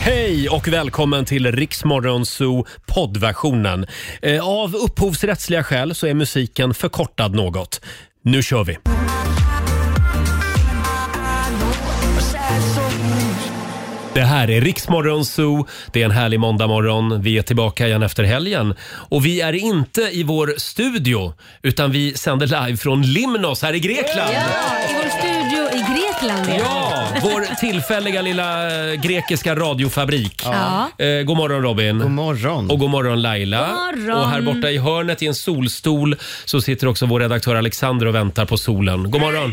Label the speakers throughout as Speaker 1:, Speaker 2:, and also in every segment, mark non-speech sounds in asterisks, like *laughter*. Speaker 1: Hej och välkommen till Riksmorgonzoo poddversionen. Eh, Av upphovsrättsliga skäl så är musiken förkortad något. Nu kör vi! Det här är Riksmorgon Zoo. Det är en härlig måndagmorgon. Vi är tillbaka igen efter helgen. Och vi är inte i vår studio, utan vi sänder live från Limnos här i Grekland.
Speaker 2: I vår studio i Grekland. är
Speaker 1: Ja, vår tillfälliga lilla eh, grekiska radiofabrik.
Speaker 2: Ja.
Speaker 1: Eh, god morgon Robin.
Speaker 3: God morgon.
Speaker 1: Och god morgon Laila.
Speaker 2: God morgon.
Speaker 1: Och här borta i hörnet i en solstol så sitter också vår redaktör Alexander och väntar på solen. God morgon.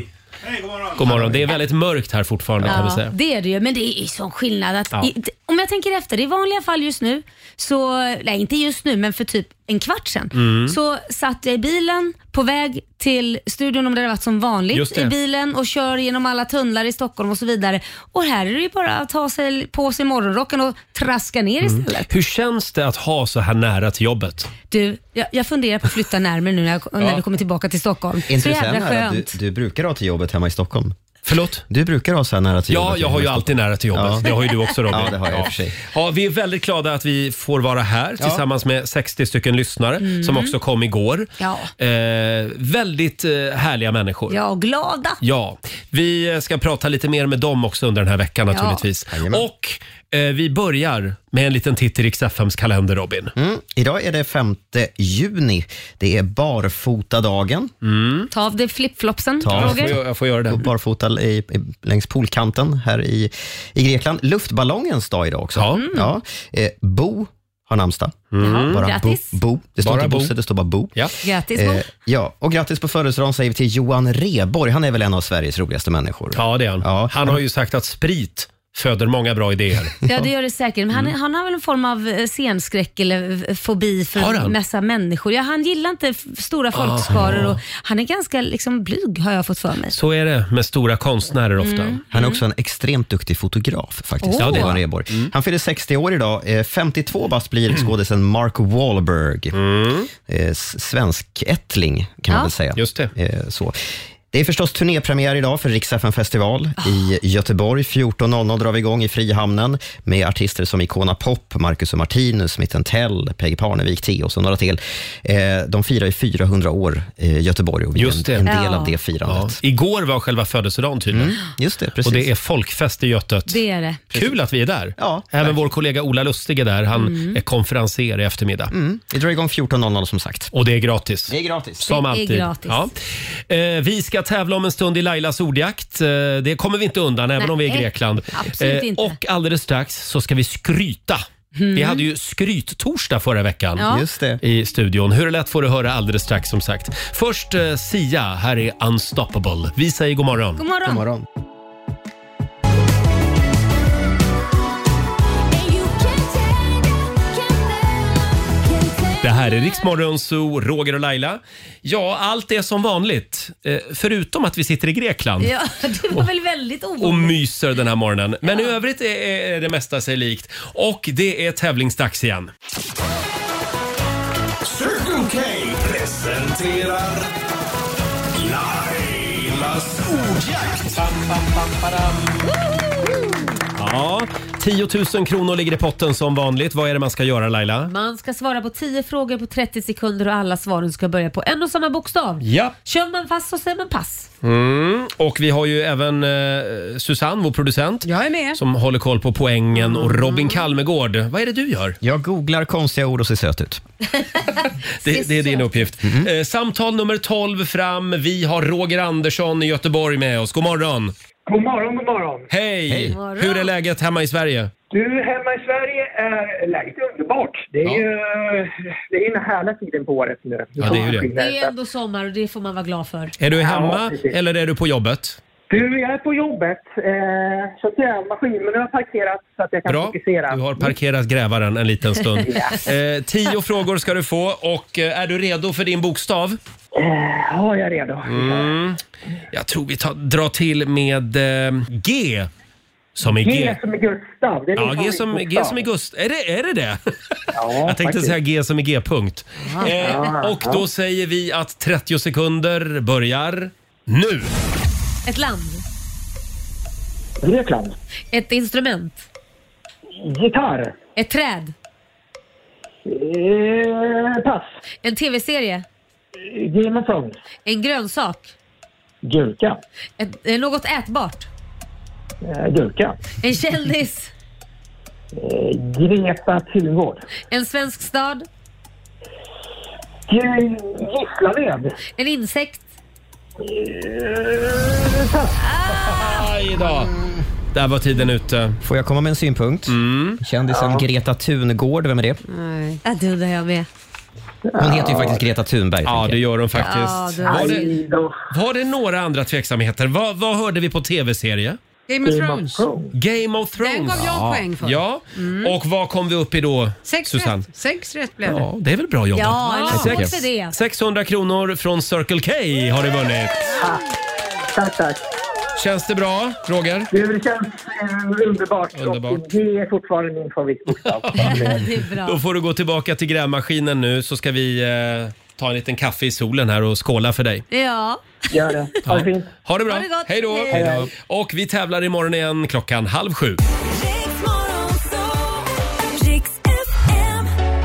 Speaker 1: God morgon. Det är väldigt mörkt här fortfarande kan vi
Speaker 2: Ja,
Speaker 1: säga.
Speaker 2: det är det ju, men det är ju sån skillnad. Att
Speaker 1: Ja.
Speaker 2: i, d- om jag tänker efter, i vanliga fall just nu, så, nej inte just nu men för typ en kvart sedan,
Speaker 1: Mm.
Speaker 2: så satt jag i bilen på väg till studion om det hade varit som
Speaker 1: Just
Speaker 2: vanligt
Speaker 1: det.
Speaker 2: i bilen och kör genom alla tunnlar i Stockholm och så vidare. Och här är det ju bara att ta sig, på sig morgonrocken och traska ner istället.
Speaker 1: Mm. Hur känns det att ha så här nära till jobbet?
Speaker 2: Du, jag, jag funderar på att flytta närmare nu när, jag, när vi kommer tillbaka till Stockholm. Så
Speaker 3: Intressant
Speaker 2: jävla
Speaker 3: är att du,
Speaker 2: skönt.
Speaker 3: du brukar ha till jobbet hemma i Stockholm.
Speaker 1: Förlåt?
Speaker 3: Du brukar ha så här nära till
Speaker 1: Ja,
Speaker 3: jobbet.
Speaker 1: jag har ju
Speaker 3: hemma i
Speaker 1: alltid nära till jobbet.
Speaker 3: Ja.
Speaker 1: Det har ju du
Speaker 3: *laughs*
Speaker 1: också Robin.
Speaker 3: Ja, det har jag i och för sig.
Speaker 1: Ja, vi är väldigt glada att vi får vara här tillsammans med 60 stycken lyssnare
Speaker 2: Mm.
Speaker 1: som också kom igår.
Speaker 2: Ja.
Speaker 1: Eh, väldigt eh, härliga människor.
Speaker 2: Ja, och glada.
Speaker 1: Ja, vi eh, ska prata lite mer med dem också under den här veckan naturligtvis.
Speaker 3: Jajamän.
Speaker 1: Och eh, vi börjar med en liten titt i Rix FMs kalender Robin.
Speaker 3: Stockholm. Mm. Idag är det 5 juni. Det är barfotadagen.
Speaker 1: Mm.
Speaker 2: Ta av dig flipflopsen,
Speaker 3: Ta av
Speaker 1: Jag får,
Speaker 2: Roger.
Speaker 1: gö- jag får göra
Speaker 3: Gå
Speaker 1: det.
Speaker 3: Barfota i, i, längs poolkanten här i, i Grekland. Luftballongens dag idag också.
Speaker 1: Ja. Mm.
Speaker 3: Ja. Eh, Bo har namnsdag. Bara bo,
Speaker 2: Grattis.
Speaker 3: bo. Det står
Speaker 1: Bara
Speaker 3: inte
Speaker 1: Bo.
Speaker 3: Bosse, det står bara Bo.
Speaker 1: Ja.
Speaker 2: Grattis Bo.
Speaker 3: Eh, ja, och grattis på födelsedagen säger vi till Johan Rheborg. Han är väl en av Sveriges roligaste människor?
Speaker 1: ja, det är han.
Speaker 3: Ja.
Speaker 1: Han har ju sagt att sprit föder många bra idéer.
Speaker 2: Ja, det gör det säkert. Men han,
Speaker 1: Mm.
Speaker 2: han har väl en form av eh, scenskräck eller eh, fobi
Speaker 1: Har han?
Speaker 2: för massa människor. Ja, han gillar inte f- stora folkskaror och han är ganska liksom, blyg har jag fått för mig.
Speaker 1: Så är det med stora konstnärer ofta.
Speaker 3: Han är också en extremt duktig fotograf faktiskt.
Speaker 2: Mm. Åh. Ja, det är
Speaker 3: Johan Rheborg.
Speaker 1: Mm.
Speaker 3: Han fyller 60 år idag. Eh, 52 bast blir skådisen Mark Wahlberg. Eh, s- Svenskättling kan
Speaker 2: Ja.
Speaker 3: man väl säga.
Speaker 1: Mm. Just det.
Speaker 3: Eh, Så. Det är förstås turnépremiär idag för Rix FM festival
Speaker 2: Ah.
Speaker 3: i Göteborg. 14.00 drar vi igång i Frihamnen med artister som Icona Pop, Marcus och Martinus, Smith Tell, Peggy Parnevik, Theoz och några till. Eh, De firar ju 400 år i Göteborg och vi är
Speaker 1: Just
Speaker 3: en,
Speaker 1: det.
Speaker 3: en del
Speaker 2: Ja.
Speaker 3: av det
Speaker 1: Ja.
Speaker 3: firandet. Mm.
Speaker 1: Igår var själva födelsedagen tydligen.
Speaker 3: Just det, precis.
Speaker 1: Och det är folkfest i Götet.
Speaker 2: Det är det.
Speaker 1: Kul att vi är där.
Speaker 3: Ja, Mm.
Speaker 1: Även vår kollega Ola Lustig är där. Han är konferenser i eftermiddag.
Speaker 3: Vi drar igång 14.00 som sagt.
Speaker 1: Och det är gratis.
Speaker 3: är gratis.
Speaker 1: Som
Speaker 2: Det är
Speaker 1: alltid.
Speaker 2: gratis.
Speaker 1: Ja. Eh, vi ska tävla om en stund i Lailas ordjakt. Eh, det kommer vi inte undan även
Speaker 2: Nej.
Speaker 1: om vi är i Grekland. Eh,
Speaker 2: Absolut inte.
Speaker 1: Och alldeles strax så ska vi skryta. Vi hade ju skryttorsdag förra veckan.
Speaker 2: Ja.
Speaker 3: Mm. Just det.
Speaker 1: i studion. Hur det lät får du höra alldeles strax som sagt. Först eh, Sia, här är Unstoppable. Vi säger god morgon.
Speaker 2: God morgon.
Speaker 3: God morgon.
Speaker 1: Det här är Riksmorgon Zoo, Roger och Laila. Ja, allt är som vanligt. Eh, förutom att vi sitter i Grekland.
Speaker 2: Ja, *laughs* det var väl väldigt
Speaker 1: och
Speaker 2: ovanligt.
Speaker 1: myser den här morgonen. Men i övrigt är, är det mesta sig likt. Och det är tävlingsdags igen.
Speaker 4: Circle K presenterar Lailas ordjakt.
Speaker 1: Ja, 10 000 kronor ligger i potten som vanligt. Vad är det man ska göra Laila?
Speaker 2: Man ska svara på 10 frågor på 30 sekunder och alla svaren ska börja på en och samma bokstav.
Speaker 1: Ja.
Speaker 2: Kör man fast så säger man pass.
Speaker 1: Mm. Och vi har ju även eh, Susanne, vår producent.
Speaker 5: Jag är med. Mm.
Speaker 1: Som håller koll på poängen och Robin Kalmegård. Vad är det du gör?
Speaker 3: Jag googlar konstiga ord och ser söt ut.
Speaker 1: *laughs*
Speaker 3: Mm.
Speaker 1: Det, det är din uppgift. Eh, samtal nummer 12 fram. Vi har Roger Andersson i Göteborg med oss. God morgon!
Speaker 6: God morgon, god morgon.
Speaker 1: Hej!
Speaker 2: morgon.
Speaker 1: Hur är läget hemma i Sverige?
Speaker 6: Du, hemma i Sverige är läget är underbart. Det är ju det är den härliga tiden på året nu.
Speaker 1: Ja, det är ju det.
Speaker 2: Det är ändå sommar och det får man vara glad för.
Speaker 1: Är du hemma
Speaker 6: precis.
Speaker 1: eller är du på jobbet?
Speaker 6: Du, jag är på jobbet. Eh, så att säga, maskinen har parkerat så att jag kan
Speaker 1: Bra.
Speaker 6: fokusera.
Speaker 1: Du har parkerat grävaren en liten stund. eh, tio frågor ska du få och eh, är du redo för din bokstav?
Speaker 6: Eh, Ja, jag är redo.
Speaker 1: Mm. Jag tror vi tar, drar till med eh, G. Som i G.
Speaker 6: G som är Gustav. Det är
Speaker 1: Ja,
Speaker 6: min
Speaker 1: G som, G
Speaker 6: favoritbokstav.
Speaker 1: som i Gust. Är det är det? det?
Speaker 6: Ja,
Speaker 1: *laughs* Jag tänkte
Speaker 6: faktiskt.
Speaker 1: säga G som i G-punkt. Eh, och då säger vi att 30 sekunder börjar nu.
Speaker 2: Ett land.
Speaker 6: Grekland.
Speaker 2: Ett instrument.
Speaker 6: Gitarr.
Speaker 7: Ett träd?
Speaker 6: Eh, pass.
Speaker 7: En tv-serie?
Speaker 6: Game of Thrones.
Speaker 7: En grönsak?
Speaker 6: Gurka.
Speaker 7: Ett, eh, något ätbart?
Speaker 6: Eh, gurka.
Speaker 7: En kändis?
Speaker 6: Eh, Greta Thunvård.
Speaker 7: En svensk stad?
Speaker 6: G- Gislaved.
Speaker 7: En insekt?
Speaker 6: Eh, pass.
Speaker 1: Aj då! Där var tiden ute. Mm.
Speaker 3: Får jag komma med en synpunkt? Kändisen Greta Thungård, vem är det?
Speaker 7: Nej. Ja, det undrar jag med.
Speaker 3: Hon heter ju faktiskt Greta Thunberg.
Speaker 1: Ja, det
Speaker 3: tänker jag.
Speaker 1: gör de faktiskt.
Speaker 7: Ja, du-
Speaker 1: var, det,
Speaker 6: Aj då.
Speaker 1: var det några andra tveksamheter? Vad, vad hörde vi på tv-serie?
Speaker 5: Game of
Speaker 6: Game of
Speaker 5: Thrones.
Speaker 6: Thrones.
Speaker 1: Game of Thrones.
Speaker 5: Den gav jag poäng för. Mm.
Speaker 1: Ja, och vad kom vi upp i då,
Speaker 5: Sex
Speaker 1: Susanne?
Speaker 5: rätt. Sex rätt blev det.
Speaker 1: Ja, det är väl bra jobbat?
Speaker 7: Ja, en
Speaker 1: Sex-
Speaker 7: applåd för det.
Speaker 1: 600 kronor från Circle K har du vunnit.
Speaker 6: Tack, tack.
Speaker 1: Känns det bra, Roger?
Speaker 6: Du, det känns eh, underbart.
Speaker 1: Underbart.
Speaker 6: Och det är fortfarande min
Speaker 1: *laughs*
Speaker 6: alltså. favoritbokstav.
Speaker 2: *laughs*
Speaker 7: Det är bra.
Speaker 1: Då får du gå tillbaka till grävmaskinen nu så ska vi eh, ta en liten kaffe i solen här och skåla för dig.
Speaker 7: Ja.
Speaker 6: Gör det. Ha det fint.
Speaker 1: Ha det bra!
Speaker 7: Ha det gott.
Speaker 1: Hej då!
Speaker 7: Hej.
Speaker 1: Hej då. Och vi tävlar imorgon igen klockan halv sju.
Speaker 8: Riks FM.
Speaker 1: *laughs*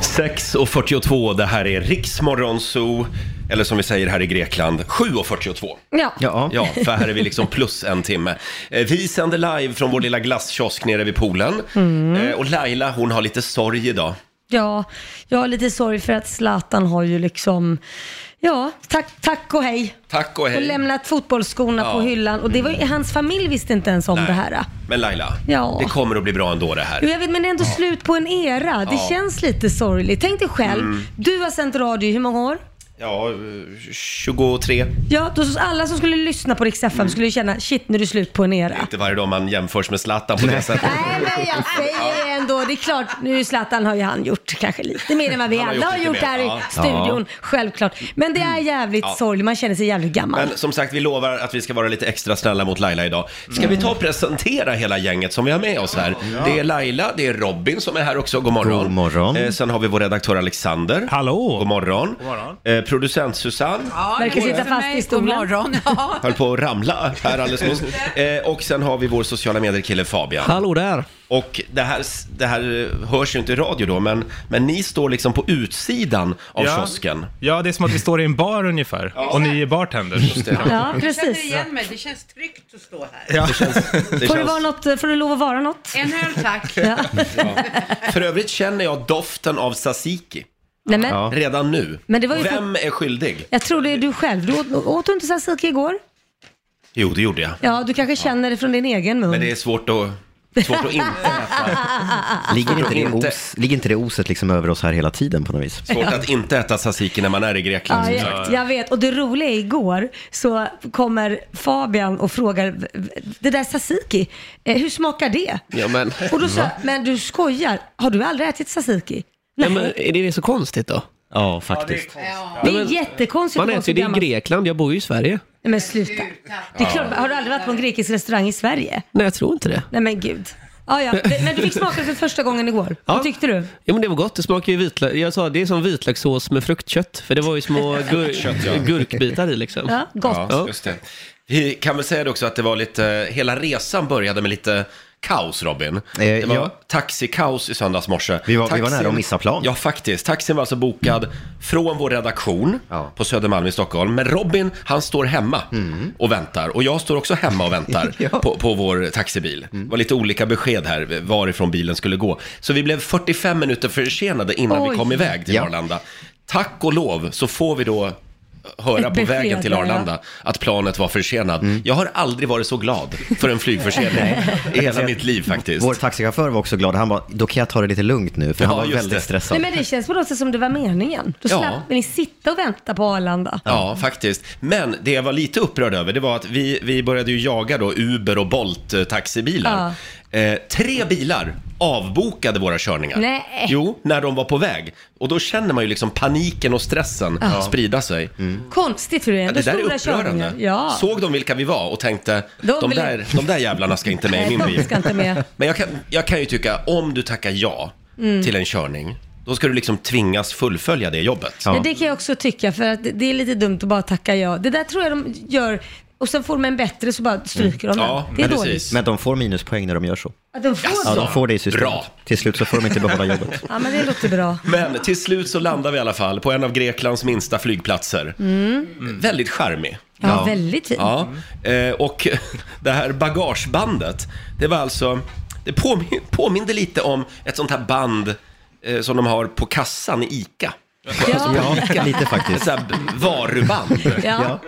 Speaker 1: Sex och 42, det här är Riksmorgon Zoo. Eller som vi säger här i Grekland, 7.42.
Speaker 7: Ja.
Speaker 3: Ja.
Speaker 1: Ja, för här är vi liksom plus en timme. Eh, Vi sänder live från vår lilla glasskiosk nere vid poolen.
Speaker 2: Mm.
Speaker 1: Eh, Och Laila, hon har lite sorg idag.
Speaker 2: Ja, jag har lite sorg för att Zlatan har ju liksom, ja, tack, tack och hej.
Speaker 1: Tack och
Speaker 2: Och
Speaker 1: hej.
Speaker 2: lämnat fotbollsskorna
Speaker 1: Ja.
Speaker 2: på hyllan. Och det var, ju- hans familj visste inte ens om det här.
Speaker 1: Men Laila,
Speaker 2: Ja.
Speaker 1: det kommer att bli bra ändå det
Speaker 2: Jo,
Speaker 1: här.
Speaker 2: jag vet, men det är ändå slut på en era. Det
Speaker 1: Ja. Mm.
Speaker 2: känns lite sorgligt. Tänk dig själv, du har sänt radio i hur många år?
Speaker 1: Ja, eh, 23.
Speaker 2: Ja, då alla som skulle lyssna på Rix
Speaker 1: Mm.
Speaker 2: FM skulle ju känna, shit nu är det slut på en era.
Speaker 1: Inte varje dag man jämförs med Zlatan på det sättet.
Speaker 2: Nej, men jag säger ändå, det är klart, nu Zlatan har ju han gjort kanske lite mer än vad vi
Speaker 1: Han har
Speaker 2: alla
Speaker 1: gjort
Speaker 2: har
Speaker 1: lite
Speaker 2: gjort
Speaker 1: mer,
Speaker 2: här
Speaker 1: ja. Mm.
Speaker 2: i studion, självklart. Men det är jävligt sorgligt, man känner sig jävligt gammal.
Speaker 1: Men som sagt, vi lovar att vi ska vara lite extra snälla mot Laila idag. Ska vi
Speaker 2: Mm.
Speaker 1: ta och presentera hela gänget som vi har med oss här? Det är Laila, det är Robin som är här också, god morgon.
Speaker 3: God morgon.
Speaker 1: Eh, sen har vi vår redaktör Alexander.
Speaker 9: Hallå.
Speaker 1: God morgon. Eh, producent Susanne.
Speaker 5: Ja,
Speaker 2: Verkar
Speaker 5: det är
Speaker 2: sitta
Speaker 5: för
Speaker 2: fast
Speaker 5: mig.
Speaker 2: i stolen.
Speaker 5: God morgon. Ja.
Speaker 1: Höll på att ramla här alldeles nyss. Eh, och sen har vi vår sociala medier-kille Fabian.
Speaker 9: Hallå där!
Speaker 1: Och det här, det här eh, hörs ju inte i radio då, men, men ni står liksom på utsidan av
Speaker 9: Ja.
Speaker 1: kiosken.
Speaker 9: Ja, det är som att vi står i en bar ungefär och ni är bartenders.
Speaker 2: Ja,
Speaker 5: Jag känner
Speaker 2: precis.
Speaker 5: igen mig. Det känns tryggt att stå här.
Speaker 1: Det
Speaker 2: Får, det
Speaker 1: känns-
Speaker 2: vara något, får du lov att vara något?
Speaker 5: En öl tack.
Speaker 2: *laughs*
Speaker 1: För övrigt känner jag doften av tzatziki
Speaker 2: Nej, men,
Speaker 3: Ja.
Speaker 1: redan nu.
Speaker 2: Men det var ju för-
Speaker 1: Vem är skyldig?
Speaker 2: Jag tror det är du själv. Du åt, åt du inte tzatziki igår?
Speaker 1: Jo, det gjorde jag.
Speaker 2: Ja, du kanske känner det från din egen mun. Ah,
Speaker 1: Men det är svårt att, svårt
Speaker 2: *laughs*
Speaker 1: att inte äta.
Speaker 3: Ligger inte, det
Speaker 1: Inte.
Speaker 3: os, ligger inte det oset liksom över oss här hela tiden på något vis?
Speaker 1: Svårt att inte äta tzatziki när man är i Grekland.
Speaker 3: Mm.
Speaker 2: Ja,
Speaker 1: som sagt.
Speaker 2: jag, jag vet. Och det roliga är igår så kommer Fabian och frågar det där tzatziki, eh, hur smakar det?
Speaker 10: Ja, men,
Speaker 2: Och då sa jag, men du skojar, har du aldrig ätit tzatziki?
Speaker 10: ja, men är det så konstigt då?
Speaker 3: Ja, faktiskt.
Speaker 2: Det är jättekonstigt
Speaker 10: Man
Speaker 2: att vara så
Speaker 10: äter ju det i
Speaker 2: gammal.
Speaker 10: Grekland, jag bor ju i Sverige.
Speaker 2: Nej men sluta. Det är klart, har du aldrig varit på en grekisk restaurang i Sverige?
Speaker 10: Nej, jag tror inte det.
Speaker 2: Nej men gud. Ja, ja. Men du fick smaka det för första gången igår. Vad tyckte du?
Speaker 10: Ja, men det var gott, det smakar ju vitlök. Jag sa det är som vitlökssås med fruktkött, för det var
Speaker 2: *laughs*
Speaker 10: ju små gur-
Speaker 1: Kött, ja.
Speaker 10: gurkbitar i liksom.
Speaker 2: Ja, gott.
Speaker 1: Ja, just det. Vi kan väl säga det också att det var lite, hela resan började med lite kaos
Speaker 10: Eh,
Speaker 1: Robin. det var
Speaker 3: ja.
Speaker 1: taxikaos i söndags morse.
Speaker 3: Vi var- vi var nära att missa plan.
Speaker 1: Ja, faktiskt. Taxin var alltså bokad från vår redaktion
Speaker 3: Ja. Mm.
Speaker 1: på Södermalm i Stockholm. Men Robin, han står hemma och väntar. Och jag står också hemma och
Speaker 3: *laughs*
Speaker 1: väntar på, på vår taxibil.
Speaker 3: Mm.
Speaker 1: Det var lite olika besked här varifrån bilen skulle gå. Så vi blev 45 minuter försenade innan vi
Speaker 2: Oj.
Speaker 1: kom iväg till
Speaker 3: Ja.
Speaker 1: Arlanda. Tack och lov så får vi då höra
Speaker 2: Ett
Speaker 1: på
Speaker 2: besked,
Speaker 1: vägen till
Speaker 2: ja, ja.
Speaker 1: Arlanda att planet var försenat.
Speaker 3: Mm.
Speaker 1: Jag har aldrig varit så glad för en
Speaker 3: *laughs*
Speaker 1: flygförsening i hela mitt liv faktiskt.
Speaker 3: Vår taxichaufför var också glad. Han bara, då kan jag ta det lite lugnt nu, för
Speaker 1: Ja,
Speaker 3: han var
Speaker 1: just
Speaker 3: väldigt
Speaker 1: det.
Speaker 3: stressad.
Speaker 2: Nej men det känns på något sätt som det var meningen. Då
Speaker 1: Ja.
Speaker 2: slapp ni sitta och vänta på Arlanda.
Speaker 1: Ja, faktiskt. Men det jag var lite upprörd över, det var att vi, vi började ju jaga då Uber och Bolt-taxibilar. Eh, tre bilar avbokade våra körningar.
Speaker 2: Nej.
Speaker 1: Jo, när de var på väg. Och då känner man ju liksom paniken och stressen sprida sig.
Speaker 2: Konstigt för Mm. det är
Speaker 1: Ja,
Speaker 2: ändå
Speaker 1: det där är
Speaker 2: stora
Speaker 1: upprörande.
Speaker 2: körningar. Ja.
Speaker 1: Såg de vilka vi var och tänkte, de,
Speaker 2: De vill-
Speaker 1: där, de där jävlarna ska inte med i
Speaker 2: Nej,
Speaker 1: min
Speaker 2: de
Speaker 1: bil.
Speaker 2: ska inte med. Mm.
Speaker 1: Men jag kan, jag kan ju tycka, om du tackar ja till en körning, Då ska du liksom tvingas fullfölja det jobbet.
Speaker 2: Ja. Det kan jag också tycka, för att det är lite dumt att bara tacka ja. Det där tror jag de gör, och sen får de en bättre så bara stryker
Speaker 1: Mm.
Speaker 2: de den. Det är dåligt.
Speaker 3: Men de får minuspoäng när de gör så.
Speaker 2: Att de får
Speaker 3: Ja,
Speaker 2: så.
Speaker 3: de får det i systemet.
Speaker 1: Bra.
Speaker 3: Till slut så får de inte behålla jobbet.
Speaker 2: Ja, men det låter bra.
Speaker 1: Men till slut så landar vi i alla fall på en av Greklands minsta flygplatser.
Speaker 2: Mm.
Speaker 1: Väldigt charmig.
Speaker 2: Ja, väldigt fin.
Speaker 1: Ja. Eh, och *laughs* det här bagagebandet, det var alltså, det påmin påminde lite om ett sånt här band eh, som de har på kassan i ICA.
Speaker 2: Ja.
Speaker 3: Ja, lite faktiskt.
Speaker 1: Ett så här b- varuband.
Speaker 2: Ja. Ja.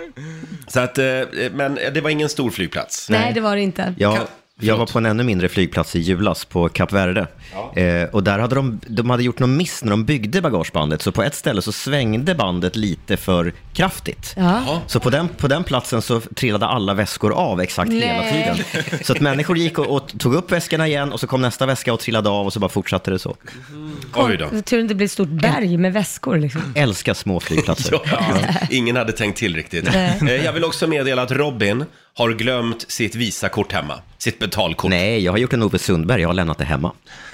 Speaker 1: Så att, eh, men det var ingen stor flygplats.
Speaker 2: Nej, det var det inte.
Speaker 3: Jag, jag var på en ännu mindre flygplats i julas på Kap Verde. Eh, och där hade de, de hade gjort någon miss när de byggde bagagebandet, så på ett ställe så svängde bandet lite för kraftigt.
Speaker 2: Ja. Jaha.
Speaker 3: Så på den, på den platsen så trillade alla väskor av exakt hela
Speaker 2: Nej.
Speaker 1: *laughs*
Speaker 3: tiden. Så att människor gick och, och tog upp väskorna igen och så kom nästa väska och trillade av och så bara fortsatte det så.
Speaker 1: Mm. Oj då.
Speaker 2: Tur det inte blir ett stort berg med väskor liksom.
Speaker 3: Älskar små flygplatser.
Speaker 1: *laughs* Ja, ingen hade tänkt till riktigt.
Speaker 2: Nej.
Speaker 1: Eh, Jag vill också meddela att Robin har glömt sitt Visakort hemma. Sitt betalkort.
Speaker 3: Nej, jag har gjort en Ove Sundberg, jag har lämnat det hemma.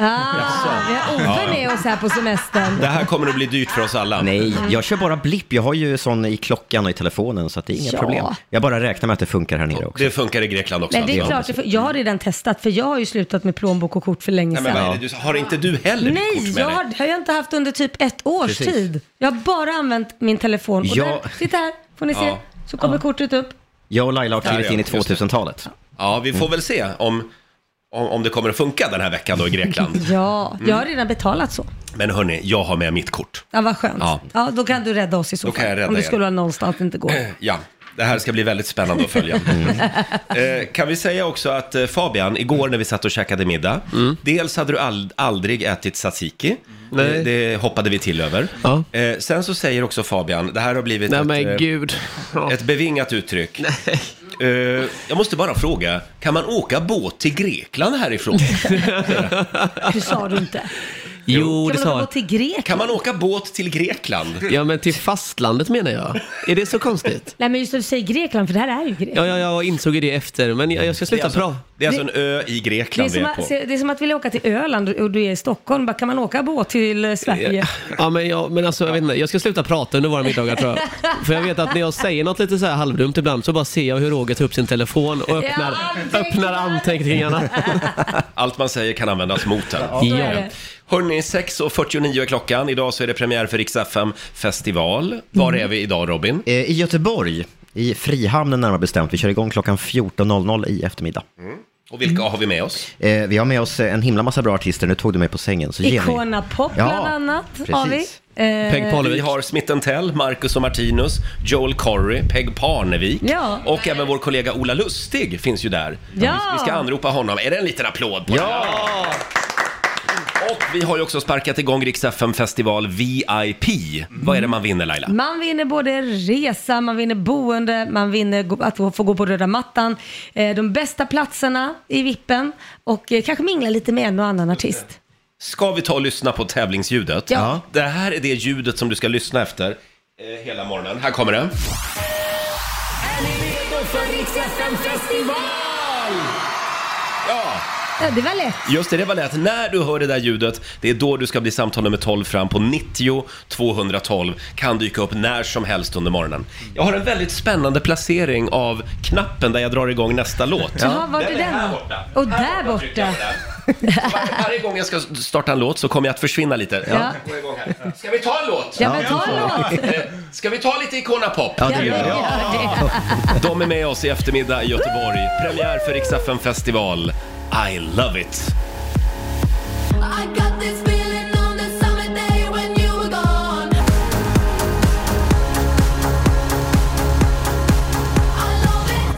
Speaker 2: Ah, vi har Ove
Speaker 1: Ja.
Speaker 2: med oss här på semestern.
Speaker 1: Det här kommer att bli dyrt för oss alla.
Speaker 3: Nej, jag kör bara blipp. Jag har ju sån i klockan och i telefonen så att det är inga
Speaker 2: Ja.
Speaker 3: problem. Jag bara räknar med att det funkar här nere också.
Speaker 1: Det funkar i Grekland också.
Speaker 2: Men det är
Speaker 1: alltså.
Speaker 2: klart, det får- jag har redan testat för jag har ju slutat med plånbok och kort för länge
Speaker 1: Nej,
Speaker 2: sedan.
Speaker 1: men vad är det? Du, har inte du heller ditt kort
Speaker 2: Nej,
Speaker 1: med
Speaker 2: jag
Speaker 1: dig?
Speaker 2: har, har jag inte haft under typ ett års
Speaker 1: Precis.
Speaker 2: tid. Jag har bara använt min telefon. Och
Speaker 3: Ja.
Speaker 2: där, titta här, får ni
Speaker 1: Ja.
Speaker 2: se. Så kommer kortet upp.
Speaker 3: Jag och Laila har
Speaker 1: Där,
Speaker 3: klivit
Speaker 1: ja.
Speaker 3: in i
Speaker 1: Just det.
Speaker 3: 2000-talet.
Speaker 1: Ja, vi får väl se om, om, om det kommer att funka den här veckan då i
Speaker 3: *laughs*
Speaker 1: Grekland.
Speaker 2: Ja,
Speaker 1: Mm.
Speaker 2: jag har redan betalat så.
Speaker 1: Men hörni, jag har med mitt kort.
Speaker 2: Ja, vad skönt.
Speaker 1: Ja.
Speaker 2: Ja. då kan du rädda oss i så
Speaker 1: Då
Speaker 2: fall.
Speaker 1: kan jag rädda
Speaker 2: Om det
Speaker 1: er.
Speaker 2: skulle vara någonstans att
Speaker 1: *clears throat*
Speaker 2: det inte går.
Speaker 1: Eh, Ja, det här ska bli väldigt spännande att följa.
Speaker 10: Mm.
Speaker 1: Eh, kan vi säga också att eh, Fabian, igår när vi satt och käkade middag,
Speaker 10: Mm.
Speaker 1: dels hade du ald- aldrig ätit tzatziki. Det, det hoppade vi till över. Eh, sen så säger också Fabian, det här har blivit
Speaker 10: Nej,
Speaker 1: ett,
Speaker 10: men
Speaker 1: eh,
Speaker 10: gud.
Speaker 1: ett bevingat uttryck. Eh, jag måste bara fråga, kan man åka båt till Grekland
Speaker 10: *laughs*
Speaker 1: härifrån?
Speaker 2: Det sa du inte.
Speaker 10: Jo, det
Speaker 2: kan man
Speaker 10: sa
Speaker 2: gå
Speaker 10: jag.
Speaker 2: till Grekland?
Speaker 1: Kan man åka båt till Grekland?
Speaker 10: Ja, men till fastlandet menar jag. Är det så konstigt?
Speaker 2: Nej, men just det, du säger Grekland, för det här är ju Grekland.
Speaker 10: Ja, ja, jag insåg ju det efter, men jag, jag ska sluta
Speaker 1: alltså-
Speaker 10: prata.
Speaker 1: Det är alltså en ö i
Speaker 2: Det är,
Speaker 1: Grekland vi
Speaker 2: som
Speaker 1: är
Speaker 2: att,
Speaker 1: på.
Speaker 2: se- det är som att vilja åka till Öland och du är i Stockholm. Bara, kan man åka båt till eh, Sverige?
Speaker 10: Ja, men, jag, men alltså, jag, vet inte, jag ska sluta prata under våra middagar tror jag. För jag vet att när jag säger något lite så här halvdumt ibland så bara ser jag hur Roger tar upp sin telefon och öppnar, öppnar anteckningarna.
Speaker 1: *laughs* Allt man säger kan användas mot en.
Speaker 10: Ja, så är det.
Speaker 1: Hörni, 6.49 är klockan. Idag så är det premiär för Rix FM festival. Var
Speaker 2: Mm.
Speaker 1: är vi idag Robin?
Speaker 3: Eh, I Göteborg, i Frihamnen närmare bestämt. Vi kör igång klockan 14.00 i eftermiddag.
Speaker 1: Mm. Och vilka har vi med oss?
Speaker 3: Eh, vi har med oss eh, en himla massa bra artister. Nu tog du mig på sängen. Så ge mig.
Speaker 2: Icona Pop
Speaker 3: Ja,
Speaker 2: bland annat har vi.
Speaker 3: precis.
Speaker 2: Eh,
Speaker 1: Vi har Smith Tell, Marcus och Martinus, Joel Corry, Peg Parnevik
Speaker 2: Ja.
Speaker 1: och även vår kollega Ola Lustig finns ju där.
Speaker 2: Ja.
Speaker 1: Vi ska anropa honom. Är det en liten applåd på ja. Och vi har ju också sparkat igång Rix FM festival VIP. Vad är det man vinner Laila?
Speaker 2: Man vinner både resa, man vinner boende, man vinner gå- att få gå på röda mattan, eh, de bästa platserna i vippen och eh, kanske mingla lite med en och annan artist.
Speaker 1: Ska vi ta och lyssna på tävlingsljudet?
Speaker 2: Ja.
Speaker 1: Det här är det ljudet som du ska lyssna efter eh, hela morgonen. Här kommer det. Ja,
Speaker 2: Ja, det var lätt.
Speaker 1: just det, det var lätt. När du hör det där ljudet, det är då du ska bli samtal nummer 12 fram på 90 212. Kan dyka upp när som helst under morgonen. Jag har en väldigt spännande placering av knappen där jag drar igång nästa låt.
Speaker 2: Jaha, var det
Speaker 1: är
Speaker 2: den?
Speaker 1: här
Speaker 2: då?
Speaker 1: borta.
Speaker 2: Och där borta.
Speaker 1: Var, varje gång jag ska starta en låt så kommer jag att försvinna lite.
Speaker 2: Ja.
Speaker 1: Gå igång här. Ska vi ta en låt?
Speaker 2: Ja, men ta en låt.
Speaker 1: Eh, Ska vi ta lite Icona Pop?
Speaker 2: Ja, det gör vi.
Speaker 1: De är med oss i eftermiddag i Göteborg. Premiär för Rix FM festival. I love it!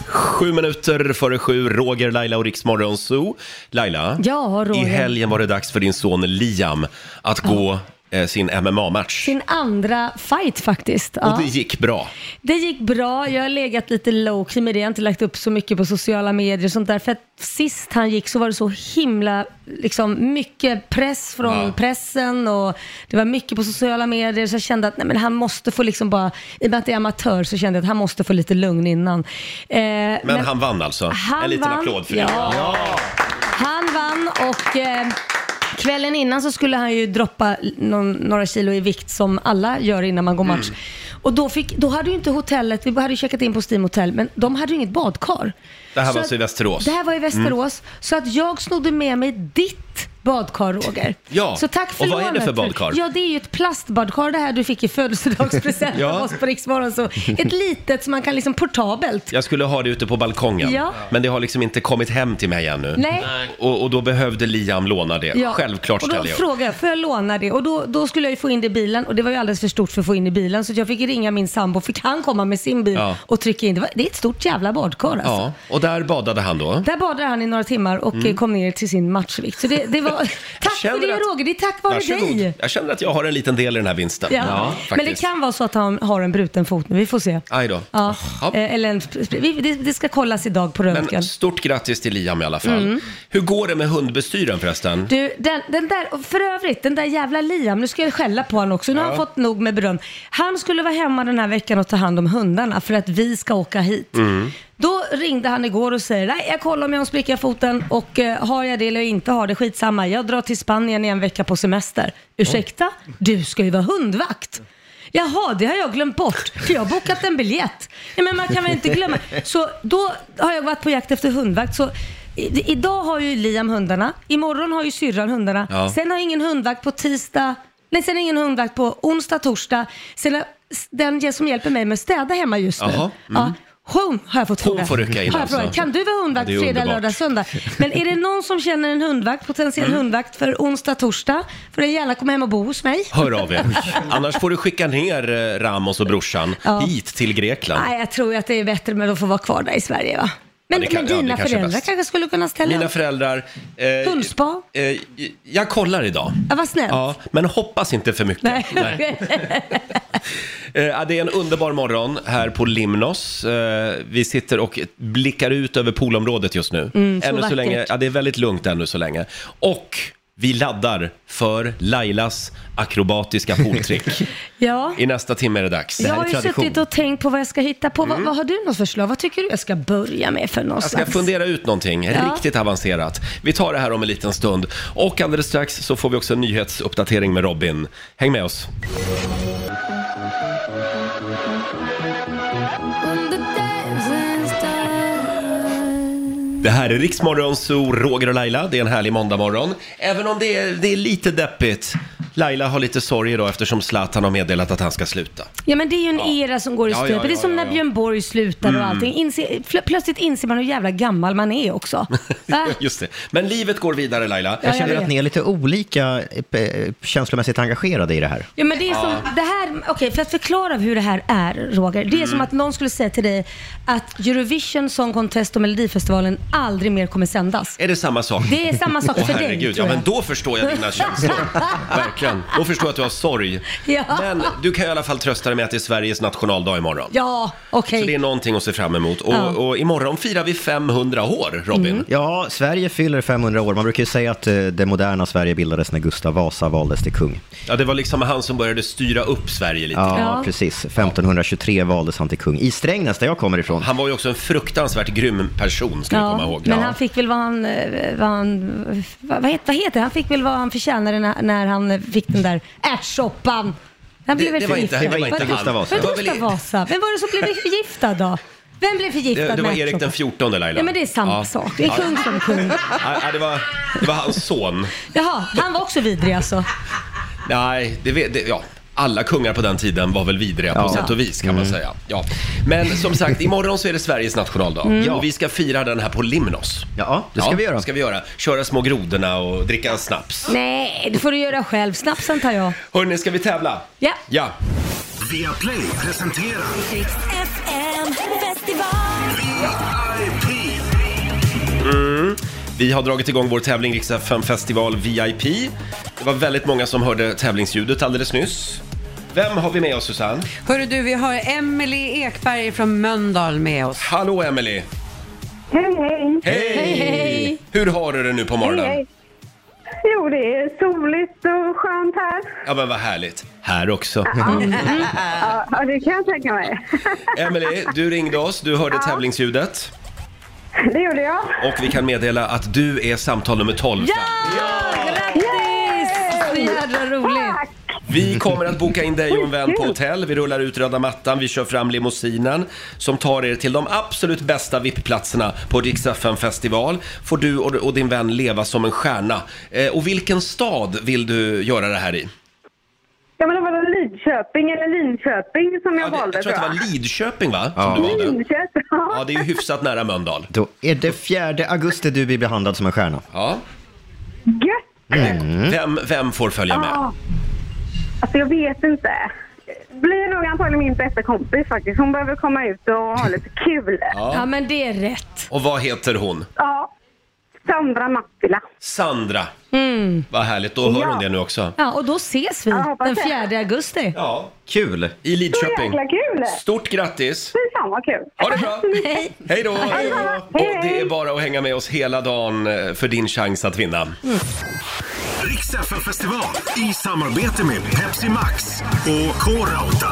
Speaker 1: Sju minuter före sju, Roger, Laila och Rix Morgon Zoo. Laila,
Speaker 2: Ja, Roger.
Speaker 1: i helgen var det dags för din son Liam att gå eh, sin MMA-match.
Speaker 2: Sin andra fight faktiskt. Ja.
Speaker 1: Och det gick bra.
Speaker 2: Det gick bra. Jag har legat lite low key med det. Jag har inte lagt upp så mycket på sociala medier och sånt där. För att sist han gick så var det så himla liksom, mycket press från
Speaker 11: Ja.
Speaker 2: pressen och det var mycket på sociala medier. Så jag kände att nej, men han måste få liksom bara, i och med att det är amatör så kände jag att han måste få lite lugn innan. Eh, men,
Speaker 1: Men, han vann alltså.
Speaker 2: Han
Speaker 1: en liten
Speaker 2: vann,
Speaker 1: applåd för
Speaker 2: ja.
Speaker 1: det.
Speaker 2: Han vann och eh, Kvällen innan så skulle han ju droppa någon, några kilo i vikt som alla gör innan man går match.
Speaker 12: Mm.
Speaker 2: Och då, fick, då hade ju inte hotellet, vi hade ju checkat in på Steam Hotel, men de hade ju inget badkar.
Speaker 1: Det här var
Speaker 2: att-
Speaker 1: alltså i Västerås.
Speaker 2: Det här var i Västerås. Så att jag snodde med mig ditt badkar Roger.
Speaker 1: Ja,
Speaker 2: så tack för
Speaker 1: och vad är det
Speaker 2: lånet.
Speaker 1: för badkar?
Speaker 2: Ja, det är ju ett plastbadkar det här du fick i födelsedagspresent
Speaker 1: *laughs* Ja.
Speaker 2: av oss på Riksmorgon. Så
Speaker 1: *laughs*
Speaker 2: ett litet som man kan liksom portabelt
Speaker 1: Jag skulle ha det ute på balkongen,
Speaker 2: Ja.
Speaker 1: men det har liksom inte kommit hem till mig ännu.
Speaker 2: Nej.
Speaker 1: Och, och då behövde Liam låna det.
Speaker 2: Ja.
Speaker 1: Självklart
Speaker 2: och då
Speaker 1: ställer jag upp.
Speaker 2: frågade jag, får jag låna det? Och då, då skulle jag ju få in det i bilen och det var ju alldeles för stort för att få in i bilen så jag fick ringa min sambo, fick han komma med sin bil
Speaker 1: Ja.
Speaker 2: och trycka in. Det, var, det är ett stort jävla badkar alltså.
Speaker 1: Ja, och där badade han då.
Speaker 2: Där badade han i några timmar och
Speaker 1: Mm.
Speaker 2: eh, kom ner till sin matchvikt. Så det,
Speaker 1: *laughs*
Speaker 2: det var, tack för det Roger, det är tack vare dig.
Speaker 1: Jag känner att jag har en liten del i den här vinsten.
Speaker 2: Men det
Speaker 1: faktiskt.
Speaker 2: kan vara så att han har en bruten fot nu, vi får se.
Speaker 1: Aj då.
Speaker 2: Ja. Eh, Eller en, vi- det, det ska kollas idag på röntgen.
Speaker 1: Men stort grattis till Liam i alla fall.
Speaker 2: Mm.
Speaker 1: Hur går det med hundbestyren förresten?
Speaker 2: Du, den, den där, och för övrigt, den där jävla Liam, nu ska jag skälla på honom också. Nu har
Speaker 1: Ja.
Speaker 2: han fått nog med beröm. Han skulle vara hemma den här veckan och ta hand om hundarna för att vi ska åka hit.
Speaker 12: Mm.
Speaker 2: Då ringde han igår och säger, nej jag kollar om jag har en spricka i foten och eh, har jag det eller inte har det, skitsamma. Jag drar till Spanien i en vecka på semester. Ursäkta, du ska ju vara hundvakt. Jaha, det har jag glömt bort, för jag har bokat en biljett. Nej, men man kan väl inte glömma. Så då har jag varit på jakt efter hundvakt. Så i, idag har ju Liam hundarna, imorgon har ju syrran hundarna.
Speaker 12: Ja.
Speaker 2: Sen har jag ingen hundvakt på tisdag, nej sen har jag ingen hundvakt på onsdag, torsdag. Sen har den som hjälper mig med att städa hemma just nu.
Speaker 1: Jaha,
Speaker 2: Ja,
Speaker 1: mm.
Speaker 2: hon har jag fått
Speaker 1: Hon
Speaker 2: fråga.
Speaker 1: får rycka in
Speaker 2: Har jag
Speaker 1: alltså.
Speaker 2: frågat, Kan du vara hundvakt
Speaker 1: Ja, det är
Speaker 2: fredag,
Speaker 1: underbart.
Speaker 2: lördag, söndag? Men är det någon som känner en hundvakt, potentiell
Speaker 1: Mm.
Speaker 2: hundvakt för onsdag, torsdag? Får den gärna komma hem och bo hos mig.
Speaker 1: Hör av er. Annars får du skicka ner eh, Ramos och brorsan
Speaker 2: Ja.
Speaker 1: hit till Grekland.
Speaker 2: *laughs* Nej, jag tror att det är bättre med att få vara kvar där i Sverige va? Men,
Speaker 1: det kan-
Speaker 2: men
Speaker 1: ja, det
Speaker 2: dina
Speaker 1: kanske är
Speaker 2: föräldrar
Speaker 1: bäst.
Speaker 2: kanske skulle kunna ställa
Speaker 1: Mina
Speaker 2: upp?
Speaker 1: föräldrar... Eh,
Speaker 2: Hundspa?
Speaker 1: eh, jag kollar idag.
Speaker 2: Ja, vad snällt. *laughs*
Speaker 1: Ja, men hoppas inte för mycket.
Speaker 2: Nej.
Speaker 1: Nej. Eh, ja, det är en underbar morgon här på Limnos. Eh, vi sitter och blickar ut över poolområdet just nu.
Speaker 13: Mm, så
Speaker 1: ännu så
Speaker 13: vackert.
Speaker 1: länge, ja, det är väldigt lugnt ännu så länge. Och vi laddar för Lailas akrobatiska pooltrick.
Speaker 2: *laughs* Ja.
Speaker 1: I nästa timme är det dags.
Speaker 2: Jag har ju suttit och tänkt på vad jag ska hitta på. Vad, vad har du något förslag? Vad tycker du jag ska börja med för något
Speaker 1: Jag ska
Speaker 2: slags?
Speaker 1: fundera ut någonting
Speaker 2: Ja.
Speaker 1: riktigt avancerat. Vi tar det här om en liten stund. Och alldeles strax så får vi också en nyhetsuppdatering med Robin. Häng med oss. Det här är Riksmorgon, så Roger och Laila. Det är en härlig måndagmorgon. Även om det är, det är lite deppigt. Laila har lite sorg idag eftersom Zlatan har meddelat att han ska sluta.
Speaker 2: Ja men det är ju en era som går i
Speaker 1: Ja, ja,
Speaker 2: stöpet. det är
Speaker 1: ja,
Speaker 2: som
Speaker 1: ja,
Speaker 2: när
Speaker 1: ja.
Speaker 2: Björn Borg slutar och
Speaker 1: Mm.
Speaker 2: allting. Inse, fl- plötsligt inser man hur jävla gammal man
Speaker 1: *laughs*
Speaker 2: är också. Va?
Speaker 1: Just det. Men livet går vidare Laila.
Speaker 3: Jag känner att ni är lite olika eh, känslomässigt engagerade i det här.
Speaker 2: Ja, men det är som,
Speaker 3: Ja.
Speaker 2: det här, okej, för att förklara hur det här är, Roger. Det är
Speaker 3: Mm.
Speaker 2: som att någon skulle säga till dig att Eurovision Song Contest och Melodifestivalen aldrig mer kommer sändas.
Speaker 1: Är det samma sak?
Speaker 2: Det är
Speaker 1: *laughs*
Speaker 2: samma sak
Speaker 1: Åh,
Speaker 2: för dig,
Speaker 1: herregud.
Speaker 2: tror
Speaker 1: Ja,
Speaker 2: jag.
Speaker 1: men då förstår jag dina
Speaker 2: *laughs*
Speaker 1: känslor. Verkligen. Då förstår jag att du har sorg.
Speaker 2: Ja,
Speaker 1: Men du kan i alla fall trösta dig med att det är Sveriges nationaldag imorgon.
Speaker 2: ja okej.
Speaker 1: Så det är någonting att se fram emot. Och,
Speaker 2: Ja. Mm.
Speaker 1: och imorgon firar vi 500 år, Robin.
Speaker 3: Ja, Sverige fyller 500 år. Man brukar ju säga att eh, det moderna Sverige bildades när Gustav Vasa valdes till kung.
Speaker 1: Ja, det var liksom han som började styra upp Sverige lite.
Speaker 3: Ja, precis. 1523 valdes han till kung i Strängnäs, där jag kommer ifrån.
Speaker 1: Han var ju också en fruktansvärt grym person, ska vi
Speaker 2: Ja,
Speaker 1: komma ihåg.
Speaker 2: men han fick väl vad han, eh, vad han, vad, vad heter, vad heter det? Han fick väl vad han förtjänade när, när han fick den där ärtsoppan. Han blev
Speaker 1: Det-
Speaker 2: väl
Speaker 1: det var inte-
Speaker 2: förgiftad.
Speaker 1: det var inte
Speaker 2: Var
Speaker 1: Gustav Vasa.
Speaker 2: Var det
Speaker 1: Det var väl-
Speaker 2: Gustav Vasa? Vem var det som blev förgiftad då? Vem blev förgiftad
Speaker 1: det, det var
Speaker 2: med
Speaker 1: Erik den
Speaker 2: ärtsoppan?
Speaker 1: 14 Laila.
Speaker 2: Ja, men det är samma
Speaker 1: Ja.
Speaker 2: sak. Det är
Speaker 1: Ja.
Speaker 2: kung som kung.
Speaker 1: Ja, ja, det, var, det var hans son.
Speaker 2: Jaha, han var också vidrig alltså.
Speaker 1: Nej, det, vet- det, ja. alla kungar på den tiden var väl vidriga på
Speaker 3: Ja.
Speaker 1: sätt och vis kan man
Speaker 3: Mm.
Speaker 1: säga. Ja. Men som sagt, imorgon så är det Sveriges nationaldag
Speaker 3: Mm.
Speaker 1: och vi ska fira den här på Limnos. Ja,
Speaker 3: det ska vi göra.
Speaker 1: ska vi göra. Köra små grodorna och dricka en snaps.
Speaker 2: Nej, det får du göra själv. Snapsen tar jag.
Speaker 1: Hörni, ska vi tävla?
Speaker 2: Ja.
Speaker 1: Ja.
Speaker 14: Via Play presenterar
Speaker 15: FM festival.
Speaker 1: Mm. Vi har dragit igång vår tävling Rix FM Festival VIP. Det var väldigt många som hörde tävlingsljudet alldeles nyss. Vem har vi med oss Susanne?
Speaker 5: Hörru du, vi har Emily Ekberg från Mölndal med oss.
Speaker 1: Hallå Emily.
Speaker 6: Hej, hej!
Speaker 1: Hej! Hur har du det nu på morgonen?
Speaker 6: Hej, hej. Jo, det är soligt och skönt här.
Speaker 1: Ja men vad härligt. Här också. Mm.
Speaker 6: *laughs* Ja, ja, det kan jag tänka mig.
Speaker 1: Emily, du ringde oss, du hörde tävlingsljudet.
Speaker 6: Det gjorde jag.
Speaker 1: Och vi kan meddela att du är samtal nummer 12.
Speaker 6: Ja! Grattis!
Speaker 1: Vi kommer att boka in dig och en vän på hotell. Vi rullar ut röda mattan, vi kör fram limousinen som tar er till de absolut bästa VIP-platserna på Rix FM festival. Får du och, och din vän leva som en stjärna. Eh, och vilken stad vill du göra det här i?
Speaker 6: Ja, men det var väl Lidköping eller Linköping som jag valde
Speaker 1: Jag tror att det var Lidköping va? Som du valde.
Speaker 6: Linköping, ja.
Speaker 1: Ja, det är ju hyfsat nära Mölndal.
Speaker 3: Då är det 4 augusti du blir behandlad som en stjärna.
Speaker 1: Ja.
Speaker 6: Gött!
Speaker 1: Vem, vem får följa med?
Speaker 6: Ja. Ah. Alltså jag vet inte. Blir nog antagligen min bästa kompis faktiskt. Hon behöver komma ut och ha lite kul.
Speaker 1: Ja. Ja,
Speaker 6: men det är rätt.
Speaker 1: Och vad heter hon?
Speaker 6: Ja. Sandra Mattila.
Speaker 1: Sandra. Vad härligt, då hör hon det nu också.
Speaker 2: Mm. Ja, och då ses vi den 4 augusti.
Speaker 1: Ja.
Speaker 3: Kul!
Speaker 1: I
Speaker 6: Så
Speaker 1: Lidköping.
Speaker 6: jäkla kul!
Speaker 1: Stort grattis!
Speaker 6: Fan vad kul!
Speaker 1: Ha det bra!
Speaker 6: Hej!
Speaker 1: Hej då!
Speaker 6: Hej då.
Speaker 1: Och det är bara att hänga med oss hela dagen eh, för din chans att vinna.
Speaker 9: Riks festival i samarbete med Pepsi Max och K-Rauta.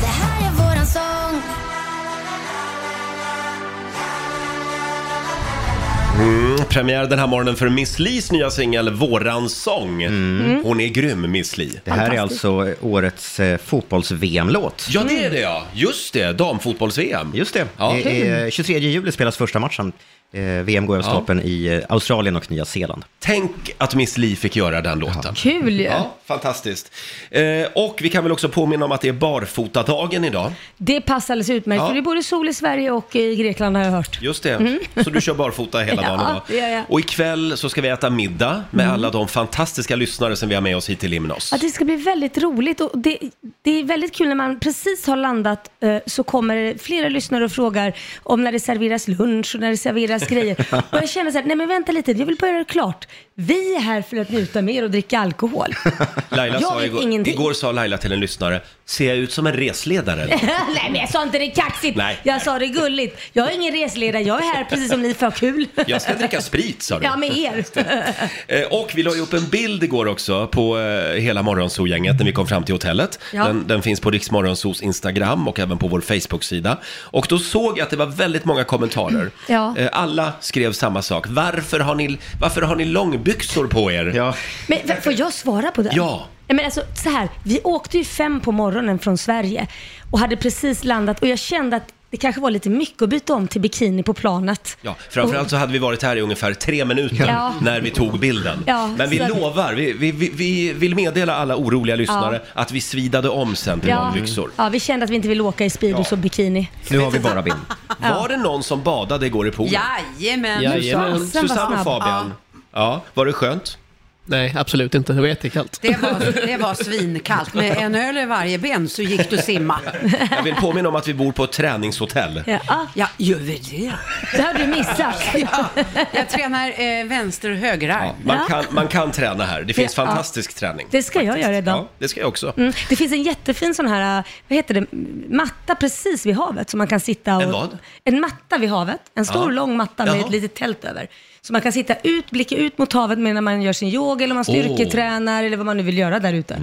Speaker 8: Det här är våran sång.
Speaker 1: Mm, premiär den här morgonen för Miss Lis nya singel Våran sång. Hon är grym, Miss Li.
Speaker 3: Mm. Det här är alltså eh, årets eh, fotbolls-VM-låt.
Speaker 1: Ja,
Speaker 6: Mm.
Speaker 1: det är det ja. Just det, damfotbolls-VM.
Speaker 3: Just det.
Speaker 1: Ja.
Speaker 3: Det är, 23 juli spelas första matchen. Eh, VM går av
Speaker 1: Ja.
Speaker 3: stapeln i eh, Australien och Nya Zeeland.
Speaker 1: Tänk att Miss Li fick göra den låten.
Speaker 2: Kul ju.
Speaker 1: Ja, fantastiskt. Eh, och vi kan väl också påminna om att det är barfotadagen idag.
Speaker 2: Det passar alldeles utmärkt
Speaker 1: Ja.
Speaker 2: för det är både sol i Sverige och i Grekland har jag hört.
Speaker 1: Just det, så du kör barfota hela dagen
Speaker 2: Mm. *laughs* Ja,
Speaker 1: idag.
Speaker 2: det gör jag. Mm.
Speaker 1: Och ikväll så ska vi äta middag med alla de fantastiska lyssnare som vi har med oss hit till Limnos.
Speaker 2: Att det ska bli väldigt roligt och det, det är väldigt kul när man precis har landat eh, så kommer det flera lyssnare och frågar om när det serveras lunch och när det serveras
Speaker 1: *laughs*
Speaker 2: grejer. Och jag känner så här, nej men vänta lite, jag vill bara göra det klart. Vi är här för att njuta mer och dricka
Speaker 1: *laughs*
Speaker 2: alkohol.
Speaker 1: Laila
Speaker 2: jag
Speaker 1: sa
Speaker 2: vet
Speaker 1: igår,
Speaker 2: ingenting.
Speaker 1: igår sa Laila till en lyssnare, ser jag ut som en
Speaker 2: *laughs*
Speaker 1: resledare?
Speaker 2: nej men jag sa inte det kaxigt,
Speaker 1: Nej.
Speaker 2: jag sa det gulligt. Jag är ingen resledare, jag är här precis som ni för att ha kul.
Speaker 1: Jag ska
Speaker 2: *laughs*
Speaker 1: dricka sprit sa du.
Speaker 2: Ja, med er.
Speaker 1: Eh, Och vi la ju upp en bild igår också på eh, hela Morgonzoo-gänget när vi kom fram till hotellet.
Speaker 2: Ja.
Speaker 1: Den, den finns på Riksmorgonzoos Instagram och även på vår Facebook-sida. Och då såg jag att det var väldigt många kommentarer.
Speaker 2: Ja.
Speaker 1: Eh, Alla skrev samma sak. Varför har ni, varför har ni långbyxor på er?
Speaker 3: Ja.
Speaker 2: Men v- får jag svara på det?
Speaker 1: Ja.
Speaker 2: Nej, men alltså, så här, vi åkte ju fem på morgonen från Sverige och hade precis landat och jag kände att det kanske var lite mycket att byta om till bikini på planet.
Speaker 1: Ja, framförallt så hade vi varit här i ungefär tre minuter
Speaker 2: Ja.
Speaker 1: när vi tog bilden.
Speaker 2: Ja,
Speaker 1: Men vi
Speaker 2: så att-
Speaker 1: lovar, vi, vi, vi, vi vill meddela alla oroliga lyssnare att vi svidade om sen till
Speaker 2: ja,
Speaker 1: långbyxor.
Speaker 2: ja, vi kände att vi inte ville åka i Speedos och bikini.
Speaker 1: Nu har vi bara bild.
Speaker 2: *laughs* Ja.
Speaker 1: Var det någon som badade igår i poolen?
Speaker 5: Jajamän.
Speaker 1: Jajamän.
Speaker 5: Susanne var
Speaker 1: Susanne och
Speaker 5: snabb.
Speaker 1: Fabian. Ja. var det skönt?
Speaker 16: Nej, absolut inte. Det var jättekallt.
Speaker 5: Det var, det var svinkallt. Med en öl i varje ben så gick du simma.
Speaker 1: Jag vill påminna om att vi bor på ett träningshotell.
Speaker 2: Ja,
Speaker 5: ja gör vi det?
Speaker 2: Det har du missat.
Speaker 5: *laughs* Ja, jag tränar eh, vänster och högerarm.
Speaker 1: Man kan, man kan träna här. Det finns
Speaker 2: Ja.
Speaker 1: fantastisk träning.
Speaker 2: Det ska jag göra idag.
Speaker 1: Ja, det ska jag också.
Speaker 2: Mm. Det finns en jättefin sån här, äh, vad heter det, matta precis vid havet som man kan sitta och...
Speaker 1: En vad?
Speaker 2: En matta vid havet. En stor
Speaker 1: Ja.
Speaker 2: lång matta med
Speaker 1: Jaha.
Speaker 2: ett litet tält över. Så man kan sitta ut, blicka ut mot havet medan man gör sin yoga eller man
Speaker 1: Oh.
Speaker 2: styrketränar eller vad man nu vill göra där ute.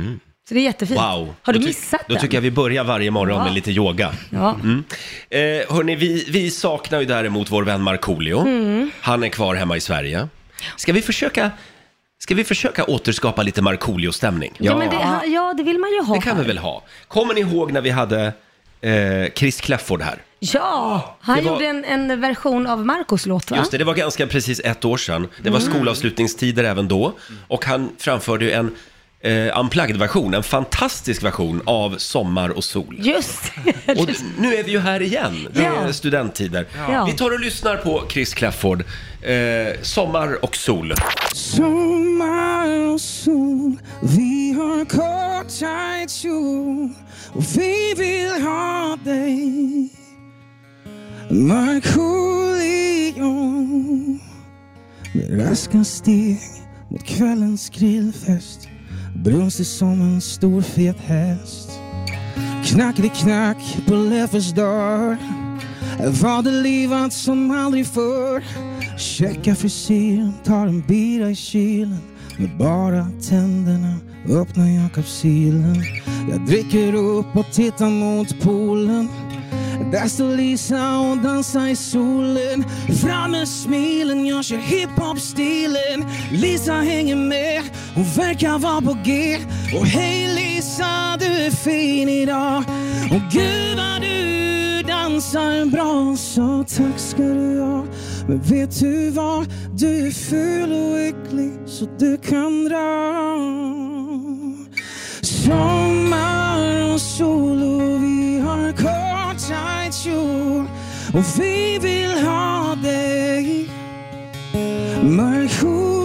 Speaker 2: Så det är jättefint.
Speaker 1: Mm. Wow.
Speaker 2: Har du
Speaker 1: Då ty-
Speaker 2: missat
Speaker 1: Då
Speaker 2: den?
Speaker 1: tycker jag vi börjar varje morgon
Speaker 2: Ja.
Speaker 1: med lite yoga.
Speaker 2: Ja.
Speaker 1: Mm. Eh, hörni, vi, vi saknar ju däremot vår vän Markoolio.
Speaker 2: Mm.
Speaker 1: Han är kvar hemma i Sverige. Ska vi försöka, ska vi försöka återskapa lite Markoolio-stämning?
Speaker 2: Ja. men det, ha- ja, det vill man ju ha.
Speaker 1: Det kan vi väl ha. Kommer ni ihåg när vi hade eh, Chris Clafford här?
Speaker 2: Ja, han
Speaker 1: Det var-
Speaker 2: gjorde en, en version av Marcos låt va?
Speaker 1: Just det, det var ganska precis ett år sedan. Det var
Speaker 2: Mm.
Speaker 1: skolavslutningstider även då. Och han framförde ju en eh, unplugged-version, en fantastisk version av Sommar och sol.
Speaker 2: Just
Speaker 1: Och nu är vi ju här igen. Det är
Speaker 2: Ja.
Speaker 1: studenttider.
Speaker 2: Ja.
Speaker 1: Vi tar och lyssnar på Chris Clafford. Eh, sommar och sol.
Speaker 4: Sommar och sol, vi har kort tid kjol och vi vill ha dig Markoolio Med raska steg mot kvällens grillfest Brunstig som en stor fet häst Knack vid knack på Leffers dörr Var det livat som aldrig förr Checka frisyren, tar en bira i kylen Med bara tänderna öppnar jag kapsylen Jag dricker upp och tittar mot poolen Där står Lisa och dansar i solen Fram med smilen, jag kör hiphop-stilen Lisa hänger med, hon verkar vara på G Och hej Lisa, du är fin idag Och gud vad du dansar bra Så tack ska du ha Men vet du vad? Du är ful och äcklig så du kan dra Sommar och sol och vi har kort tajt kjol och vi vill ha dig Markoolio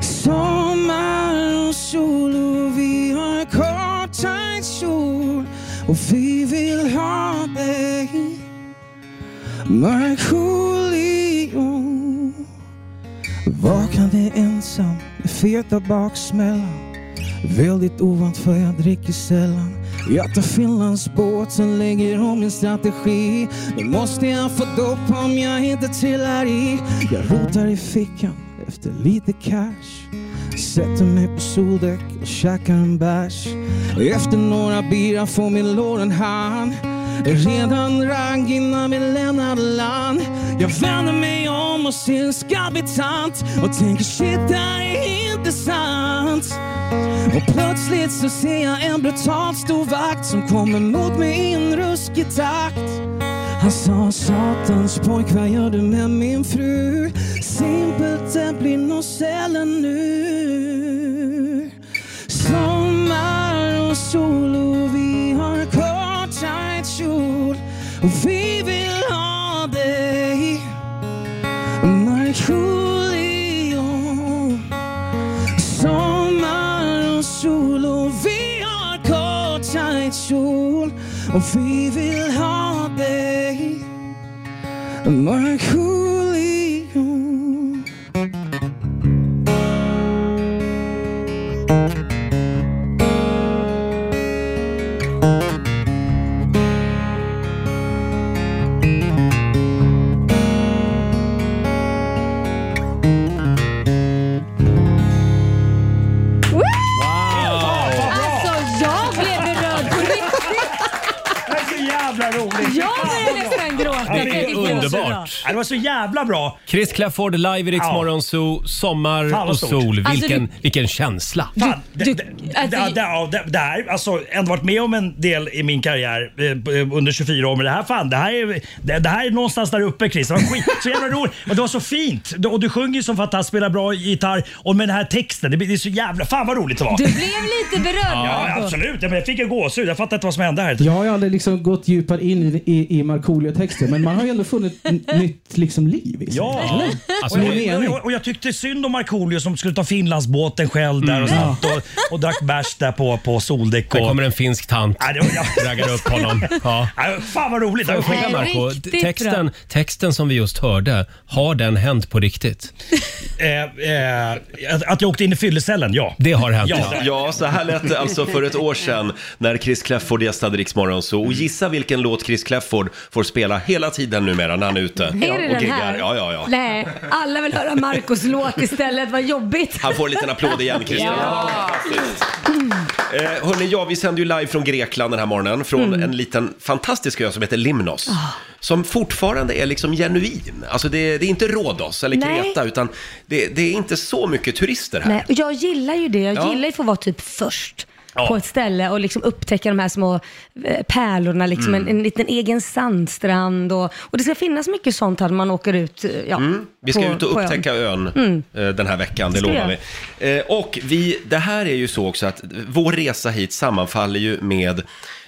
Speaker 4: Sommar och sol och vi har kort tajt kjol och vi vill ha dig Markoolio
Speaker 17: Vaknade
Speaker 4: ensam med feta baksmällan Väldigt ovant för jag dricker sällan Jag tar Finlandsbåten, lägger om min strategi Nu måste jag få dopp om jag inte trillar i Jag rotar i fickan efter lite cash Sätter mig på soldäck och käkar en bärs Efter några bira får min lår en hand Redan rang innan vi lämnade land Jag vänder mig om och ser en skabbig tant Och tänker shit det här är inte sant Och plötsligt så ser jag en brutalt stor vakt Som kommer mot mig i en ruskig takt han sa satans pojk vad gör du med min fru? Simpelt det blir nog sällan nu Sommar och sol och vi har kort tajt kjol och vi vill ha dig Markoolio Sommar och sol och vi har kort tajt kjol och vi vill ha dig Markoolio
Speaker 2: Alltså jag blev berörd på riktigt.
Speaker 18: Det är så jävla roligt!
Speaker 2: Jag började nästan gråta.
Speaker 19: Det är underbart.
Speaker 18: Ja, Det var så jävla bra.
Speaker 19: Chris Clafford live i Rix
Speaker 18: Ja.
Speaker 19: Morgonzoo,
Speaker 18: Fan,
Speaker 19: sommar
Speaker 18: vad
Speaker 19: och
Speaker 18: stort.
Speaker 19: sol. Vilken,
Speaker 18: Alltså, du-
Speaker 19: vilken
Speaker 1: *laughs*
Speaker 19: känsla.
Speaker 18: Fan, det- det- det- det- det- det här, alltså, jag har ändå varit med om en del i min karriär eh, under 24 år, men det här, fan, det här, är, det, det här är någonstans där uppe Chris. Det var skit, så jävla roligt. Och det var så fint. Du- Och du sjunger ju som fantastiskt, spelar bra gitarr och med den här texten. Det, blir- det är så jävla... Fan vad roligt det var.
Speaker 2: Du blev lite berörd
Speaker 18: Ja,
Speaker 2: Marco.
Speaker 18: absolut. Ja, men Jag fick ju gåshud. Jag fattar inte vad som hände här.
Speaker 20: Jag har ju aldrig liksom gått djupare in i, i, i Markoolio-texter, men man har ju ändå funnit n- nytt liksom liv i sig.
Speaker 18: Ja,
Speaker 20: Eller?
Speaker 18: alltså,
Speaker 20: Min
Speaker 18: och,
Speaker 20: mening.
Speaker 18: och, och jag tyckte synd om Markoolio som skulle ta Finlandsbåten själv där och satt och, och drack bärs där på, på soldäck. Och...
Speaker 19: Mm. Där kommer en finsk tant raggar upp honom. Ja.
Speaker 18: Fan vad roligt.
Speaker 19: Får jag
Speaker 18: Det
Speaker 19: fråga
Speaker 18: var skit.
Speaker 19: Marco, texten, texten som vi just hörde, har den hänt på riktigt?
Speaker 18: Eh, eh, att, att jag åkte in i fyllecellen, ja.
Speaker 19: Det har hänt.
Speaker 18: Ja.
Speaker 1: Ja, så här lät det alltså för ett år sedan när Chris Clafford gästade Rix Morgonzoo. Och gissa vilken låt Chris Clafford får spela hela tiden numera när han är ute
Speaker 11: Är det
Speaker 1: och
Speaker 11: den här?
Speaker 1: Ja, ja, ja.
Speaker 11: Nej, alla vill höra Marcos låt istället. Vad jobbigt.
Speaker 1: *laughs* Han får en liten applåd igen, Christer. Eh, hörni, ja, vi sänder ju live från Grekland den här morgonen, från
Speaker 11: Mm.
Speaker 1: en liten fantastisk ö som heter Limnos.
Speaker 11: Ah.
Speaker 1: Som fortfarande är liksom genuin. Alltså det, det är inte Rhodos eller
Speaker 11: Nej.
Speaker 1: Kreta, utan det, det är inte så mycket turister här.
Speaker 11: Nej, och jag gillar ju det. Jag
Speaker 1: Ja.
Speaker 11: gillar ju att få vara typ först
Speaker 1: Ja.
Speaker 11: på ett ställe och liksom upptäcka de här små eh, pärlorna, liksom
Speaker 1: Mm.
Speaker 11: en, en liten egen sandstrand och, och det ska finnas mycket sånt här när man åker ut. eh, Ja,
Speaker 1: Mm. Vi ska
Speaker 11: på-
Speaker 1: ut och
Speaker 11: på ön.
Speaker 1: upptäcka ön,
Speaker 11: Mm.
Speaker 1: eh, den här veckan, det
Speaker 11: Ska vi
Speaker 1: lovar vi. Eh, Och vi, det här är ju så också att vår resa hit sammanfaller ju med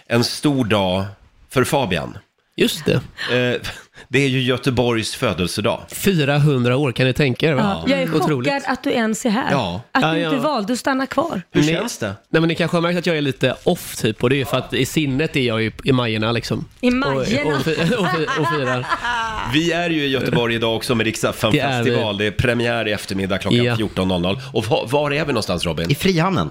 Speaker 1: en stor dag för Fabian. Eh,
Speaker 21: Just det.
Speaker 1: *laughs* Det är ju Göteborgs födelsedag.
Speaker 21: 400 år, kan ni tänka er?
Speaker 11: Ja,
Speaker 21: va?
Speaker 11: jag är chockad
Speaker 21: Otroligt.
Speaker 11: att du ens är här.
Speaker 21: Ja.
Speaker 11: Att du
Speaker 21: Ja, ja.
Speaker 11: inte valde att stanna kvar.
Speaker 21: Ni- Nej, men ni kanske har märkt att jag är lite off typ och det är ju för att i sinnet är jag ju i Majerna liksom.
Speaker 11: I Majerna.
Speaker 21: Och, och, fi- och, fi- och
Speaker 11: *laughs*
Speaker 21: firar.
Speaker 1: Vi är ju i Göteborg idag också med Rix FM
Speaker 21: Det är vi.
Speaker 1: festival. Det är premiär i eftermiddag klockan 14.00. Och va- var är vi någonstans Robin? I
Speaker 3: Frihamnen.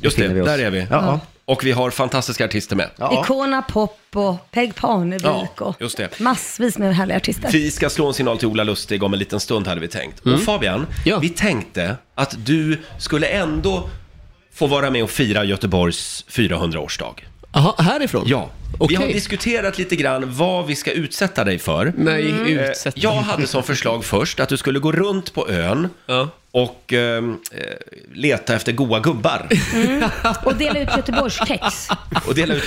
Speaker 1: Just det,
Speaker 3: Befinner vi oss.
Speaker 1: där är vi.
Speaker 3: Ja.
Speaker 1: Och vi har fantastiska artister med.
Speaker 11: Icona Pop och Peg Parnevik
Speaker 1: Ja,
Speaker 11: och
Speaker 1: just det.
Speaker 11: massvis med härliga artister.
Speaker 1: Vi ska slå en signal till Ola Lustig om en liten stund hade vi tänkt.
Speaker 21: Mm.
Speaker 1: Och Fabian, vi tänkte att du skulle ändå få vara med och fira Göteborgs 400-årsdag.
Speaker 21: Jaha, härifrån?
Speaker 1: Ja. Vi har
Speaker 21: Okej.
Speaker 1: diskuterat lite grann vad vi ska utsätta dig för.
Speaker 21: Nej,
Speaker 1: Eh,
Speaker 21: utsätta.
Speaker 1: Jag hade som förslag först att du skulle gå runt på ön och ehm, eh, leta efter goa gubbar
Speaker 2: Och dela ut Göteborgstex.
Speaker 1: och dela ut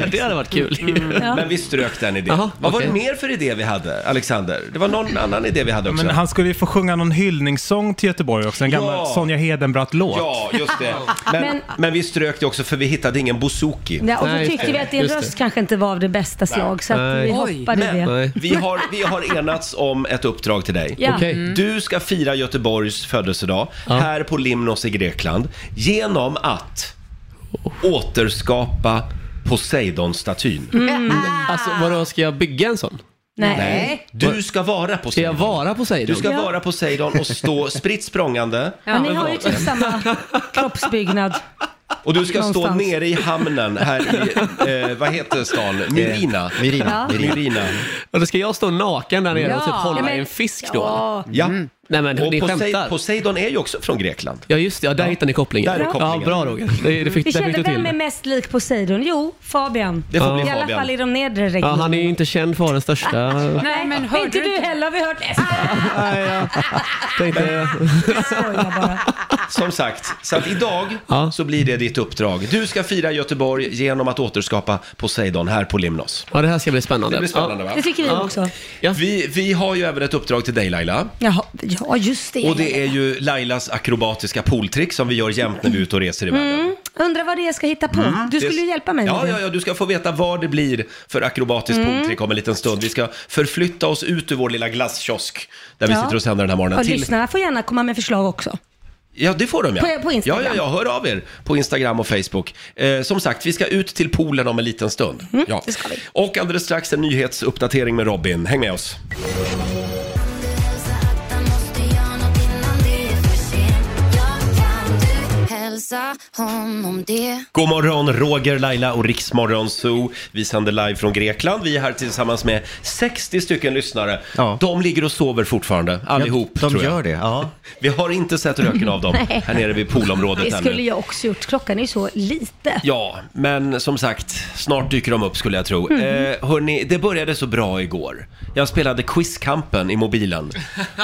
Speaker 21: *laughs* Ja, det hade varit kul.
Speaker 2: Ja.
Speaker 1: Men vi strök den idén.
Speaker 21: Jaha,
Speaker 1: vad var det
Speaker 21: okej.
Speaker 1: mer för idé vi hade, Alexander? Det var någon annan idé vi hade också.
Speaker 9: Men han skulle ju få sjunga någon hyllningssång till Göteborg också, en gammal
Speaker 1: Ja.
Speaker 9: Sonja Hedenbratt-låt.
Speaker 1: Ja, just
Speaker 9: *laughs*
Speaker 1: det. Men, men...
Speaker 2: Men-
Speaker 1: vi strök det också för vi hittade ingen bouzouki.
Speaker 2: Ja, och då tyckte vi att din röst kanske inte var av det bästa slag så att vi hoppade
Speaker 1: Men
Speaker 2: det.
Speaker 1: Vi, har, vi har enats om ett uppdrag till dig.
Speaker 2: Ja. Okej. Mm.
Speaker 1: Du ska fira Göteborgs födelsedag här på Limnos i Grekland genom att återskapa Poseidon-statyn.
Speaker 21: Mm. Alltså vadå, ska jag bygga en sån?
Speaker 2: Nej.
Speaker 1: Du ska vara Poseidon. Ska jag
Speaker 21: vara Poseidon?
Speaker 1: Du ska
Speaker 2: Ja.
Speaker 1: vara Poseidon
Speaker 21: *laughs*
Speaker 1: och stå spritt språngande.
Speaker 2: *laughs* Ja, ni
Speaker 1: med
Speaker 2: har ju
Speaker 1: vapen.
Speaker 2: typ samma kroppsbyggnad.
Speaker 1: Och du ska stå
Speaker 2: någonstans.
Speaker 1: nere i hamnen här i, eh, vad heter stan? Myrina.
Speaker 21: Myrina,
Speaker 1: Ja.
Speaker 21: Myrina.
Speaker 1: Myrina.
Speaker 21: Och då ska jag stå naken där nere
Speaker 1: Ja,
Speaker 21: och typ hålla
Speaker 1: ja, men-
Speaker 21: i en fisk då?
Speaker 1: Ja. Ja.
Speaker 21: Nej men
Speaker 1: Och
Speaker 21: ni
Speaker 1: Posei-
Speaker 21: skämtar.
Speaker 1: Poseidon är ju också från Grekland.
Speaker 21: Ja just det, ja, där hittar ni kopplingen.
Speaker 1: Där är kopplingen.
Speaker 21: Ja, bra Roger. Det, det fick, där
Speaker 2: Mm. Vi
Speaker 21: fick
Speaker 2: kände
Speaker 21: du till.
Speaker 2: vem är mest lik Poseidon? Jo, Fabian.
Speaker 21: Det får bli
Speaker 2: I alla
Speaker 21: Fabian.
Speaker 2: fall i de nedre
Speaker 21: Ja,
Speaker 2: regionerna.
Speaker 21: han är ju inte känd för att vara den största.
Speaker 2: *laughs* Nej, men hörde inte du heller har vi hört.
Speaker 21: *laughs* Nej, jag tänkte...
Speaker 1: Som sagt, så att idag så blir det ditt uppdrag. Du ska fira Göteborg genom att återskapa Poseidon här på Limnos.
Speaker 21: Ja, det här ska bli spännande.
Speaker 1: Det blir spännande va?
Speaker 2: Det tycker vi också.
Speaker 1: Vi, vi har ju även ett uppdrag till dig Laila.
Speaker 2: Jaha, ja, just det.
Speaker 1: Och det är ju Lailas akrobatiska pooltrick som vi gör jämt när vi är ute och reser i världen.
Speaker 2: Mm. Undrar vad det är jag ska hitta på. Mm. Du skulle
Speaker 1: Det-
Speaker 2: ju hjälpa mig
Speaker 1: Ja,
Speaker 2: med det.
Speaker 1: ja, ja, du ska få veta vad det blir för akrobatiskt
Speaker 2: Mm.
Speaker 1: pooltrick om en liten stund. Vi ska förflytta oss ut ur vår lilla glasskiosk där vi
Speaker 2: Ja.
Speaker 1: sitter och sänder den här morgonen.
Speaker 2: Och lyssnarna får gärna komma med förslag också.
Speaker 1: Ja, det får de ja.
Speaker 2: På- på Instagram.
Speaker 1: Ja, ja, ja, hör av er på Instagram och Facebook. Eh, som sagt, vi ska ut till poolen om en liten stund.
Speaker 2: Mm,
Speaker 1: ja. Och alldeles strax en nyhetsuppdatering med Robin. Häng med oss.
Speaker 8: Hälsa honom det.
Speaker 1: God morgon, Roger, Laila och Riksmorgon Zoo. Vi sänder live från Grekland. Vi är här tillsammans med 60 stycken lyssnare. De ligger och sover fortfarande, allihop
Speaker 3: de
Speaker 1: tror jag.
Speaker 3: gör det, ja.
Speaker 1: *laughs* Vi har inte sett röken av dem
Speaker 2: *laughs* Nej.
Speaker 1: här nere vid poolområdet
Speaker 2: Det skulle
Speaker 1: ännu.
Speaker 2: jag också gjort. Klockan är ju så lite.
Speaker 1: Ja, men som sagt, snart dyker de upp skulle jag tro.
Speaker 2: Mm.
Speaker 1: Eh, hörni, det började så bra igår. Jag spelade Quizkampen i mobilen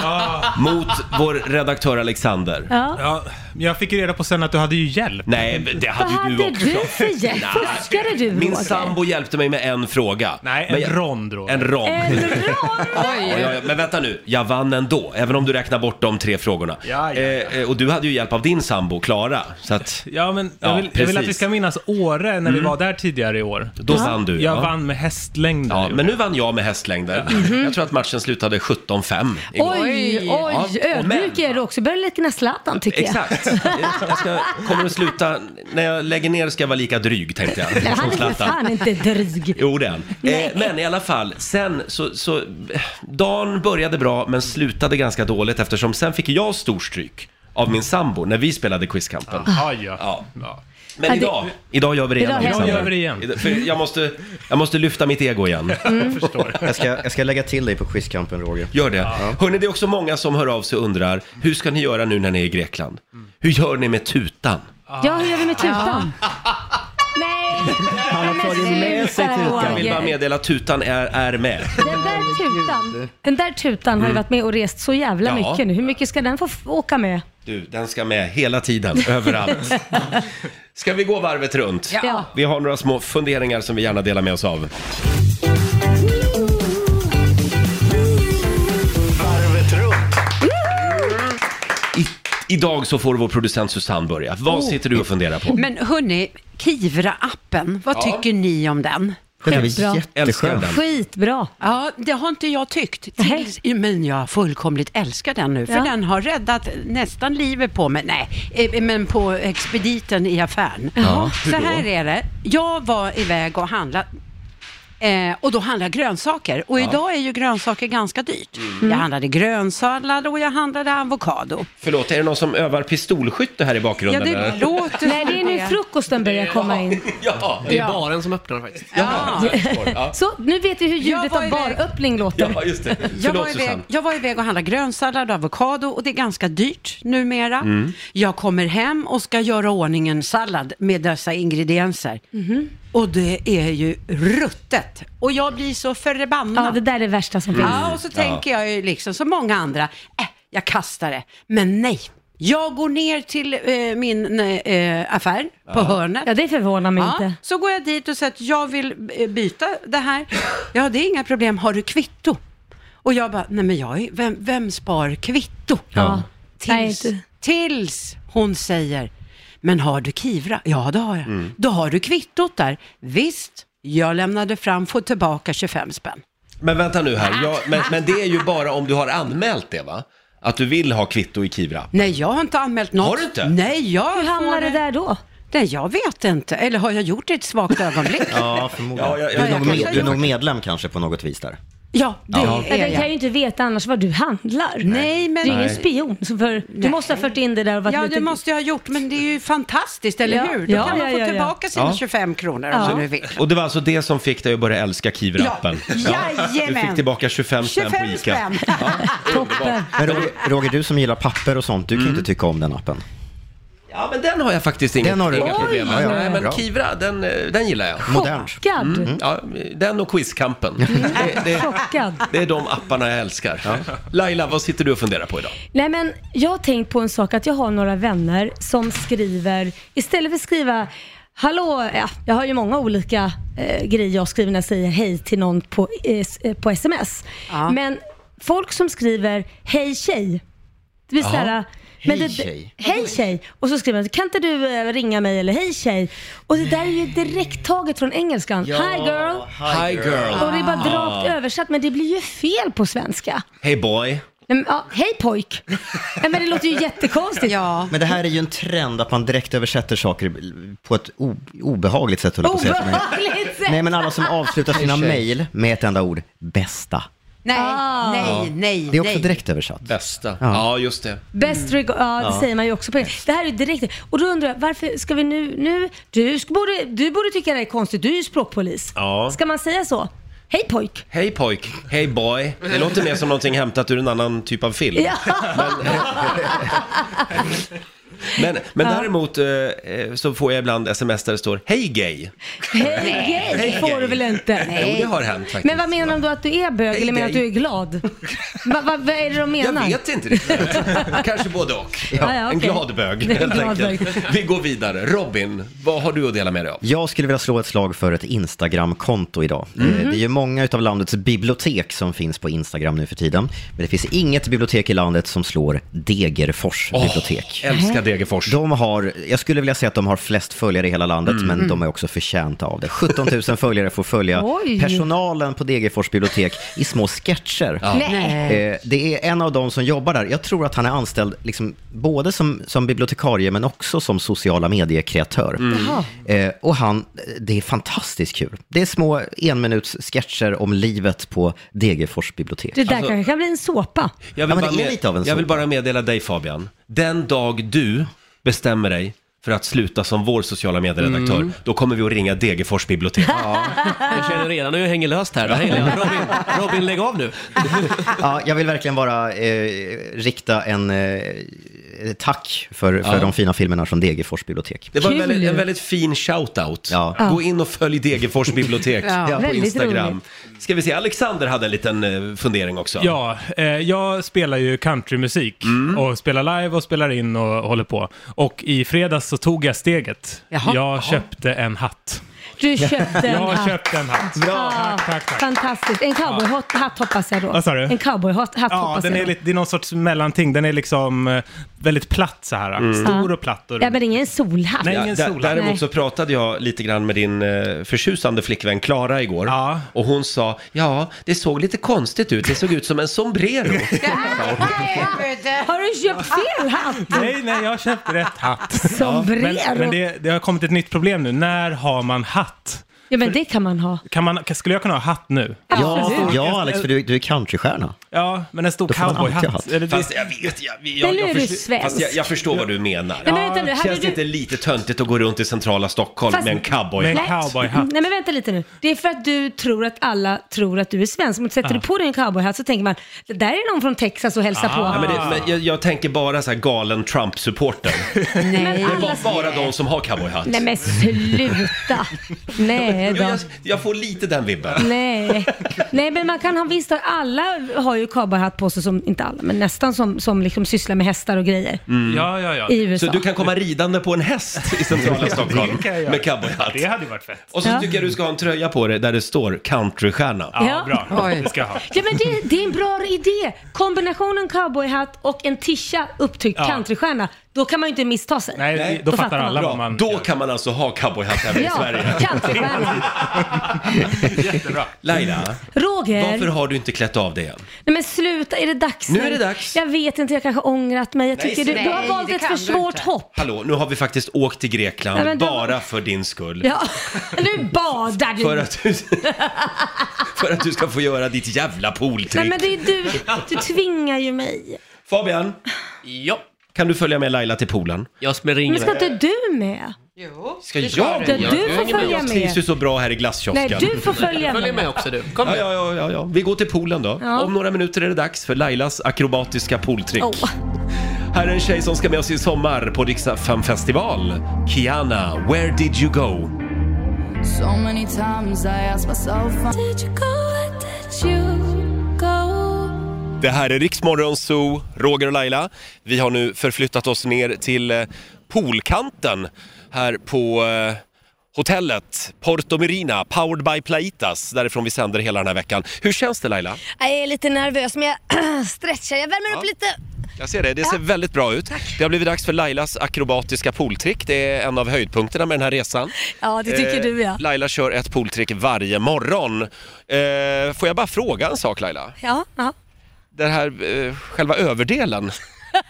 Speaker 2: *laughs*
Speaker 1: mot vår redaktör Alexander.
Speaker 2: Ja.
Speaker 9: jag fick ju reda på sen att du hade ju hjälp.
Speaker 1: Nej, men det hade ju
Speaker 2: Vad
Speaker 1: du
Speaker 2: hade
Speaker 1: också.
Speaker 2: du för hjälp?
Speaker 1: Nej.
Speaker 2: Fuskade du
Speaker 1: Min
Speaker 2: Roger?
Speaker 1: sambo hjälpte mig med en fråga. Nej, en rond. En rond.
Speaker 2: En rond?
Speaker 1: Ja, ja, ja. Men vänta nu, jag vann ändå, även om du räknar bort de tre frågorna.
Speaker 9: Ja, ja,
Speaker 1: Eh, eh, och du hade ju hjälp av din sambo, Klara. Så att,
Speaker 9: Ja, men
Speaker 1: Ja,
Speaker 9: jag vill, jag vill att vi
Speaker 1: precis.
Speaker 9: ska minnas Åre när vi
Speaker 1: Mm.
Speaker 9: var där tidigare i år.
Speaker 1: Då vann du.
Speaker 9: Jag
Speaker 1: ja.
Speaker 9: vann med hästlängder.
Speaker 1: Ja, men nu vann jag med hästlängder. Mm-hmm. Jag tror att matchen slutade 17-5 igår.
Speaker 2: Mhm. Oj,
Speaker 1: Ja,
Speaker 2: oj,
Speaker 1: och men-
Speaker 2: ödmjuk är du också. Börjar likna Zlatan tycker jag.
Speaker 1: Exakt. Jag ska, kommer att sluta, när jag lägger ner ska jag vara lika dryg tänkte jag.
Speaker 2: *laughs* Nej, *laughs* han
Speaker 1: som
Speaker 2: är för
Speaker 1: Zlatan.
Speaker 2: fan inte dryg.
Speaker 1: Jo det är han. eh, Men i alla fall, sen så, så, eh, dagen började bra men slutade ganska dåligt eftersom sen fick jag storstryk av min sambo när vi spelade Quizkampen.
Speaker 9: Ah, ja.
Speaker 1: Ja. Men
Speaker 9: Ja, det-
Speaker 1: idag, idag gör vi det igen.
Speaker 9: Idag händer
Speaker 1: Alexander.
Speaker 9: det. Idag gör vi det igen.
Speaker 1: Ida- För jag, måste, jag måste lyfta mitt ego igen.
Speaker 3: Jag ska, jag ska lägga till dig på quizkampen, Roger.
Speaker 1: Gör det. Hörni, det är också många som hör av sig och undrar, hur ska ni göra nu när ni är i Grekland? Hur gör ni med tutan?
Speaker 2: Ja, hur gör vi med tutan? Nej!
Speaker 1: Han
Speaker 2: har tagit med sig tutan.
Speaker 1: Jag vill bara meddela att tutan är, är med.
Speaker 2: Den där tutan, den där tutan har ju
Speaker 1: Mm.
Speaker 2: varit med och rest så jävla
Speaker 1: Ja.
Speaker 2: mycket nu. Hur mycket ska den få f- åka med?
Speaker 1: Du, den ska med hela tiden, *laughs* överallt. Ska vi gå varvet runt?
Speaker 2: Ja.
Speaker 1: Vi har några små funderingar som vi gärna delar med oss av.
Speaker 22: Varvet runt.
Speaker 1: Idag så får vår producent Susanne börja. Vad
Speaker 5: Oh.
Speaker 1: sitter du och funderar på?
Speaker 5: Men hörni, Kivra-appen, vad
Speaker 1: Ja.
Speaker 5: tycker ni om den?
Speaker 1: Den är väl Skitbra. jätteskön.
Speaker 2: Skitbra.
Speaker 5: Ja, det har inte jag tyckt. Tills, men jag fullkomligt älskar den nu, för
Speaker 2: Ja.
Speaker 5: den har räddat nästan livet på mig. Nej, eh, men på expediten i affären.
Speaker 2: Ja, hur
Speaker 5: Så
Speaker 2: då?
Speaker 5: här är det. Jag var iväg och handlade Eh, och då handlade jag grönsaker. Och
Speaker 2: Ja.
Speaker 5: idag är ju grönsaker ganska dyrt.
Speaker 1: Mm.
Speaker 5: Jag handlade grönsallad och jag handlade avokado.
Speaker 1: Förlåt, är det någon som övar pistolskytte här i
Speaker 5: Ja,
Speaker 1: bakgrunden?
Speaker 5: det
Speaker 1: eller?
Speaker 5: låter
Speaker 2: Nej, det är nu
Speaker 5: som
Speaker 2: frukosten börjar komma in.
Speaker 1: Ja,
Speaker 21: Det är
Speaker 2: Ja.
Speaker 21: baren som öppnar faktiskt.
Speaker 1: Ja.
Speaker 2: *laughs* Så, nu vet vi hur ljudet av baröppning låter.
Speaker 1: *laughs* Ja, just det.
Speaker 5: Jag
Speaker 1: Förlåt
Speaker 5: var, iväg,
Speaker 1: Susanne.
Speaker 5: jag var iväg och handlade grönsallad och avokado och det är ganska dyrt numera.
Speaker 1: Mm.
Speaker 2: Mhm.
Speaker 5: Jag kommer hem och ska göra ordningen sallad med dessa ingredienser. Och det är ju ruttet. Och jag blir så förbannad.
Speaker 2: Ja, det där är det värsta som finns.
Speaker 5: Ja, och
Speaker 1: Mm.
Speaker 5: så tänker jag ju liksom som många andra, äh, jag kastar det. Men nej. Jag går ner till eh, min eh, affär på
Speaker 2: Ja.
Speaker 5: hörnet.
Speaker 2: Ja, det förvånar mig inte.
Speaker 5: Så går jag dit och säger att jag vill eh, byta det här. Ja, det är inga problem. Har du kvitto? Och jag bara, nej men jag är, vem, vem spar kvitto?
Speaker 2: Ja.
Speaker 5: Tills, tills hon säger, men har du Kivra? Ja, det har jag.
Speaker 18: Mm.
Speaker 5: Då har du kvittot där. Visst, jag lämnade fram, får tillbaka 25 spänn.
Speaker 1: Men vänta nu här, jag, men, men det är ju bara om du har anmält det va? Att du vill ha kvitto i Kivra.
Speaker 5: Nej, jag har inte anmält något.
Speaker 1: Har du inte?
Speaker 5: Nej, jag Hur
Speaker 2: hamnar det
Speaker 5: där
Speaker 2: då?
Speaker 5: Nej, jag vet inte. Eller har jag gjort det i ett svagt ögonblick?
Speaker 1: *laughs*
Speaker 3: Ja, förmodligen.
Speaker 5: Ja, jag-
Speaker 3: du, är
Speaker 5: jag
Speaker 3: nog
Speaker 5: kanske
Speaker 3: med, du är
Speaker 5: har
Speaker 3: nog medlem kanske på något vis där.
Speaker 5: Ja, det
Speaker 3: Ja.
Speaker 2: Ja,
Speaker 5: är
Speaker 2: den
Speaker 5: jag.
Speaker 2: kan ju inte veta annars vad du handlar.
Speaker 5: Nej, men-
Speaker 2: Du är ingen
Speaker 5: Nej.
Speaker 2: spion. så För du
Speaker 5: Nej.
Speaker 2: måste ha fört in det där och varit
Speaker 5: Ja,
Speaker 2: lite...
Speaker 5: det måste jag ha gjort, men det är ju fantastiskt, eller
Speaker 2: Ja.
Speaker 5: hur? Då
Speaker 2: Ja,
Speaker 5: kan man
Speaker 2: ja,
Speaker 5: få
Speaker 2: ja, ja.
Speaker 5: tillbaka sina
Speaker 1: Ja.
Speaker 5: 25 kronor
Speaker 2: Ja.
Speaker 5: om man nu vill.
Speaker 1: Och det var alltså det som fick dig att börja älska Kivra-appen?
Speaker 5: Ja,
Speaker 1: Du
Speaker 5: jajamän.
Speaker 1: fick tillbaka 25 spänn på
Speaker 5: 25
Speaker 1: ICA.
Speaker 5: spänn.
Speaker 3: Men Roger, Roger, du som gillar papper och sånt, du kan
Speaker 1: Mm.
Speaker 3: ju inte tycka om den appen.
Speaker 1: Ja, men den har jag faktiskt inga,
Speaker 3: Den har du
Speaker 1: inga
Speaker 3: inga
Speaker 1: problem med.
Speaker 3: problem med.
Speaker 1: Nej, men
Speaker 3: Bra.
Speaker 1: Kivra, den, eh, den gillar jag. Mm.
Speaker 3: Modernt.
Speaker 2: Chockad.
Speaker 1: ja, den och Quizkampen.
Speaker 3: Mm.
Speaker 1: Det, det,
Speaker 2: Chockad.
Speaker 1: det är de apparna jag älskar. Laila, vad sitter du och funderar på idag?
Speaker 2: Nej men jag har tänkt på en sak att jag har några vänner som skriver, istället för att skriva Hallå, ja, jag har ju många olika eh, grejer jag skriver när jag säger hej till någon på, eh, s- eh, på sms. Men folk som skriver hej tjej. Det blir
Speaker 11: Ja.
Speaker 2: såhär, men
Speaker 11: Hej,
Speaker 2: det-
Speaker 11: tjej.
Speaker 2: Hej tjej! Och så skriver han, kan inte du eh, ringa mig eller hej tjej? Och det där är ju direkt taget från engelskan.
Speaker 1: Ja,
Speaker 2: hi girl!
Speaker 1: hi Hi girl.
Speaker 2: Och det är bara
Speaker 1: Ah.
Speaker 2: rakt översatt, men det blir ju fel på svenska.
Speaker 1: Hey boy.
Speaker 2: Nej, men, ja, hej pojk! Nej, men det låter ju jättekonstigt. Ja.
Speaker 3: Men det här är ju en trend att man direkt översätter saker på ett o- obehagligt sätt, höll jag på att säga. Men-
Speaker 2: Obehagligt sätt!
Speaker 3: Nej, men alla som avslutar sina
Speaker 1: Ursäkta.
Speaker 3: mejl med ett enda ord, bästa.
Speaker 2: Nej,
Speaker 3: Ja.
Speaker 2: Ah. nej, nej.
Speaker 3: Det är också direkt översatt.
Speaker 1: Bästa.
Speaker 3: Ja.
Speaker 1: Ja, just det.
Speaker 2: Best reg- ja, det
Speaker 3: Ja.
Speaker 2: säger man ju också på Det här är ju direkt. Och då undrar jag, varför ska vi nu, nu du, sk- borde, du borde tycka det här är konstigt, du är ju språkpolis.
Speaker 1: Ja.
Speaker 2: Ska man säga så? Hej pojk!
Speaker 1: Hej pojk, hej boy. Det låter mer som någonting hämtat ur en annan typ av film.
Speaker 2: Ja.
Speaker 1: Men, men
Speaker 2: Ja.
Speaker 1: däremot eh, eh, så får jag ibland sms där det står Hej gay.
Speaker 2: Hej gay
Speaker 1: Hej,
Speaker 2: får
Speaker 1: gay.
Speaker 2: du väl inte?
Speaker 1: Jo, det har hänt faktiskt.
Speaker 2: Men vad menar de då att du är bög eller menar att du
Speaker 1: *laughs*
Speaker 2: är glad? Va, va, vad är det de menar?
Speaker 1: Jag vet inte
Speaker 2: *laughs*
Speaker 1: riktigt. Kanske både och.
Speaker 2: Ja, ja,
Speaker 1: En
Speaker 2: okej.
Speaker 1: glad bög
Speaker 2: Det är en
Speaker 1: helt
Speaker 2: glad
Speaker 1: enkelt. Vi går vidare. Robin, vad har du att dela med dig av?
Speaker 3: Jag skulle vilja slå ett slag för ett Instagram-konto idag. Eh,
Speaker 2: Mhm.
Speaker 3: Det är ju många av landets bibliotek som finns på Instagram nu för tiden. Men det finns inget bibliotek i landet som slår Degerfors
Speaker 1: Åh,
Speaker 3: bibliotek.
Speaker 1: älskar Degerfors.
Speaker 3: De har, jag skulle vilja säga att de har flest följare i hela landet,
Speaker 1: Mm.
Speaker 3: men
Speaker 1: Mm.
Speaker 3: de är också förtjänta av det. 17 000 följare får följa
Speaker 2: Oj.
Speaker 3: personalen på Degerfors bibliotek i små sketcher.
Speaker 2: Ja. Nej.
Speaker 3: Eh, Det är en av dem som jobbar där. Jag tror att han är anställd liksom, både som, som bibliotekarie, men också som sociala mediekreatör.
Speaker 4: Mm. Jaha.
Speaker 3: Eh, och han, det är fantastiskt kul. Det är små enminutssketcher om livet på Degerfors bibliotek.
Speaker 2: Det där
Speaker 1: Alltså-
Speaker 2: kanske kan bli en såpa.
Speaker 1: Jag
Speaker 3: Ja, men
Speaker 1: bara
Speaker 3: det är lite av en
Speaker 1: jag vill
Speaker 3: sån.
Speaker 1: bara meddela dig Fabian, den dag du bestämmer dig för att sluta som vår sociala medieredaktör,
Speaker 21: Mm.
Speaker 1: då kommer vi att ringa Degerfors bibliotek.
Speaker 2: *laughs*
Speaker 21: Jag känner redan hur jag hänger löst här. Det här gillar jag. Robin, Robin, lägg av nu.
Speaker 3: Ja, jag vill verkligen bara eh, rikta en eh, tack för, för
Speaker 1: Ja.
Speaker 3: de fina filmerna från Degerfors bibliotek.
Speaker 1: Det var en väldigt, en väldigt fin shoutout.
Speaker 3: Ja.
Speaker 1: Gå in och följ
Speaker 2: *laughs*
Speaker 1: Degerfors bibliotek
Speaker 3: Ja,
Speaker 1: på
Speaker 3: väldigt
Speaker 1: Instagram.
Speaker 3: roligt.
Speaker 1: Ska vi se, Alexander hade en liten eh, fundering också.
Speaker 9: Ja, eh, jag spelar ju countrymusik
Speaker 3: Mm.
Speaker 9: och spelar live och spelar in och håller på. Och i fredags så tog jag steget.
Speaker 2: Jaha.
Speaker 9: Jag köpte en hatt.
Speaker 2: Du köpte en
Speaker 9: *laughs* jag
Speaker 2: hatt.
Speaker 9: köpte en hatt.
Speaker 2: Ah,
Speaker 9: Tack, tack, tack.
Speaker 2: Fantastiskt. En cowboyhatt hatt hoppas jag då.
Speaker 9: Vad sa du?
Speaker 2: En cowboyhatt hatt
Speaker 9: Ja,
Speaker 2: hoppas
Speaker 9: den
Speaker 2: jag
Speaker 9: är
Speaker 2: då.
Speaker 9: lite, det är någon sorts mellanting. Den är liksom eh, väldigt platt så här.
Speaker 3: Mm.
Speaker 9: Stor och platt och
Speaker 2: Mm. Ja, men ingen solhatt.
Speaker 9: Nej, ingen
Speaker 1: Ja, dä-
Speaker 9: solhatt.
Speaker 1: Däremot
Speaker 2: Nej.
Speaker 1: så pratade jag lite grann med din eh, förtjusande flickvän Klara igår. Och hon sa, ja, det såg lite konstigt ut. Det såg ut som en
Speaker 2: *laughs*
Speaker 1: sombrero.
Speaker 2: Har du köpt fel hatt?
Speaker 9: Nej, nej, jag
Speaker 2: *laughs*
Speaker 9: köpte rätt hatt.
Speaker 2: Sombrero.
Speaker 9: men men det, det har kommit ett nytt problem nu. När har man hatt?
Speaker 2: Ja, men det kan man ha.
Speaker 9: Kan man, kan- skulle jag kunna ha hatt nu?
Speaker 3: Ja, ja Alex, för du, du är countrystjärna.
Speaker 9: Ja, men en stor
Speaker 3: Då får man alltid
Speaker 9: cowboyhatt.
Speaker 3: hatt.
Speaker 9: Eller det-
Speaker 1: Fast jag vet, jag,
Speaker 2: Men
Speaker 1: jag,
Speaker 2: nu är
Speaker 1: jag,
Speaker 2: du
Speaker 1: förstår,
Speaker 2: svensk.
Speaker 1: fast jag, jag förstår vad du menar.
Speaker 2: Nej, men vänta nu, hade
Speaker 1: Känns det
Speaker 2: du-
Speaker 1: inte lite töntigt att gå runt i centrala Stockholm
Speaker 2: Fast-
Speaker 1: med en cowboyhatt?
Speaker 2: Nej. Nej men vänta lite nu. Det är för att du tror att alla tror att du är svensk. Men sätter
Speaker 1: Ja.
Speaker 2: du på dig en cowboyhatt så tänker man, det där är någon från Texas och hälsar
Speaker 9: Ah.
Speaker 2: på.
Speaker 1: Ja, men det, men jag, jag tänker bara så här galen Trump-supporter.
Speaker 2: *laughs* Nej.
Speaker 1: Det var bara de som har cowboyhatt.
Speaker 2: Nej
Speaker 9: *laughs*
Speaker 2: men sluta! Nej
Speaker 1: Ah. jag,
Speaker 2: då.
Speaker 1: jag, jag får lite den vibben.
Speaker 2: Nej. Nej men man kan ha visst, alla har ju cowboyhatt på sig som, inte alla, men nästan som, som liksom sysslar med hästar och grejer.
Speaker 9: Ja, ja, ja.
Speaker 2: I USA.
Speaker 1: Mm. Så du kan komma ridande på en häst
Speaker 9: *laughs*
Speaker 1: i centrala Stockholm med cowboyhatt.
Speaker 9: Det hade ju varit fett.
Speaker 1: Och så
Speaker 2: Ja.
Speaker 1: tycker jag du ska ha en tröja på dig där det står countrystjärna.
Speaker 2: Ja, bra. *laughs* Oj. Det
Speaker 9: ska jag ha.
Speaker 2: Ja men det, det är en bra idé! Kombinationen cowboyhatt och en tisha upptryckt
Speaker 1: Ja.
Speaker 2: countrystjärna, då kan man ju inte missta sig.
Speaker 1: Bra. Då kan man alltså ha cowboyhatt även i
Speaker 2: Ja,
Speaker 1: Sverige.
Speaker 9: *laughs*
Speaker 2: countrystjärna.
Speaker 1: Jättebra. Laila,
Speaker 2: Roger!
Speaker 1: varför har du inte klätt av dig än?
Speaker 2: Nej men sluta, är det dags
Speaker 1: Nu är det dags.
Speaker 2: Jag vet inte, jag kanske har ångrat mig. Jag
Speaker 1: Nej,
Speaker 2: tycker du, du har
Speaker 1: nej,
Speaker 2: valt
Speaker 1: det
Speaker 2: ett
Speaker 1: kan
Speaker 2: för
Speaker 1: du
Speaker 2: svårt
Speaker 1: inte.
Speaker 2: hopp.
Speaker 1: Hallå, nu har vi faktiskt åkt till Grekland
Speaker 2: Ja, men då-
Speaker 1: bara för din skull.
Speaker 2: Ja, *laughs* nu badar du.
Speaker 1: För att, du, *laughs* för att du ska få göra ditt jävla pooltripp.
Speaker 2: Nej men det är du, du tvingar ju mig.
Speaker 1: Fabian? Ja? Kan du följa med Laila till poolen? Jag spelar
Speaker 2: Men ska inte du med? Jo.
Speaker 1: Ska
Speaker 2: det
Speaker 1: jag
Speaker 2: ska du.
Speaker 1: med?
Speaker 2: Du får
Speaker 1: Jag hänger
Speaker 2: följa
Speaker 1: Jag
Speaker 2: med.
Speaker 1: trivs ju så bra här i glasskiosken.
Speaker 2: Nej, du får följa Följ med. med
Speaker 1: också du. Kom ja, ja, ja, ja, ja. Vi går till poolen då.
Speaker 2: Ja.
Speaker 1: Om några minuter är det dags för Lailas akrobatiska pooltrick.
Speaker 2: Åh.
Speaker 1: Här är en tjej som ska med oss i sommar på Riksdag 5 festival. Kiana, where did you go?
Speaker 8: So many times I ask myself, did you go? Where did you go?
Speaker 1: Det här är Riksmorgon Zoo, Roger och Laila. Vi har nu förflyttat oss ner till eh, poolkanten här på eh, hotellet Porto Merina, powered by Plaitas, därifrån vi sänder hela den här veckan. Hur känns det Laila?
Speaker 23: Jag är lite nervös men jag *clears throat* stretchar, jag värmer upp lite.
Speaker 1: Jag ser det, det ser väldigt bra ut. Det har blivit dags för Lailas akrobatiska pooltrick. Det är en av höjdpunkterna med den här resan. Eh,
Speaker 23: Ja, det tycker du, ja.
Speaker 1: Laila kör ett pooltrick varje morgon. Eh, får jag bara fråga en sak Laila?
Speaker 23: Ja, ja.
Speaker 1: Den här eh, själva överdelen,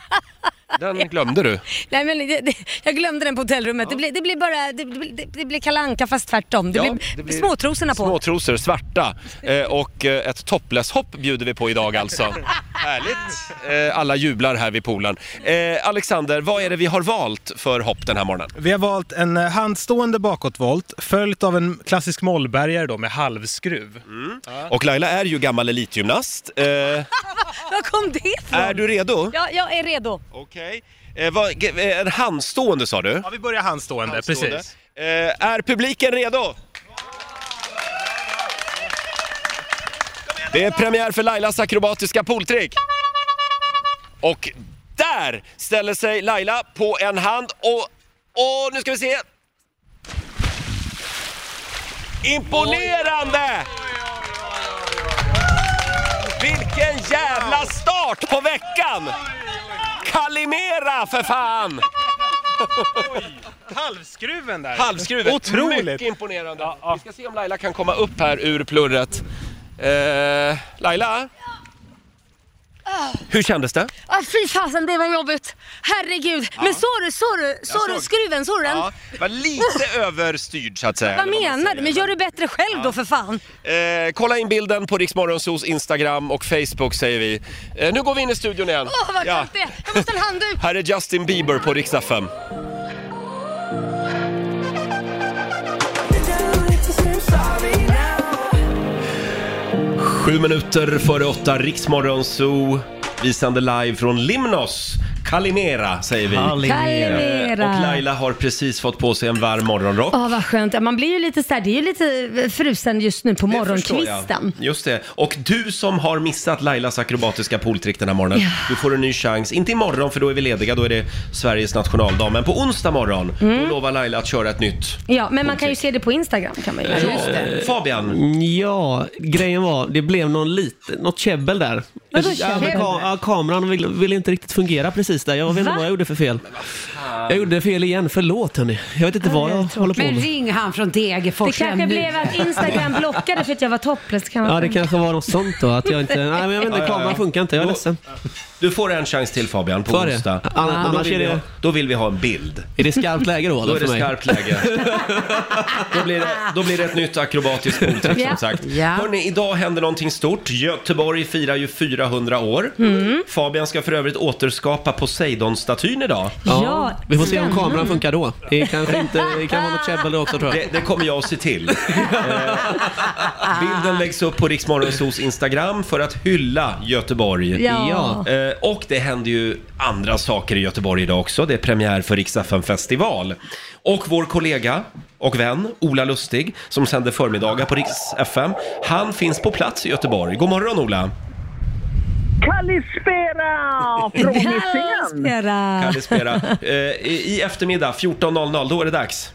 Speaker 23: *laughs*
Speaker 1: den glömde du.
Speaker 23: Nej, men det, det, jag glömde den på hotellrummet. Det, blir, det blir bara, det, blir- det, det blir kalanka fast tvärtom. Det,
Speaker 1: Ja,
Speaker 23: blir,
Speaker 1: det blir-
Speaker 23: småtrosorna på.
Speaker 1: Småtrosor, svarta. Eh, och eh, ett topless-hopp bjuder vi på idag alltså. Härligt. Eh, alla jublar här vid poolen. Eh, Alexander, vad är det vi har valt för hopp den här morgonen?
Speaker 9: Vi har valt en eh, handstående bakåtvolt följt av en klassisk mollbergare då med halvskruv.
Speaker 1: Och Laila är ju gammal elitgymnast. Eh,
Speaker 23: *laughs* Var kom det ifrån?
Speaker 1: Är du redo?
Speaker 23: Ja, jag är redo.
Speaker 1: Okej. eh, vad, ge- eh, en handstående sa du?
Speaker 9: Ja, vi börjar handstående, precis.
Speaker 1: Eh, är publiken redo? Det är premiär för Lailas akrobatiska pooltrick. Och där ställer sig Laila på en hand och, och nu ska vi se. Imponerande! Vilken jävla start på veckan! Kalimera för fan!
Speaker 9: Halvskruven där.
Speaker 1: Halvskruvet.
Speaker 9: Otroligt.
Speaker 1: Mycket imponerande. Vi ska se om Laila kan komma upp här ur plurret. Eh, Laila,
Speaker 23: Ah,
Speaker 1: hur kändes det?
Speaker 23: ah, fy fasen, det var jobbigt. Herregud. Men såg du, såg du, såg du
Speaker 1: såg.
Speaker 23: skruven? Såg du den?
Speaker 1: Det
Speaker 23: *laughs*
Speaker 1: var lite överstyrd så att säga.
Speaker 23: Vad
Speaker 1: eller man
Speaker 23: menar du? Men gör det bättre själv då för fan.
Speaker 1: säger. Eh, kolla in bilden på Riksmorgonsos Instagram och Facebook säger vi. Eh, nu går vi in i studion igen.
Speaker 23: Åh, vad kallt det är. Jag måste ha en handduk.
Speaker 1: Här är Justin Bieber på Rix FM. Sju minuter före åtta, Riksmorgon Zoo. Vi sänder live från Limnos. Kalimera säger vi.
Speaker 2: Kalimera.
Speaker 1: Eh,
Speaker 2: Kalimera.
Speaker 1: Och Laila har precis fått på sig en varm morgonrock.
Speaker 2: Ja, vad skönt. Ja, Man blir ju lite så här, det är ju lite eh, frusen just nu på
Speaker 1: Förstår jag.
Speaker 2: morgonkvisten.
Speaker 1: Just det. Och du som har missat Lailas akrobatiska pooltrick den här morgonen,
Speaker 2: Ja.
Speaker 1: du får en ny chans. Inte imorgon för då är vi lediga, då är det Sveriges nationaldag. Men på onsdag morgon,
Speaker 2: Mm.
Speaker 1: då lovar Laila att köra ett nytt.
Speaker 2: Ja, men man kan ju se det på Instagram kan man ju. göra.
Speaker 1: Fabian?
Speaker 21: Ja, grejen var, det blev någon lite, något käbbel där.
Speaker 2: Vadå
Speaker 21: ja, men
Speaker 2: käbbel?
Speaker 21: ka- ja, kameran ville, ville inte riktigt fungera precis där. Jag vet inte
Speaker 5: Va?
Speaker 21: vad jag gjorde för fel. Jag gjorde fel igen, förlåt hörni. Jag vet inte vad jag håller på
Speaker 5: Men
Speaker 21: med.
Speaker 5: ring han från
Speaker 2: Det
Speaker 5: Degerfors
Speaker 2: kanske
Speaker 5: hem nu.
Speaker 2: blev att Instagram blockade för att jag var topless. Kan man
Speaker 21: Ja, det *laughs*
Speaker 2: tänka.
Speaker 21: kanske var något sånt då. Att jag inte, nej men jag vet
Speaker 1: Ja,
Speaker 21: inte,
Speaker 1: ja, ja.
Speaker 21: kameran funkar inte. Jag är
Speaker 1: Då-
Speaker 21: ledsen.
Speaker 1: Du får en chans till Fabian på
Speaker 21: Får jag det?
Speaker 1: onsdag.
Speaker 21: An-
Speaker 1: Och då,
Speaker 21: annars
Speaker 1: vill
Speaker 21: är det-
Speaker 1: vi ha, då vill vi ha en bild.
Speaker 21: Är det skarpt läge då?
Speaker 1: Då är det
Speaker 21: för mig? *laughs*
Speaker 1: skarpt läge. då, blir det, då blir det ett nytt akrobatiskt skoltrick
Speaker 21: Ja.
Speaker 1: som sagt.
Speaker 21: Ja.
Speaker 1: Hörrni, idag händer någonting stort. Göteborg firar ju 400 år.
Speaker 21: Mm.
Speaker 1: Fabian ska för övrigt återskapa Poseidon-statyn idag.
Speaker 21: Ja, vi får se om kameran funkar då. Det kanske inte, det kan vara något käbbel då också tror jag.
Speaker 1: Det, det kommer jag att se till. Eh,
Speaker 2: Ah.
Speaker 1: Bilden läggs upp på Riksmorgonsos Instagram för att hylla Göteborg.
Speaker 21: Ja.
Speaker 1: Eh, Och det händer ju andra saker i Göteborg idag också. Det är premiär för Rix FM festival. Och vår kollega och vän Ola Lustig som sänder förmiddagar på Rix FM. Han finns på plats i Göteborg. God morgon Ola!
Speaker 10: Kalispera!
Speaker 2: *laughs*
Speaker 10: Från Hisingen.
Speaker 2: Ah.
Speaker 1: Kalispera. Eh, I i eftermiddag 14.00, då är det dags.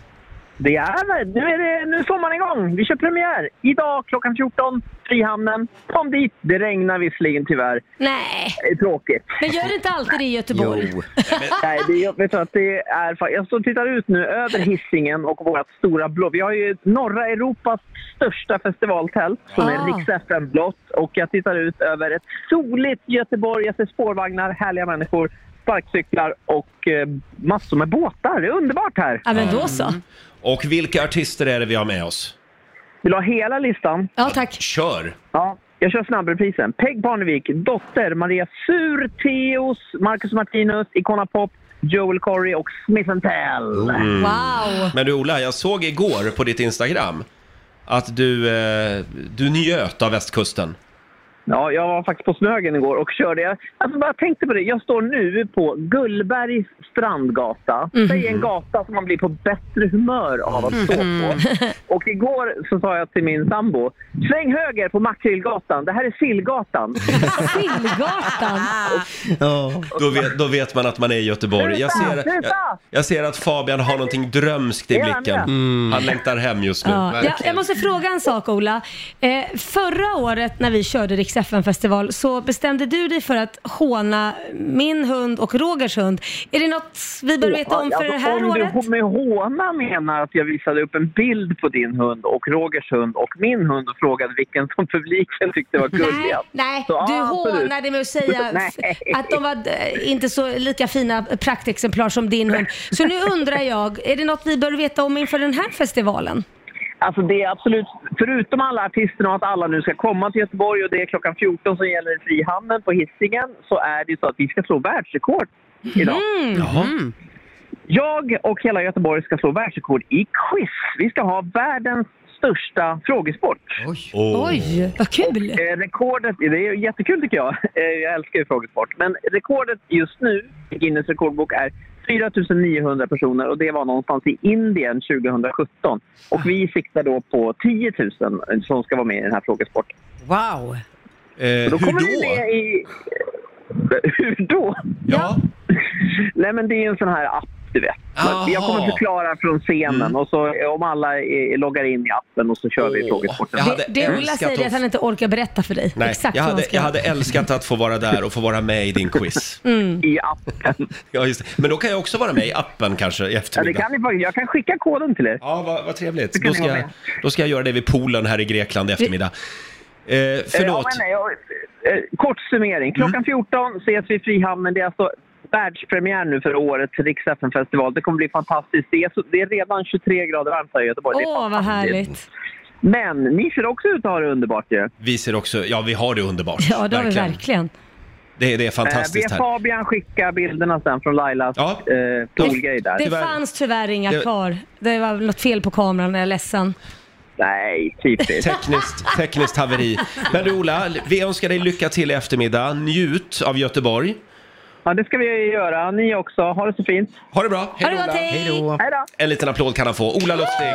Speaker 10: Det är det. Nu är det, nu slår man igång. Vi kör premiär. Idag klockan 14, Frihamnen. Kom dit. Det regnar visserligen tyvärr.
Speaker 2: Nej.
Speaker 10: Det är tråkigt.
Speaker 2: Men gör det inte alltid det i Göteborg?
Speaker 10: *laughs* Nej, det, är- vet du, att det är, fa- jag står och tittar ut nu över hissingen och vårt stora blå. Vi har ju norra Europas största festivaltält som är
Speaker 17: Ah.
Speaker 10: Rix FN-blått och jag tittar ut över ett soligt Göteborg. Jag ser spårvagnar, härliga människor, sparkcyklar och eh, massor med båtar. Det är underbart här. Mm.
Speaker 2: Ja, men då så.
Speaker 1: Och vilka artister är det vi har med oss?
Speaker 10: Vill du ha hela listan?
Speaker 2: Ja, tack.
Speaker 1: Kör!
Speaker 10: Ja, jag kör snabbreprisen. Peg Parnevik, Dotter, Maria Sur, Theos, Marcus Martinus, Icona Pop, Joel Corey och Smith Tell.
Speaker 1: Mm.
Speaker 2: Wow.
Speaker 1: Men du Ola, jag såg igår på ditt Instagram att du, eh, du njöt av västkusten.
Speaker 10: Ja, jag var faktiskt på Snögen igår och körde. Jag alltså bara tänkte på det. Jag står nu på Gullbergs strandgata.
Speaker 17: Mhm.
Speaker 10: Det är en gata som man blir på bättre humör av att stå på.
Speaker 2: Mhm. *laughs*
Speaker 10: Och igår så sa jag till min sambo, sväng höger på Makrillgatan. Det här är Sillgatan.
Speaker 2: *laughs* Sillgatan?
Speaker 1: Då, vet, då vet man att man är i Göteborg. Jag ser, jag, jag ser att Fabian har någonting drömskt i
Speaker 2: Är han
Speaker 1: blicken. Mm.
Speaker 2: det?
Speaker 1: Han längtar hem just nu.
Speaker 2: Ja, jag, jag
Speaker 1: Verkligen.
Speaker 2: måste fråga en sak Ola. Eh, förra året när vi körde Rix festival så bestämde du dig för att håna min hund och Rogers hund. Är det något vi bör veta om för det
Speaker 10: Alltså,
Speaker 2: här
Speaker 10: om
Speaker 2: året?
Speaker 10: du med håna menar att jag visade upp en bild på din hund och Rogers hund och min hund och frågade vilken som publiken tyckte var gulligast.
Speaker 2: Nej,
Speaker 10: Så, ja,
Speaker 2: du
Speaker 10: absolut.
Speaker 2: hånade med att säga
Speaker 10: *laughs* Nej.
Speaker 2: f- att de var eh, inte så lika fina praktexemplar som din hund. Så nu undrar jag, är det något vi bör veta om inför den här festivalen?
Speaker 10: Alltså det är absolut, förutom alla artisterna och att alla nu ska komma till Göteborg och det är klockan 14 som gäller i Frihamnen på Hisingen så är det ju så att vi ska slå världsrekord idag.
Speaker 2: Mm.
Speaker 10: Jag och hela Göteborg ska slå världsrekord i quiz. Vi ska ha världens största frågesport. Oj,
Speaker 2: Oj, vad kul!
Speaker 10: eh, rekordet, det är jättekul tycker jag. *laughs* Eh, jag älskar ju frågesport. Men rekordet just nu i Guinness rekordbok är 4 900 personer och det var någonstans i Indien 2017. Och vi siktar då på 10 000 som ska vara med i den här frågesporten.
Speaker 5: Wow!
Speaker 10: då kommer vi med i... *laughs* Hur Eh, då?
Speaker 1: Ja.
Speaker 10: Nej men det är ju en sån här app du vet. Men jag kommer
Speaker 1: Aha. Mm.
Speaker 10: förklara från scenen och så om alla eh, loggar in i appen och så kör vi frågesporten.
Speaker 2: Det, det Ola säger är att han inte orkar berätta för dig.
Speaker 1: Nej,
Speaker 2: Exakt
Speaker 1: jag,
Speaker 2: vad
Speaker 1: hade,
Speaker 2: han ska
Speaker 1: jag
Speaker 2: göra.
Speaker 1: hade älskat att få vara där och få vara med i din quiz.
Speaker 2: Mm.
Speaker 10: I appen.
Speaker 1: Ja, just det. Men då kan jag också vara med i appen kanske i
Speaker 10: Ja, det
Speaker 1: eftermiddag.
Speaker 10: kan ni faktiskt. Jag kan skicka koden till er.
Speaker 1: Ja, vad, vad trevligt.
Speaker 10: kan
Speaker 1: Då
Speaker 10: ni
Speaker 1: ska,
Speaker 10: vara
Speaker 1: jag,
Speaker 10: med.
Speaker 1: då ska jag göra det vid poolen här i Grekland i eftermiddag. Eh,
Speaker 10: Eh, ja,
Speaker 1: förlåt. Mm.
Speaker 10: men nej, jag- eh, Kort summering. Klockan 14 ses vi i Frihamnen. Det är alltså världspremiär nu för årets Rix festival Det kommer bli fantastiskt. Det är, så, det är redan 23 grader varmt här i Göteborg. Det är
Speaker 2: Åh, vad
Speaker 10: fantastiskt.
Speaker 2: härligt.
Speaker 10: Men ni ser också ut att ha det underbart ju.
Speaker 1: Vi ser också, ja vi har det underbart.
Speaker 2: Ja, det har vi verkligen.
Speaker 1: Det, det är
Speaker 10: Eh,
Speaker 1: fantastiskt
Speaker 10: Be
Speaker 1: här.
Speaker 10: Fabian skicka bilderna sen från Lailas ja. eh, poolgrej där.
Speaker 2: Det fanns tyvärr inga
Speaker 10: Det-
Speaker 2: kvar. Det var något fel på kameran, jag är ledsen.
Speaker 10: Nej, typiskt.
Speaker 1: Tekniskt, tekniskt haveri. Men du Ola, vi önskar dig lycka till i eftermiddag. Njut av Göteborg.
Speaker 10: Ja, det ska vi göra. Ni också. Ha det så fint.
Speaker 1: Ha det bra.
Speaker 10: Hej då, Ola. Hej då.
Speaker 1: En liten applåd kan han få. Ola Lustig.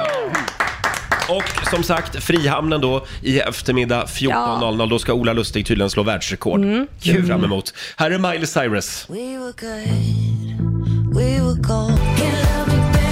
Speaker 1: Och som sagt, Frihamnen då i eftermiddag 14.00. Då ska Ola Lustig tydligen slå världsrekord.
Speaker 8: Mm.
Speaker 1: Det ser vi
Speaker 8: Kul.
Speaker 1: fram emot. Här är Miley Cyrus.
Speaker 8: We were good, we were gold. Can love me better.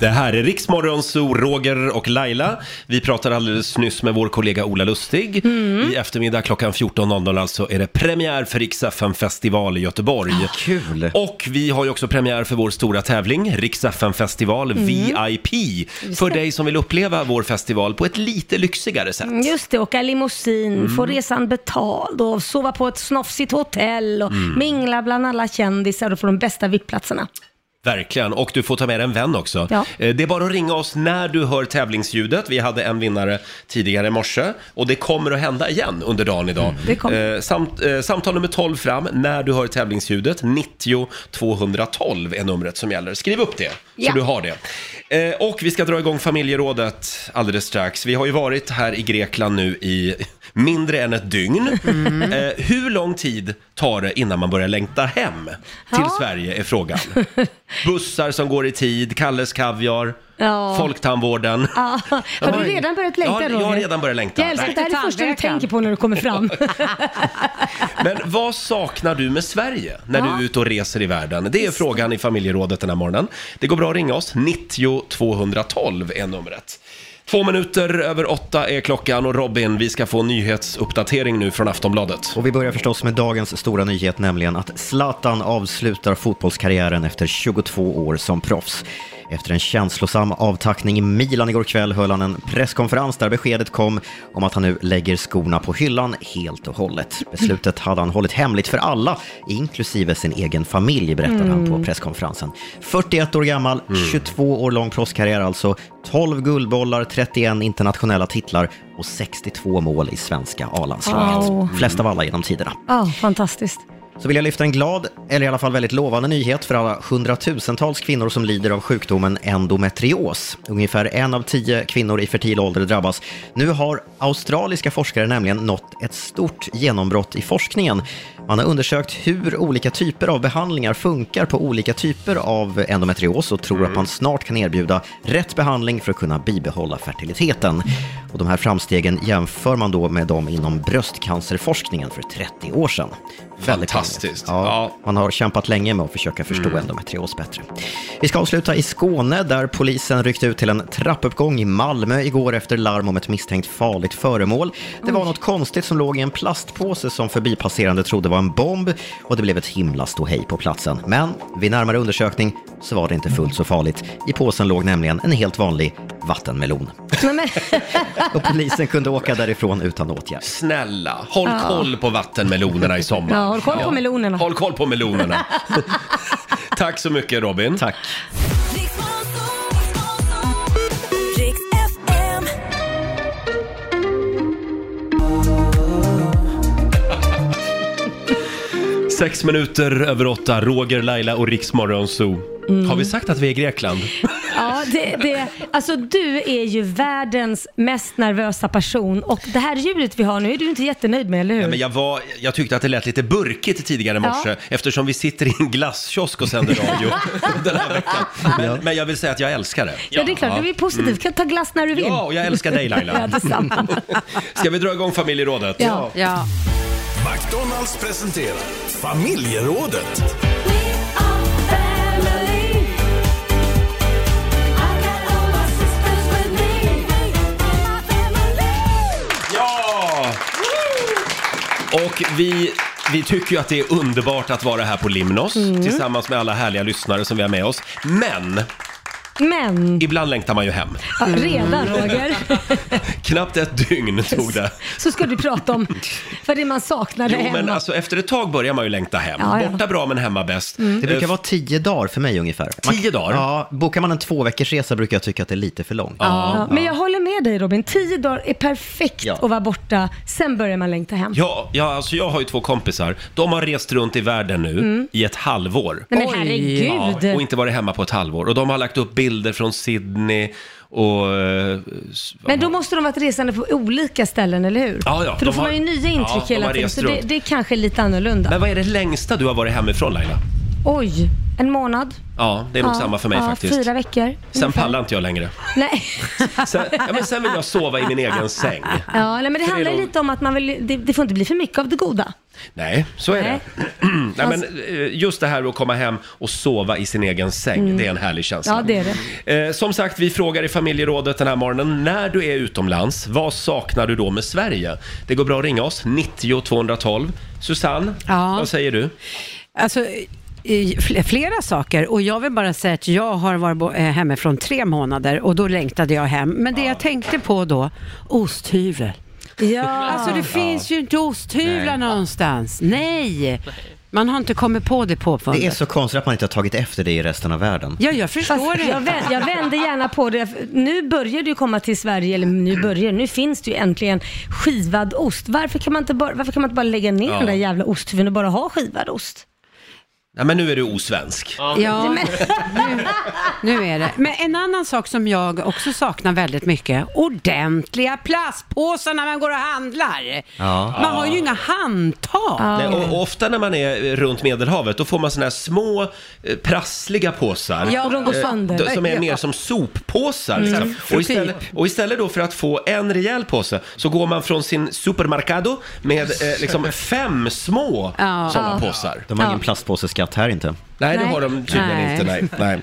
Speaker 1: Det här är Riksmorgon, så Roger och Laila. Vi pratade alldeles nyss med vår kollega Ola Lustig.
Speaker 2: Mm.
Speaker 1: I eftermiddag klockan 14.00 alltså är det premiär för Rix FM festival i Göteborg.
Speaker 2: Ah,
Speaker 24: Kul!
Speaker 1: Och vi har ju också premiär för vår stora tävling, Rix FM festival
Speaker 2: Mm.
Speaker 1: VIP.
Speaker 2: Just
Speaker 1: För
Speaker 2: det.
Speaker 1: dig som vill uppleva vår festival på ett lite lyxigare sätt.
Speaker 2: Mm, Just det, åka limousin,
Speaker 1: Mm.
Speaker 2: få resan betald och sova på ett snofsigt hotell och
Speaker 1: Mm.
Speaker 2: mingla bland alla kändisar och få de bästa VIP-platserna.
Speaker 1: Verkligen, och du får ta med dig en vän också.
Speaker 2: Ja.
Speaker 1: Eh, Det är bara att ringa oss när du hör tävlingsljudet. Vi hade en vinnare tidigare i morse och det kommer att hända igen under dagen idag.
Speaker 2: Mm, det kommer.
Speaker 1: Eh, samt, eh, samtal nummer 12 fram när du hör tävlingsljudet. 90 212 är numret som gäller. Skriv upp det så
Speaker 22: Ja.
Speaker 1: du har det. Eh, och vi ska dra igång familjerådet alldeles strax. Vi har ju varit här i Grekland nu i mindre än ett dygn.
Speaker 2: Mm.
Speaker 1: Eh, hur lång tid tar det innan man börjar längta hem till
Speaker 2: Ja.
Speaker 1: Sverige är frågan. Bussar som går i tid, Kalles Kaviar,
Speaker 2: Ja.
Speaker 1: Folktandvården.
Speaker 2: *laughs* Ja, har du redan börjat
Speaker 1: Jag
Speaker 2: längta
Speaker 1: har, jag har redan börjat längta.
Speaker 2: Jag älskar att det här är
Speaker 1: Nej.
Speaker 2: det första du tänker på när du kommer fram.
Speaker 1: Men vad saknar du med Sverige när
Speaker 2: Ja.
Speaker 1: du är ute och reser i världen? Det är frågan i familjerådet den här morgonen. Det går bra att ringa oss. 90 212 är numret. Två minuter över åtta är klockan och Robin, vi ska få en nyhetsuppdatering nu från Aftonbladet.
Speaker 3: Och vi börjar förstås med dagens stora nyhet, nämligen att Zlatan avslutar fotbollskarriären efter 22 år som proffs. Efter en känslosam avtackning i Milan igår kväll höll han en presskonferens där beskedet kom om att han nu lägger skorna på hyllan helt och hållet. Beslutet hade han hållit hemligt för alla, inklusive sin egen familj, berättade han på
Speaker 24: Mm.
Speaker 3: presskonferensen. 41 år gammal, 22 år lång proffskarriär alltså, 12 guldbollar, 31 internationella titlar och 62 mål i svenska A-landslaget.
Speaker 2: Wow.
Speaker 3: Flest av alla genom tiderna.
Speaker 2: *laughs* Ja, fantastiskt.
Speaker 3: Så vill jag lyfta en glad, eller i alla fall väldigt lovande nyhet för alla hundratusentals kvinnor som lider av sjukdomen endometrios. Ungefär en av tio kvinnor i fertil ålder drabbas. Nu har australiska forskare nämligen nått ett stort genombrott i forskningen. Man har undersökt hur olika typer av behandlingar funkar på olika typer av endometrios och tror att man snart kan erbjuda rätt behandling för att kunna bibehålla fertiliteten. Och de här framstegen jämför man då med dem inom bröstcancerforskningen för 30 år sedan. Väldigt Fantastiskt. Ja, Man har kämpat länge med att försöka förstå endometrios bättre. Vi ska avsluta i Skåne där polisen ryckte ut till en trappuppgång i Malmö igår efter larm om ett misstänkt farligt föremål. Det var något konstigt som låg i en plastpåse som förbipasserande trodde var en bomb och det blev ett himla ståhej på platsen. Men vid närmare undersökning så var det inte fullt så farligt. I påsen låg nämligen en helt vanlig vattenmelon.
Speaker 2: Nej, men, *laughs*
Speaker 3: Och polisen kunde åka därifrån utan åtgärd.
Speaker 1: Snälla, håll
Speaker 2: Ja.
Speaker 1: koll på vattenmelonerna i sommar.
Speaker 2: ja, håll koll på melonerna.
Speaker 1: Håll koll på
Speaker 2: *laughs*
Speaker 1: melonerna. Tack så mycket Robin.
Speaker 3: Tack.
Speaker 8: Rix FM.
Speaker 1: Sex minuter över åtta, Roger, Laila och Riksmorgon Zoo.
Speaker 2: Mm.
Speaker 1: Har vi sagt att vi är i Grekland?
Speaker 2: Ja, det, det, alltså du är ju världens mest nervösa person och det här ljudet vi har nu är du inte jättenöjd med, eller hur?
Speaker 1: Ja, men jag, var, jag tyckte att det lät lite burkigt tidigare i morse
Speaker 2: Ja.
Speaker 1: eftersom vi sitter i en glasskiosk och sänder
Speaker 2: *laughs*
Speaker 1: radio den här veckan. Men, men jag vill säga att jag älskar det. Mm.
Speaker 2: Ja, det är klart. Du är positiv. Du kan ta glass när du vill.
Speaker 1: Ja, och jag älskar dig, Laila.
Speaker 2: *laughs*
Speaker 1: *laughs*
Speaker 2: ja, detsamma.
Speaker 1: Ska vi dra igång familjerådet?
Speaker 2: Ja. ja.
Speaker 22: McDonalds presenterar familjerådet.
Speaker 1: Ja! Och vi, vi tycker ju att det är underbart att vara här på Limnos
Speaker 2: Mm.
Speaker 1: tillsammans med alla härliga lyssnare som vi har med oss. Men
Speaker 2: Men,
Speaker 1: ibland längtar man ju hem.
Speaker 2: ja, redan Roger,
Speaker 1: Knappt ett dygn tog det.
Speaker 2: så ska du prata om för det man saknar där
Speaker 1: Jo, men
Speaker 2: hemma.
Speaker 1: alltså efter ett tag börjar man ju längta hem.
Speaker 2: Ja, ja.
Speaker 1: Borta bra men hemma bäst.
Speaker 2: Mm.
Speaker 3: Det brukar
Speaker 1: Eh,
Speaker 3: vara tio dagar för mig ungefär.
Speaker 1: Tio dagar?
Speaker 3: Ja, bokar man en två veckors resa brukar jag tycka att det är lite för långt.
Speaker 2: Ja, men jag håller med dig Robin, tio dagar är perfekt
Speaker 1: Ja.
Speaker 2: att vara borta, sen börjar man längta hem.
Speaker 1: Ja, ja, alltså jag har ju två kompisar. De har rest runt i världen nu
Speaker 2: Mm.
Speaker 1: i ett halvår.
Speaker 2: Nej, men Oj. herregud.
Speaker 1: Ja, och inte varit hemma på ett halvår. Och de har lagt upp bilder från Sydney och... eh, s-
Speaker 2: Men då måste de varit resande på olika ställen, eller hur?
Speaker 1: Ja, ja,
Speaker 2: för då
Speaker 1: de
Speaker 2: får
Speaker 1: har-
Speaker 2: man ju nya intryck
Speaker 1: ja, de
Speaker 2: hela
Speaker 1: har
Speaker 2: tiden,
Speaker 1: rest
Speaker 2: så det,
Speaker 1: runt.
Speaker 2: det är kanske lite annorlunda.
Speaker 1: Men vad är det längsta du har varit hemifrån Laila?
Speaker 2: Oj, en månad?
Speaker 1: Ja, det är nog
Speaker 2: Ja,
Speaker 1: samma för mig
Speaker 2: ja,
Speaker 1: faktiskt.
Speaker 2: Fyra veckor.
Speaker 1: Sen pallar inte jag längre.
Speaker 2: *laughs* Nej.
Speaker 1: Sen, ja, men sen vill jag sova i min egen säng.
Speaker 2: Ja, nej, men det
Speaker 1: För det är
Speaker 2: handlar ju
Speaker 1: de-
Speaker 2: lite om att man vill, det, det får inte bli för mycket av det goda.
Speaker 1: Nej, så är
Speaker 23: Nej. Alltså-
Speaker 1: det. *clears throat* Nej, men eh, just det här att komma hem och sova i sin egen säng,
Speaker 23: Mm.
Speaker 1: det är en härlig känsla.
Speaker 23: Ja, det är
Speaker 1: Eh, som sagt, vi frågar i familjerådet den här morgonen, när du är utomlands, vad saknar du då med Sverige? Det går bra att ringa oss, 90 212. Susanne,
Speaker 5: Ja.
Speaker 1: vad säger du?
Speaker 5: Alltså, i fl- flera saker och jag vill bara säga att jag har varit bo- eh, hemifrån tre månader och då längtade jag hem. Men det jag tänkte på då, osthyvel.
Speaker 2: Ja.
Speaker 5: Alltså det finns ju inte osthyvlar någonstans. Nej! Man har inte kommit på det påfundet.
Speaker 3: Det är så konstigt att man inte har tagit efter det i resten av världen.
Speaker 5: Ja, jag förstår
Speaker 2: Fast
Speaker 5: det.
Speaker 2: Jag, vänder, jag vänder gärna på det. Nu börjar du komma till Sverige, eller nu börjar, nu finns det ju äntligen skivad ost. Varför kan man inte bara, varför kan man inte bara lägga ner
Speaker 1: Ja.
Speaker 2: den där jävla osthuven och bara ha skivad ost?
Speaker 1: Nej, men nu är du osvensk.
Speaker 5: Ja, nu, nu är det. Men en annan sak som jag också saknar väldigt mycket, ordentliga plastpåsar när man går och handlar.
Speaker 1: Ja.
Speaker 5: Man har ju inga handtag.
Speaker 1: Ah. Nej, och, och ofta när man är runt Medelhavet, då får man såna här små eh, prassliga påsar.
Speaker 5: Ja, och de går
Speaker 1: eh,
Speaker 5: sönder.
Speaker 1: d- Som är mer
Speaker 5: Ja.
Speaker 1: som soppåsar.
Speaker 5: Mm.
Speaker 1: så här.
Speaker 5: Typ.
Speaker 1: Och, istället, och istället då för att få en rejäl påse så går man från sin supermercado med eh, liksom fem små
Speaker 5: Ja.
Speaker 1: sådana
Speaker 5: Ja.
Speaker 1: påsar.
Speaker 3: De har
Speaker 5: Ja.
Speaker 3: ingen plastpåseskatt här inte.
Speaker 1: Nej, det
Speaker 5: Nej.
Speaker 1: har de tydligen
Speaker 5: Nej.
Speaker 1: inte. Nej.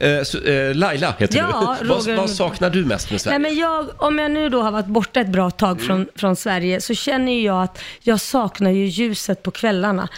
Speaker 1: Nej. Eh, så, eh, Laila heter
Speaker 2: Ja,
Speaker 1: du. Vad,
Speaker 2: Roger.
Speaker 1: vad saknar du mest med Sverige? Mm.
Speaker 2: Nej, men jag, om jag nu då har varit borta ett bra tag från, från Sverige så känner ju jag att jag saknar ju ljuset på kvällarna.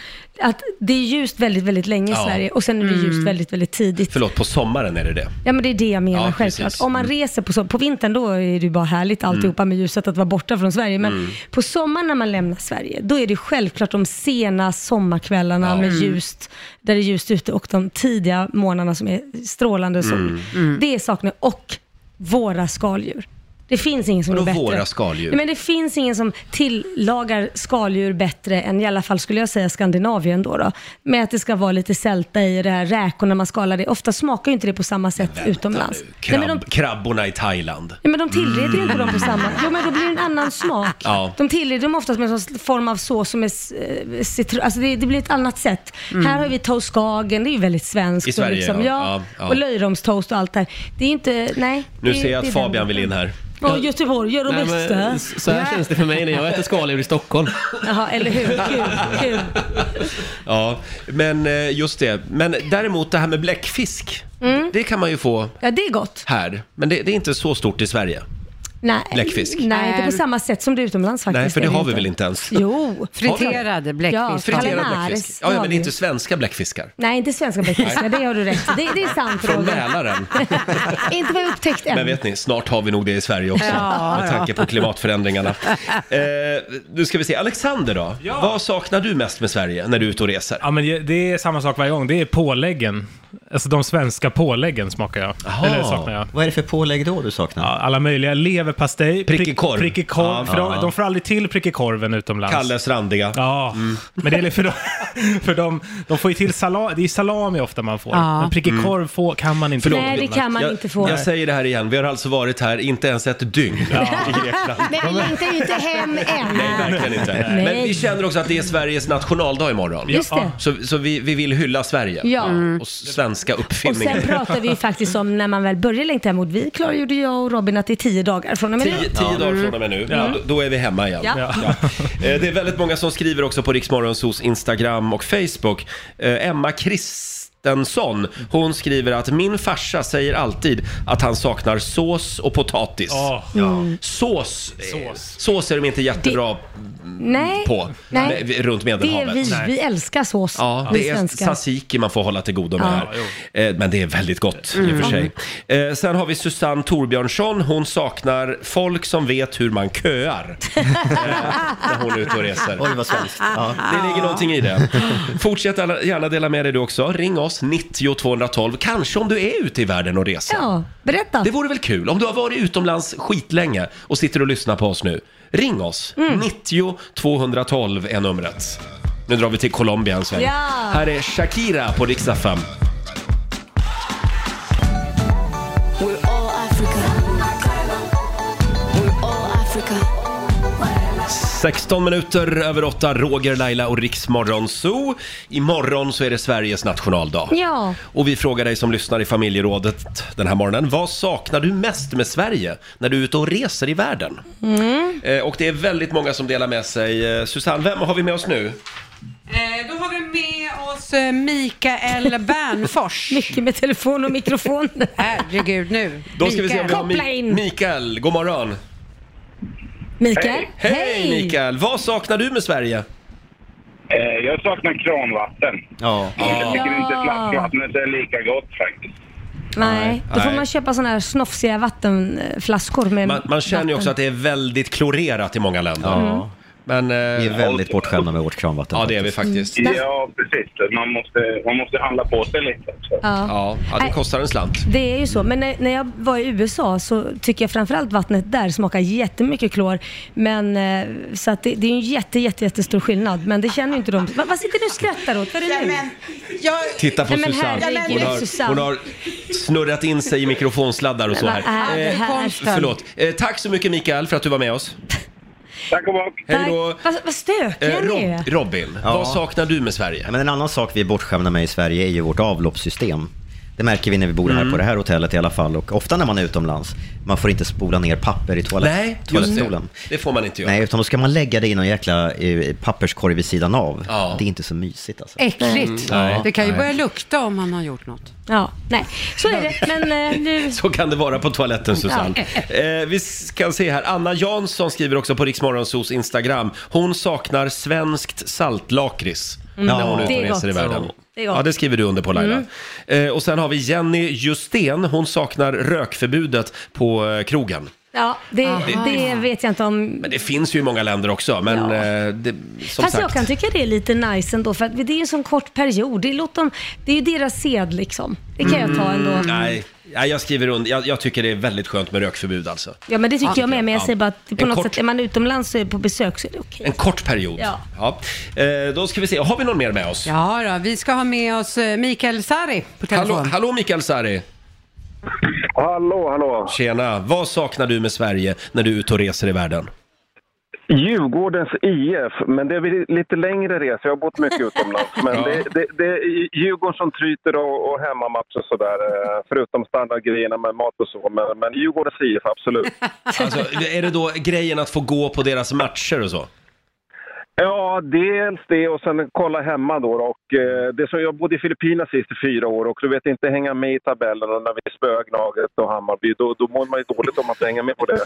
Speaker 2: Att det är ljust väldigt, väldigt länge i
Speaker 1: Ja.
Speaker 2: Sverige och sen är det ljust
Speaker 1: Mm.
Speaker 2: väldigt, väldigt tidigt.
Speaker 1: Förlåt, på sommaren är det det.
Speaker 2: Ja men det är det jag menar
Speaker 1: Ja,
Speaker 2: självklart.
Speaker 1: precis.
Speaker 2: Om man
Speaker 1: Mm.
Speaker 2: reser på, som- på vintern då är det ju bara härligt alltihopa med ljuset att vara borta från Sverige. Men
Speaker 23: Mm.
Speaker 2: på sommaren när man lämnar Sverige då är det självklart de sena sommarkvällarna
Speaker 23: Ja.
Speaker 2: med
Speaker 23: Mm.
Speaker 2: ljust, där det är ljust ute och de tidiga morgnarna som är strålande sol.
Speaker 1: Mm. Mm.
Speaker 2: Det saknar Och våra skaldjur. Det finns ingen som
Speaker 1: Vadå
Speaker 2: är bättre.
Speaker 1: våra skaldjur?
Speaker 2: Nej, men det finns ingen som tillagar skaldjur bättre än i alla fall skulle jag säga Skandinavien då. då. Med att det ska vara lite sälta i det här räkorna man skalar det. Ofta smakar ju inte det på samma sätt utomlands. Nej,
Speaker 1: Krabb,
Speaker 2: men de,
Speaker 1: Krabborna i Thailand.
Speaker 2: ja, men de tillreder ju inte dem på samma... Jo men då blir det en annan smak.
Speaker 1: Ja.
Speaker 2: De tillreder dem oftast med en sån form av sås som är eh, citron, alltså det, det blir ett annat sätt.
Speaker 23: Mm.
Speaker 2: Här har vi toast Skagen, det är ju väldigt svenskt.
Speaker 1: I
Speaker 2: och
Speaker 1: Sverige,
Speaker 2: liksom,
Speaker 1: ja.
Speaker 2: ja.
Speaker 1: Ja, ja.
Speaker 2: Och löjromstoast och allt det här. Det är inte, nej.
Speaker 1: Nu
Speaker 2: det,
Speaker 1: ser jag
Speaker 2: det
Speaker 1: att
Speaker 2: är den
Speaker 1: Fabian vill in här.
Speaker 2: och Göteborg gör de
Speaker 21: Nej,
Speaker 2: bästa.
Speaker 21: men, s- så här känns det för mig när jag äter skaldjur i Stockholm.
Speaker 2: Jaha, eller hur? Kul, kul.
Speaker 1: *laughs* Ja, men eh, just det. Men däremot det här med bläckfisk,
Speaker 2: Mm.
Speaker 1: det kan man ju få
Speaker 2: Ja, det är gott.
Speaker 1: här. Men det, det är inte så stort i Sverige.
Speaker 2: Nej,
Speaker 1: Bläckfisk.
Speaker 2: Nej, inte på samma sätt som det är utomlands faktiskt.
Speaker 1: Nej, för det
Speaker 2: är
Speaker 1: har vi väl inte ens?
Speaker 2: Jo.
Speaker 5: Friterade bläckfisk.
Speaker 2: Ja,
Speaker 1: Friterad
Speaker 2: calamaris,
Speaker 1: bläckfisk.
Speaker 2: det
Speaker 1: Ja, ja,
Speaker 2: har
Speaker 1: men
Speaker 2: vi.
Speaker 1: inte svenska bläckfiskar.
Speaker 2: Nej, inte svenska bläckfiskar,
Speaker 1: Nej.
Speaker 2: det har du rätt i. det, det är sant
Speaker 1: Från
Speaker 2: Roger.
Speaker 1: Mälaren.
Speaker 2: *laughs* Inte vad jag upptäckt än.
Speaker 1: Men vet ni, snart har vi nog det i Sverige också.
Speaker 2: Ja,
Speaker 1: med
Speaker 2: ja.
Speaker 1: tanke på
Speaker 2: *laughs*
Speaker 1: klimatförändringarna. Eh, nu ska vi se, Alexander då? Vad saknar du mest med Sverige när du är ute och reser?
Speaker 9: Ja, men jag- det är samma sak varje gång. Det är påläggen. Alltså de svenska påläggen smakar jag.
Speaker 3: Jaha.
Speaker 9: Eller saknar jag.
Speaker 3: Vad är det för pålägg då du saknar?
Speaker 9: Alla möjliga. Leverpastej. Prickig korv. Prickig korv.
Speaker 3: Ja,
Speaker 9: för de,
Speaker 3: ja.
Speaker 9: de får aldrig till prickig korven utomlands.
Speaker 1: Kalles randiga. Mm.
Speaker 9: Ja, men det är för de, *laughs* för de, de får ju till salami. Det är salami ofta man får.
Speaker 2: Ja.
Speaker 9: Men prickig
Speaker 1: Mm.
Speaker 9: korv får, kan man inte.
Speaker 1: Förlåt,
Speaker 2: Nej, det kan man
Speaker 1: jag,
Speaker 2: inte få.
Speaker 1: Jag säger det här igen, vi har alltså varit här inte ens ett dygn i Grekland.
Speaker 2: *laughs* Nej, jag längtar ju inte hem än.
Speaker 1: Nej, verkligen inte.
Speaker 2: Nej.
Speaker 1: Men vi känner också att det är Sveriges nationaldag imorgon.
Speaker 2: Just det.
Speaker 1: Så, så vi, vi vill hylla Sverige
Speaker 2: Ja. Mm.
Speaker 1: och svenska
Speaker 2: Och
Speaker 1: uppfinningar.
Speaker 2: sen
Speaker 1: *laughs*
Speaker 2: pratar vi ju faktiskt om när man väl börjar längta hemåt. Vi klargjorde jag och Robin att det är tio dagar från och med
Speaker 1: Tio,
Speaker 2: nu.
Speaker 1: tio dagar från och med nu, ja. då, då är vi hemma igen.
Speaker 2: Mm. Ja.
Speaker 1: Ja. Eh, Det är väldigt många som skriver också på Riksmorgonsos Instagram och Facebook. Eh, Emma Kristensson, hon skriver att min farsa säger alltid att han saknar sås och potatis.
Speaker 9: Ja.
Speaker 2: Mm.
Speaker 1: Sås, sås. sås är de inte jättebra
Speaker 2: Mm. Nej.
Speaker 1: på
Speaker 2: Nej.
Speaker 1: eh, runt
Speaker 2: Det är
Speaker 1: Medelhavet.
Speaker 2: vi. Vi älskar sås.
Speaker 1: Ja,
Speaker 2: vi
Speaker 1: det är
Speaker 2: svenskar.
Speaker 1: tzatziki man får hålla till godo med
Speaker 2: Ja.
Speaker 1: här. Eh, Men det är väldigt gott i och för sig.
Speaker 2: Mm.
Speaker 1: Eh, Sen har vi Susanne Torbjörnsson. Hon saknar folk som vet hur man köar. eh, när hon är ute och reser.
Speaker 3: Oj, vad svenskt. Ja.
Speaker 1: Det ligger någonting i det. Fortsätt alla- gärna dela med dig du också. Ring oss, 90 212. Kanske om du är ute i världen och reser.
Speaker 2: Ja, berätta.
Speaker 1: Det vore väl kul om du har varit utomlands skitlänge och sitter och lyssnar på oss nu. Ring oss! 90 212 är numret. Nu drar vi till Colombia en sväng.
Speaker 22: Ja.
Speaker 1: Här är Shakira på riksdag 5.
Speaker 22: We're all Africa. We're all Africa.
Speaker 1: 16 minuter över 8, Roger, Laila och Riksmorgon Zoo. Imorgon så är det Sveriges nationaldag.
Speaker 2: Ja.
Speaker 1: Och vi frågar dig som lyssnar i familjerådet den här morgonen, vad saknar du mest med Sverige när du är ute och reser i världen?
Speaker 8: Mm.
Speaker 1: Eh, Och det är väldigt många som delar med sig. Eh, Susanne, vem har vi med oss nu?
Speaker 5: Eh, Då har vi med oss eh,
Speaker 2: *laughs*
Speaker 5: Mikael Bernfors. Mycket
Speaker 2: med telefon och mikrofon.
Speaker 5: Herregud nu.
Speaker 1: Då ska vi se om vi har
Speaker 5: Koppla
Speaker 1: Mi-
Speaker 5: in.
Speaker 1: Mikael, god morgon.
Speaker 2: Mikael?
Speaker 1: Hej, Mikael! Vad saknar du med Sverige?
Speaker 24: Eh, Jag saknar kranvatten.
Speaker 1: Ja.
Speaker 24: Jag tycker inte flaskvattnet är lika gott faktiskt.
Speaker 2: Nej, då får
Speaker 1: Nej.
Speaker 2: man köpa sådana här snofsiga vattenflaskor med
Speaker 1: Man, man känner ju också att det är väldigt klorerat i många länder.
Speaker 2: Ja.
Speaker 1: Men, vi är
Speaker 3: väldigt
Speaker 1: bortskämda med vårt kranvatten. Ja, det är vi faktiskt.
Speaker 24: Mm. Ja, precis. Man måste, man måste handla på sig lite. också.
Speaker 2: Ja.
Speaker 1: Ja, ja, det
Speaker 2: Nej.
Speaker 1: kostar en slant.
Speaker 2: Det är ju så, men när, när jag var i USA så tycker jag framförallt vattnet där smakar jättemycket klor. Men, eh, så att det, det är ju en jätte, jätte, jättestor skillnad, men det känner ju inte de. Va, vad sitter du och skrattar åt? Vad är det nu?
Speaker 1: Titta på
Speaker 2: Nej, men
Speaker 1: Susanne.
Speaker 2: herregud,
Speaker 1: Hon har,
Speaker 2: Susanne.
Speaker 1: hon har snurrat in sig i mikrofonsladdar och så
Speaker 2: Men
Speaker 1: här.
Speaker 2: vad är det här?
Speaker 1: förlåt. Eh, tack så mycket Mikael för att du var med oss.
Speaker 24: Tack och bock.
Speaker 1: Hej då.
Speaker 2: Vad, vad stökiga ni är.
Speaker 1: Robin, vad saknar du med Sverige?
Speaker 3: men en annan sak vi är bortskämda med i Sverige är ju vårt avloppssystem. Det märker vi när vi bor här
Speaker 1: Mm.
Speaker 3: på det här hotellet i alla fall och ofta när man är utomlands. Man får inte spola ner papper i toalett,
Speaker 1: Nej, just det.
Speaker 3: toalettstolen.
Speaker 1: Det får man inte göra.
Speaker 3: Nej, utan då ska man lägga det i någon jäkla eh, papperskorg vid sidan av. Det är inte så mysigt alltså.
Speaker 5: Äckligt.
Speaker 3: Mm, nej.
Speaker 5: det kan ju
Speaker 3: Nej.
Speaker 5: börja lukta om man har gjort något.
Speaker 2: Ja, nej. Så är det, men eh, nu...
Speaker 1: Så kan det vara på toaletten Susanne. Eh, vi kan se här, Anna Jansson skriver också på Riksmorgonsos Instagram. Hon saknar svenskt saltlakrits.
Speaker 2: Mm.
Speaker 1: När hon är ute
Speaker 2: Det
Speaker 1: och
Speaker 2: är
Speaker 1: reser i
Speaker 2: gott.
Speaker 1: världen.
Speaker 2: Det är gott.
Speaker 1: Ja, det skriver du under på Laila.
Speaker 2: Mm.
Speaker 1: Eh, och sen har vi Jenny Justén. Hon saknar rökförbudet på eh, krogen.
Speaker 2: Ja, det,
Speaker 1: Aha.
Speaker 2: det vet jag inte om
Speaker 1: Men det finns ju i många länder också. Men eh, det, som
Speaker 2: Fast
Speaker 1: sagt.
Speaker 2: jag kan tycka det är lite nice ändå för att det är ju en sån kort period. Det, låter dem, det är ju deras sed liksom. Det kan jag ta
Speaker 1: Mm,
Speaker 2: ändå.
Speaker 1: Nej, nej, jag skriver under. Jag, jag tycker det är väldigt skönt med rökförbud alltså.
Speaker 2: Ja men det tycker jag med, men jag
Speaker 1: Ja.
Speaker 2: säger bara att på
Speaker 1: En
Speaker 2: något
Speaker 1: kort-
Speaker 2: sätt, är man utomlands och är på besök så är det okej.
Speaker 1: En kort period.
Speaker 2: Ja.
Speaker 1: Ja. Eh, då ska vi se, har vi någon mer med oss?
Speaker 5: Ja, då, vi ska ha med oss eh, Mikael Sarri på telefon.
Speaker 1: Hallå, hallå Mikael Sarri!
Speaker 24: Hallå, hallå!
Speaker 1: Tjena! Vad saknar du med Sverige när du är ute och reser i världen?
Speaker 24: Djurgårdens IF, men det är lite längre resa. Jag har bott mycket utomlands. Men
Speaker 1: Ja.
Speaker 24: det, det, det är Djurgården som tryter och, och hemmamatch och sådär. eh, Förutom standardgrejerna med mat och så. Men, men Djurgårdens IF,
Speaker 1: *laughs*
Speaker 24: absolut.
Speaker 1: Alltså, är det då grejen att få gå på deras matcher och så?
Speaker 24: Ja, dels det och sen kolla hemma då. Och, eh, det som jag bodde i Filippinerna sist i fyra år och du vet inte hänga med i tabellen och när vi spöar Gnaget och Hammarby, då, då mår man ju dåligt om man inte hänger med på det.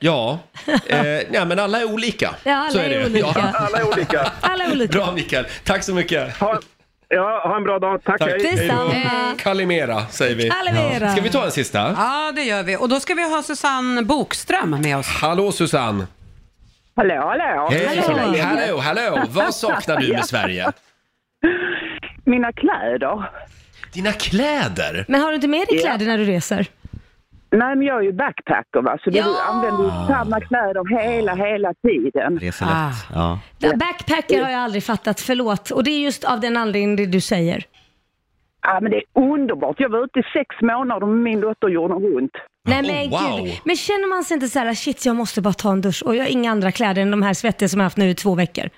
Speaker 1: Ja, eh, nej, men alla är olika.
Speaker 24: Ja, alla
Speaker 1: så är,
Speaker 24: är
Speaker 1: det.
Speaker 24: olika.
Speaker 1: Ja.
Speaker 24: Alla är olika.
Speaker 2: Alla olika.
Speaker 1: Bra Mikael, tack så mycket!
Speaker 24: Ha, ja, ha en bra dag, tack,
Speaker 1: tack.
Speaker 24: hej.
Speaker 1: då.
Speaker 5: Detsamma.
Speaker 1: Kalimera säger vi.
Speaker 5: Kalimera.
Speaker 1: Ska vi ta en sista?
Speaker 5: Ja, det gör vi. Och då ska vi ha Susanne Bokström med oss.
Speaker 1: Hallå Susanne!
Speaker 25: Hallå, hallå.
Speaker 1: Hej! Hallå. hallå, Vad saknar du med Sverige?
Speaker 25: Mina kläder.
Speaker 1: Dina kläder?
Speaker 2: Men har du inte med dig kläder när du reser?
Speaker 25: Nej, men jag är ju backpacker va, så det
Speaker 2: Ja.
Speaker 25: du använder ju samma kläder hela, hela tiden.
Speaker 3: Reser
Speaker 2: Ah.
Speaker 3: lätt. Ja.
Speaker 2: Backpacker har jag aldrig fattat, förlåt. Och det är just av den anledningen du säger.
Speaker 25: Ja, men det är underbart. Jag var ute i sex månader med min dotter jorden runt.
Speaker 2: Nej men
Speaker 1: Oh,
Speaker 2: gud. Men känner man sig inte så här, shit jag måste bara ta en dusch och jag har inga andra kläder än de här svettiga som jag haft nu i två veckor.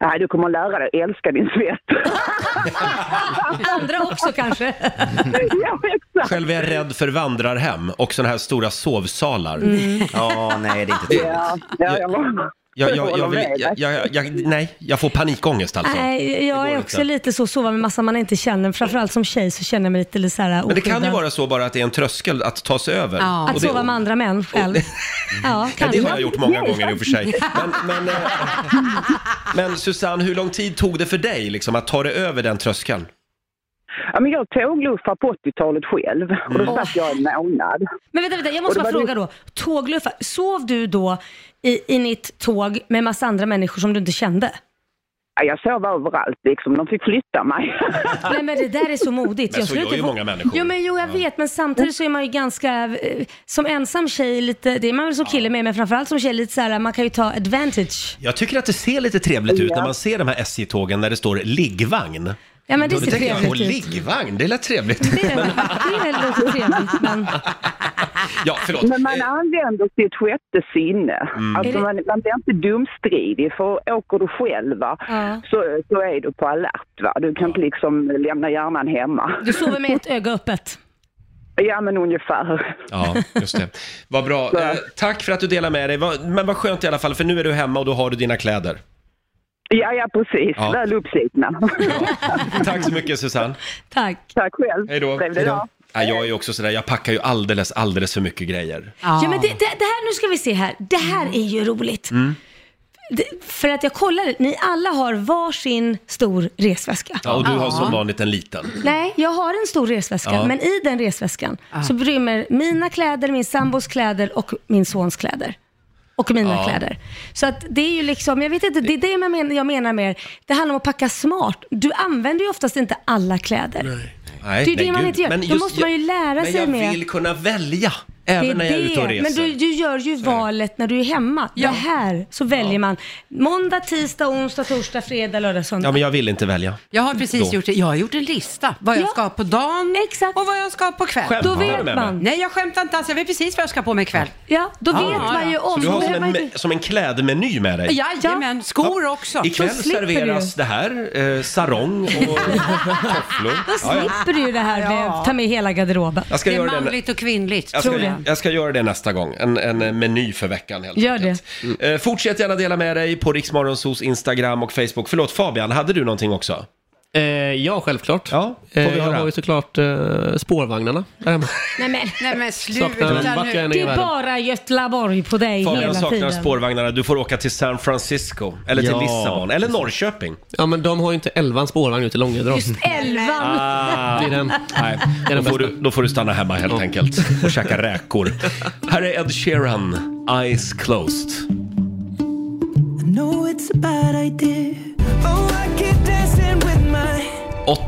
Speaker 25: Nej, du kommer lära dig att älska din svett.
Speaker 2: Andra
Speaker 1: *laughs*
Speaker 2: också kanske.
Speaker 1: Själv är jag rädd för vandrarhem och sådana här stora sovsalar.
Speaker 3: Mm.
Speaker 1: Ja, nej det är
Speaker 25: ja, ja, jag var...
Speaker 1: Jag, jag, jag,
Speaker 25: håller
Speaker 1: vill,
Speaker 25: med dig.
Speaker 1: jag, jag, jag, nej, jag får panikångest alltså.
Speaker 2: Nej, jag är också
Speaker 1: inte.
Speaker 2: lite så, sova med massa man inte känner. Framförallt som tjej så känner jag mig lite, lite så här
Speaker 1: Men det kan ju
Speaker 2: oskyddad.
Speaker 1: vara så bara att det är en tröskel att ta sig över.
Speaker 2: Ja.
Speaker 1: Och
Speaker 2: Att
Speaker 1: det,
Speaker 2: sova med andra män själv. Ja,
Speaker 1: Ja, det
Speaker 2: kanske.
Speaker 1: har jag gjort många gånger i och för sig. Men, men, eh, men Susanne, hur lång tid tog det för dig liksom, att ta dig över den tröskeln?
Speaker 25: Ja, men jag tågluffade på 80-talet själv och
Speaker 1: Mm.
Speaker 25: då satt jag en månad.
Speaker 2: Men vänta, vänta, jag
Speaker 25: Och
Speaker 2: måste
Speaker 25: det
Speaker 2: bara
Speaker 25: var
Speaker 2: fråga då. Tågluffa, sov du då i, i ditt tåg med massa andra människor som du inte kände?
Speaker 25: Ja, jag sov överallt liksom. De fick
Speaker 1: *laughs*
Speaker 25: flytta mig.
Speaker 2: Nej men det där är så modigt.
Speaker 25: Men så
Speaker 2: skulle
Speaker 25: gör
Speaker 2: inte
Speaker 25: ju många människor.
Speaker 2: Jo men jo jag vet men samtidigt så är man ju ganska, eh, som ensam tjej lite, det är man väl som kille med men framförallt som tjej lite så här, man kan ju ta advantage.
Speaker 1: Jag tycker att det ser lite trevligt ut
Speaker 2: Ja.
Speaker 1: när man ser de här SJ-tågen där det står liggvagn.
Speaker 2: Ja, men det
Speaker 1: Då
Speaker 2: ser
Speaker 1: tänker jag,
Speaker 2: trevligt
Speaker 1: "Åh,
Speaker 2: ut."
Speaker 1: liggvagn, det lät trevligt.
Speaker 2: Det är väl lite trevligt men...
Speaker 1: Ja, förlåt. Eh.
Speaker 25: Men man använder sitt sjätte sinne.
Speaker 1: Mm.
Speaker 25: Alltså
Speaker 1: Är det-
Speaker 25: man, man blir inte dumstridig, för åker du själv va,
Speaker 2: Ja.
Speaker 25: så, så är du på alert. Va? Du kan inte liksom lämna hjärnan hemma.
Speaker 2: Du sover med ett öga öppet.
Speaker 25: *laughs* Ja, men ungefär.
Speaker 1: Ja, just det. Vad bra. Eh, tack för att du delar med dig. Vad- Men vad skönt i alla fall, för nu är du hemma och då har du dina kläder.
Speaker 25: Ja, ja precis.
Speaker 1: Ja.
Speaker 25: Väl uppslitna.
Speaker 1: Tack så mycket Susanne.
Speaker 2: Tack.
Speaker 25: Tack själv.
Speaker 1: Hej då.
Speaker 25: Trevlig dag.
Speaker 1: Ja, jag är ju också sådär, jag packar ju alldeles, alldeles för mycket grejer.
Speaker 2: Ja, men det, det, det här, nu ska vi se här. Det här är ju roligt.
Speaker 1: Mm.
Speaker 2: Det, för att jag kollar, ni alla har varsin stor resväska.
Speaker 1: Ja, och du har som vanligt en liten.
Speaker 2: Nej, jag har en stor resväska,
Speaker 1: Ja.
Speaker 2: men i den resväskan
Speaker 1: Ah.
Speaker 2: så rymmer mina kläder, min sambos kläder och min sons kläder. Och mina
Speaker 23: Ja.
Speaker 2: kläder. Så att det är ju liksom, jag vet inte, det är det jag menar, jag menar med det handlar om att packa smart. Du använder ju oftast inte alla kläder.
Speaker 1: Nej,
Speaker 2: det är
Speaker 1: nej,
Speaker 2: det man
Speaker 1: gud.
Speaker 2: inte gör.
Speaker 1: Men
Speaker 2: Då
Speaker 1: just-
Speaker 2: måste man ju lära
Speaker 1: men
Speaker 2: sig
Speaker 1: jag
Speaker 2: med.
Speaker 1: vill kunna välja,
Speaker 2: Det är
Speaker 1: även när jag är
Speaker 2: det.
Speaker 1: ute och reser.
Speaker 2: Men du, du gör ju valet när du är hemma. Det här, så väljer man måndag, tisdag, onsdag, torsdag, fredag, lördag, söndag.
Speaker 1: Ja, men jag vill inte välja.
Speaker 5: Jag har precis
Speaker 1: Då.
Speaker 5: gjort det. Jag har gjort en lista. Vad jag ska på dagen och vad jag ska på kväll.
Speaker 1: Skämtar Då vet du med man. mig?
Speaker 5: Nej, jag skämtar inte alls. Jag vet precis vad jag ska på mig ikväll.
Speaker 2: Ja,
Speaker 1: då vet man
Speaker 2: ju
Speaker 1: Så du har som en, me- som en klädmeny med dig.
Speaker 5: Jajamän, skor också.
Speaker 1: Ikväll
Speaker 5: Då slipper
Speaker 1: serveras
Speaker 5: du.
Speaker 1: det här, eh, sarong
Speaker 2: *laughs*
Speaker 1: och tofflor.
Speaker 2: Då
Speaker 1: Ja, ja.
Speaker 2: slipper du ju det här med att ta med hela garderoben.
Speaker 1: Jag ska Det är göra den- manligt
Speaker 5: och kvinnligt,
Speaker 1: Jag ska, jag ska göra det nästa gång, en, en meny för veckan helt
Speaker 2: Gör det.
Speaker 1: enkelt. Eh, fortsätt gärna dela med dig på Riksmorgonsos Instagram och Facebook. Förlåt Fabian, hade du någonting också?
Speaker 21: Eh, ja, självklart.
Speaker 1: Ja, får vi
Speaker 21: Eh, jag
Speaker 1: höra.
Speaker 21: har ju såklart eh, spårvagnarna där hemma.
Speaker 2: Nej men,
Speaker 5: nej, men
Speaker 21: Saknar den backen i
Speaker 2: Det är
Speaker 21: världen.
Speaker 2: bara Göteborg på dig hela
Speaker 1: *laughs* Fabian saknar
Speaker 2: tiden.
Speaker 1: spårvagnarna, du får åka till San Francisco, eller till
Speaker 21: Ja.
Speaker 1: Lissabon, eller Norrköping.
Speaker 21: Ja, men de har ju inte elvan spårvagn ute i Långedra.
Speaker 2: Just elvan!
Speaker 1: Ah,
Speaker 21: Det är den.
Speaker 1: Nej, då, får du, då får du stanna hemma helt enkelt och käka räkor. Här är Ed Sheeran, Eyes Closed.
Speaker 26: I know it's a bad idea. Oh, I keep dancing with my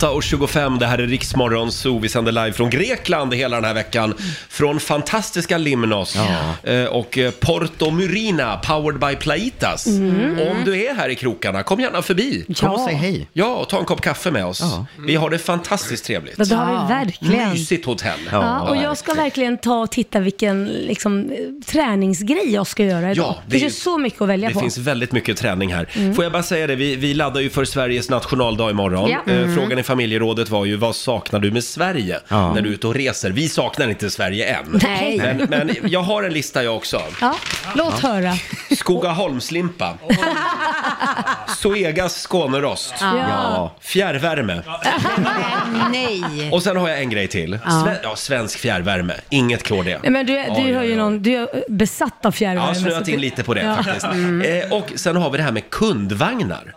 Speaker 1: 8.25, det här är Riksmorgon Zoo. Vi sänder live från Grekland hela den här veckan. Från fantastiska Limnos eh, och eh, Porto Murina, powered by Plaitas.
Speaker 3: Mm.
Speaker 1: Om du är här i krokarna, kom gärna förbi.
Speaker 3: Kom och säg hej.
Speaker 1: Ja, och ta en kopp kaffe med oss. Vi har det fantastiskt trevligt.
Speaker 2: Ja, det har vi verkligen.
Speaker 1: Mysigt hotell.
Speaker 2: Ja, och jag ska verkligen ta och titta vilken liksom, eh, träningsgrej jag ska göra idag.
Speaker 1: Ja, det
Speaker 2: det
Speaker 1: är-
Speaker 2: finns ju så mycket att välja
Speaker 1: Det
Speaker 2: på.
Speaker 1: finns väldigt mycket träning här.
Speaker 2: Mm.
Speaker 1: Får jag bara säga det, vi, vi laddar ju för Sveriges nationaldag imorgon.
Speaker 2: Ja.
Speaker 1: Eh,
Speaker 2: Mm.
Speaker 1: Frågan i familjerådet var ju, vad saknar du med Sverige när du är ute och reser? Vi saknar inte Sverige än.
Speaker 2: Nej.
Speaker 1: Men, men jag har en lista jag också.
Speaker 2: Ja, låt
Speaker 1: Ja.
Speaker 2: höra.
Speaker 1: Skogaholmslimpa. Zoegas Skånerost.
Speaker 2: Ja.
Speaker 1: Fjärrvärme.
Speaker 5: Nej.
Speaker 1: Och sen har jag en grej till.
Speaker 2: Ja.
Speaker 1: Sve- ja, svensk fjärrvärme. Inget klår det.
Speaker 2: Nej, men du,
Speaker 1: Ja,
Speaker 2: du,
Speaker 1: ja,
Speaker 2: har ju någon, du är besatt av
Speaker 1: Jag
Speaker 2: fjärrvärme.
Speaker 1: har
Speaker 2: så att
Speaker 1: snöat
Speaker 2: du-
Speaker 1: in lite på det
Speaker 2: Ja. *laughs*
Speaker 1: faktiskt. Eh, och sen har vi det här med kundvagnar.